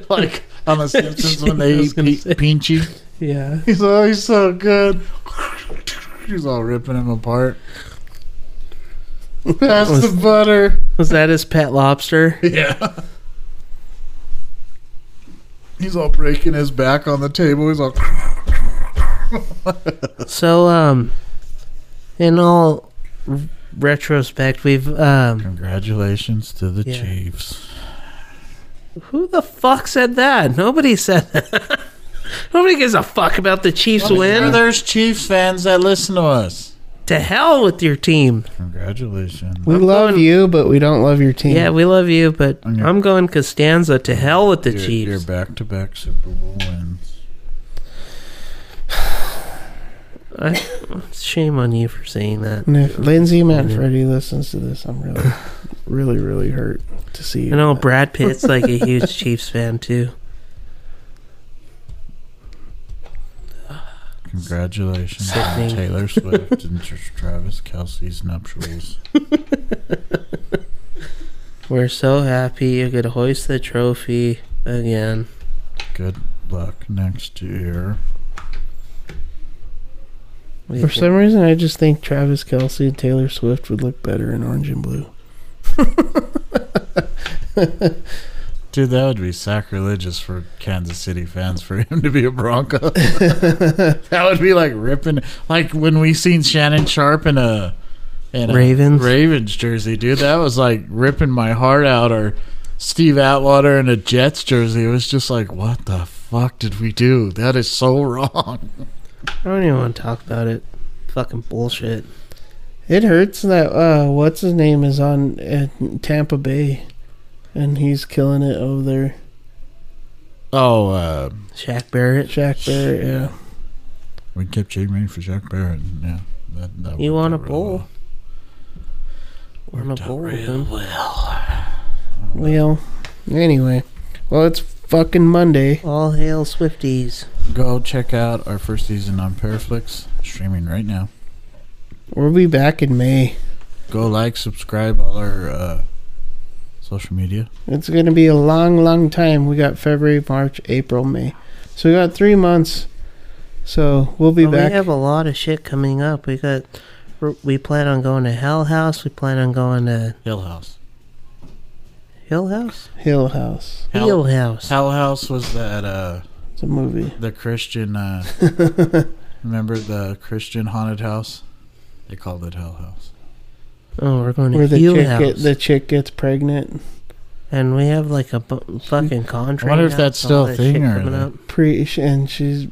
like on the Simpsons when they eat pe- Pinchy.
Yeah.
He's oh, he's so good. He's all ripping him apart. Pass the butter.
Was that his pet lobster?
Yeah. He's all breaking his back on the table. He's all.
So, um, in all r- retrospect, we've, um,
Congratulations to the
Yeah.
Chiefs.
who the fuck said that? Nobody said that. Nobody gives a fuck about the Chiefs
Sure,
win.
there's Chiefs fans that listen to us.
To hell with your team.
Congratulations.
We love you, but we don't love your team.
Yeah, we love you, but
Okay.
I'm going Costanza. To hell with the
Your- Your
Chiefs.
back to back Super Bowl wins.
I, shame on you for saying that.
And if Lindsay Manfredi listens to this, I'm really, really, really hurt to see you.
I know Brad Pitt's like a huge Chiefs fan too.
Congratulations
Sick
on
thing.
Taylor Swift and Tr- Travis Kelsey's nuptials.
We're so happy you could hoist the trophy again.
Good luck next year.
We-
For some reason, I just think Travis Kelsey and Taylor Swift would look better in orange and blue.
Dude, that would be sacrilegious for Kansas City fans for him to be a Bronco. that would be like ripping, like when we seen Shannon Sharp in a in a
Ravens?
Ravens jersey, dude. That was like ripping my heart out. Or Steve Atwater in a Jets jersey. It was just like, what the fuck did we do? That is so wrong.
I don't even want to talk about it. Fucking bullshit.
It hurts that uh, what's his name is on at Tampa Bay, and he's killing it over there.
Oh, uh,
Shaq Barrett.
Jack Barrett, yeah.
we kept cheering for Jack Barrett. Yeah, that, that
You
worked
want a
out really
bowl?
well.
We're on a bowl with him.
Well, anyway, well it's fucking Monday.
All hail Swifties.
Go check out our first season on Paraflix, streaming right now.
We'll be back in May.
go like, subscribe all our uh, social media.
It's gonna be a long, long time. We got February, March, April, May, so we got three months. So we'll be
Well,
back.
We have a lot of shit coming up. We got. We plan on going to Hell House. We plan on going to
Hill House.
Hill House.
Hill House.
Hell-
Hill House.
Hell House was that uh,
It's a movie.
the Christian. Uh, remember the Christian haunted house? They called it Hell House.
Oh, we're going to
Where the
Hill
chick
House.
get, the chick gets pregnant.
and we have like a bu- fucking contract.
wonder if that's still a thing or they-
Pre and she's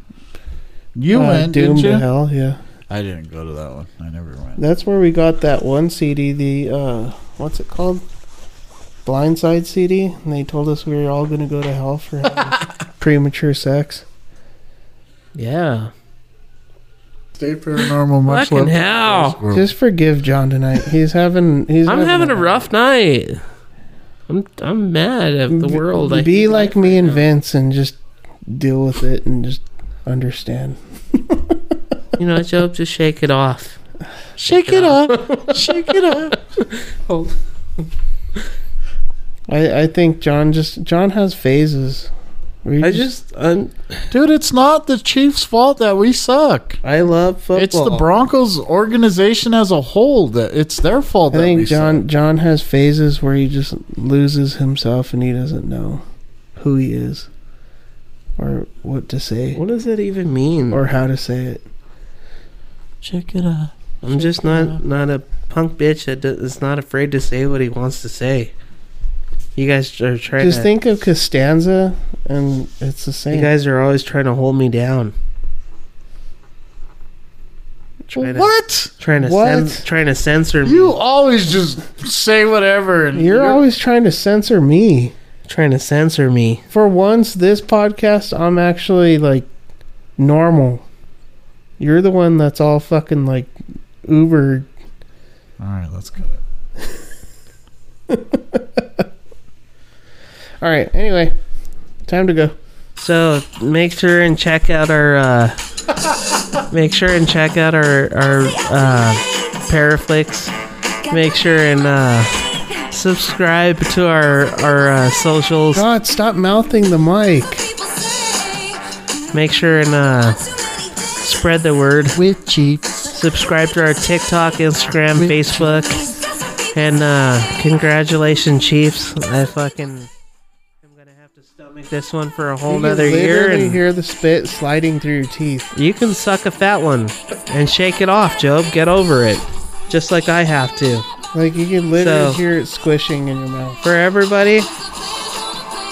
You
uh,
went,
doomed
didn't you?
to hell. Yeah.
I didn't go to that one. I never went.
That's where we got that one CD, the uh, what's it called? Blindside CD, and they told us we were all going to go to hell for having premature sex.
Yeah.
Stay paranormal. Much
Fucking
love.
hell.
Just forgive John tonight. He's having he's
I'm having a rough night. I'm I'm mad at the world. I
Be
hate
like
life
me
right
and
now.
Vince and just deal with it and just understand.
You know, Job, just shake it off.
Shake it up. Shake it up.
Hold.
I, I think John just John has phases. We
I just un-
Dude, it's not the Chiefs' fault that we suck.
I love football.
It's the Broncos organization as a whole that it's their fault.
I
that we
think
suck.
John John has phases where he just loses himself and he doesn't know who he is or what to say
What does that even mean?
or how to say it.
Check it out.
I'm just not not a punk bitch that do- is not afraid to say what he wants to say. You guys are trying
Just
to.
think of Costanza and it's the
you
same.
guys are always trying to hold me down. Trying to,
What?
Trying to
What?
cen- trying to censor me.
You always just say whatever, and
You're always trying to censor me.
Trying to censor me.
For once, this podcast, I'm actually like normal. You're the one that's all fucking like ubered.
all right. Let's cut it.
All right. Anyway, time to go.
So make sure and check out our uh, make sure and check out our our uh, Paraflix. Make sure and uh, subscribe to our our uh, socials.
God, stop mouthing the mic.
Make sure and uh, spread the word.
With Chiefs,
Subscribe to our TikTok, Instagram, Facebook, and uh, congratulations, Chiefs! I fucking I'm gonna have to stomach this one for a whole
You
nother
can
year.
literally
And,
hear the spit sliding through your teeth.
You can suck a fat one and shake it off, Job. Get over it. Just like I have to.
Like you can literally
So-
hear it squishing in your mouth.
For everybody. Okay.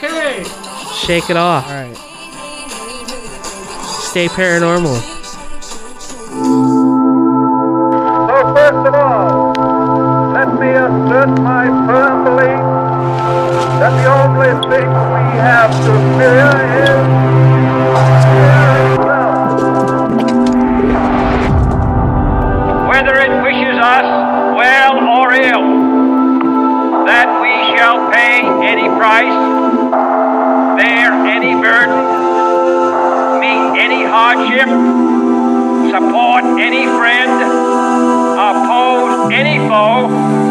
Shake it off.
All right.
Stay paranormal.
So first of all, let me assert my firm belief that the only thing we have to fear is fear itself. Whether it wishes us well or ill, that we shall pay any price, bear any burden, meet any hardship, support any friend, oppose any foe,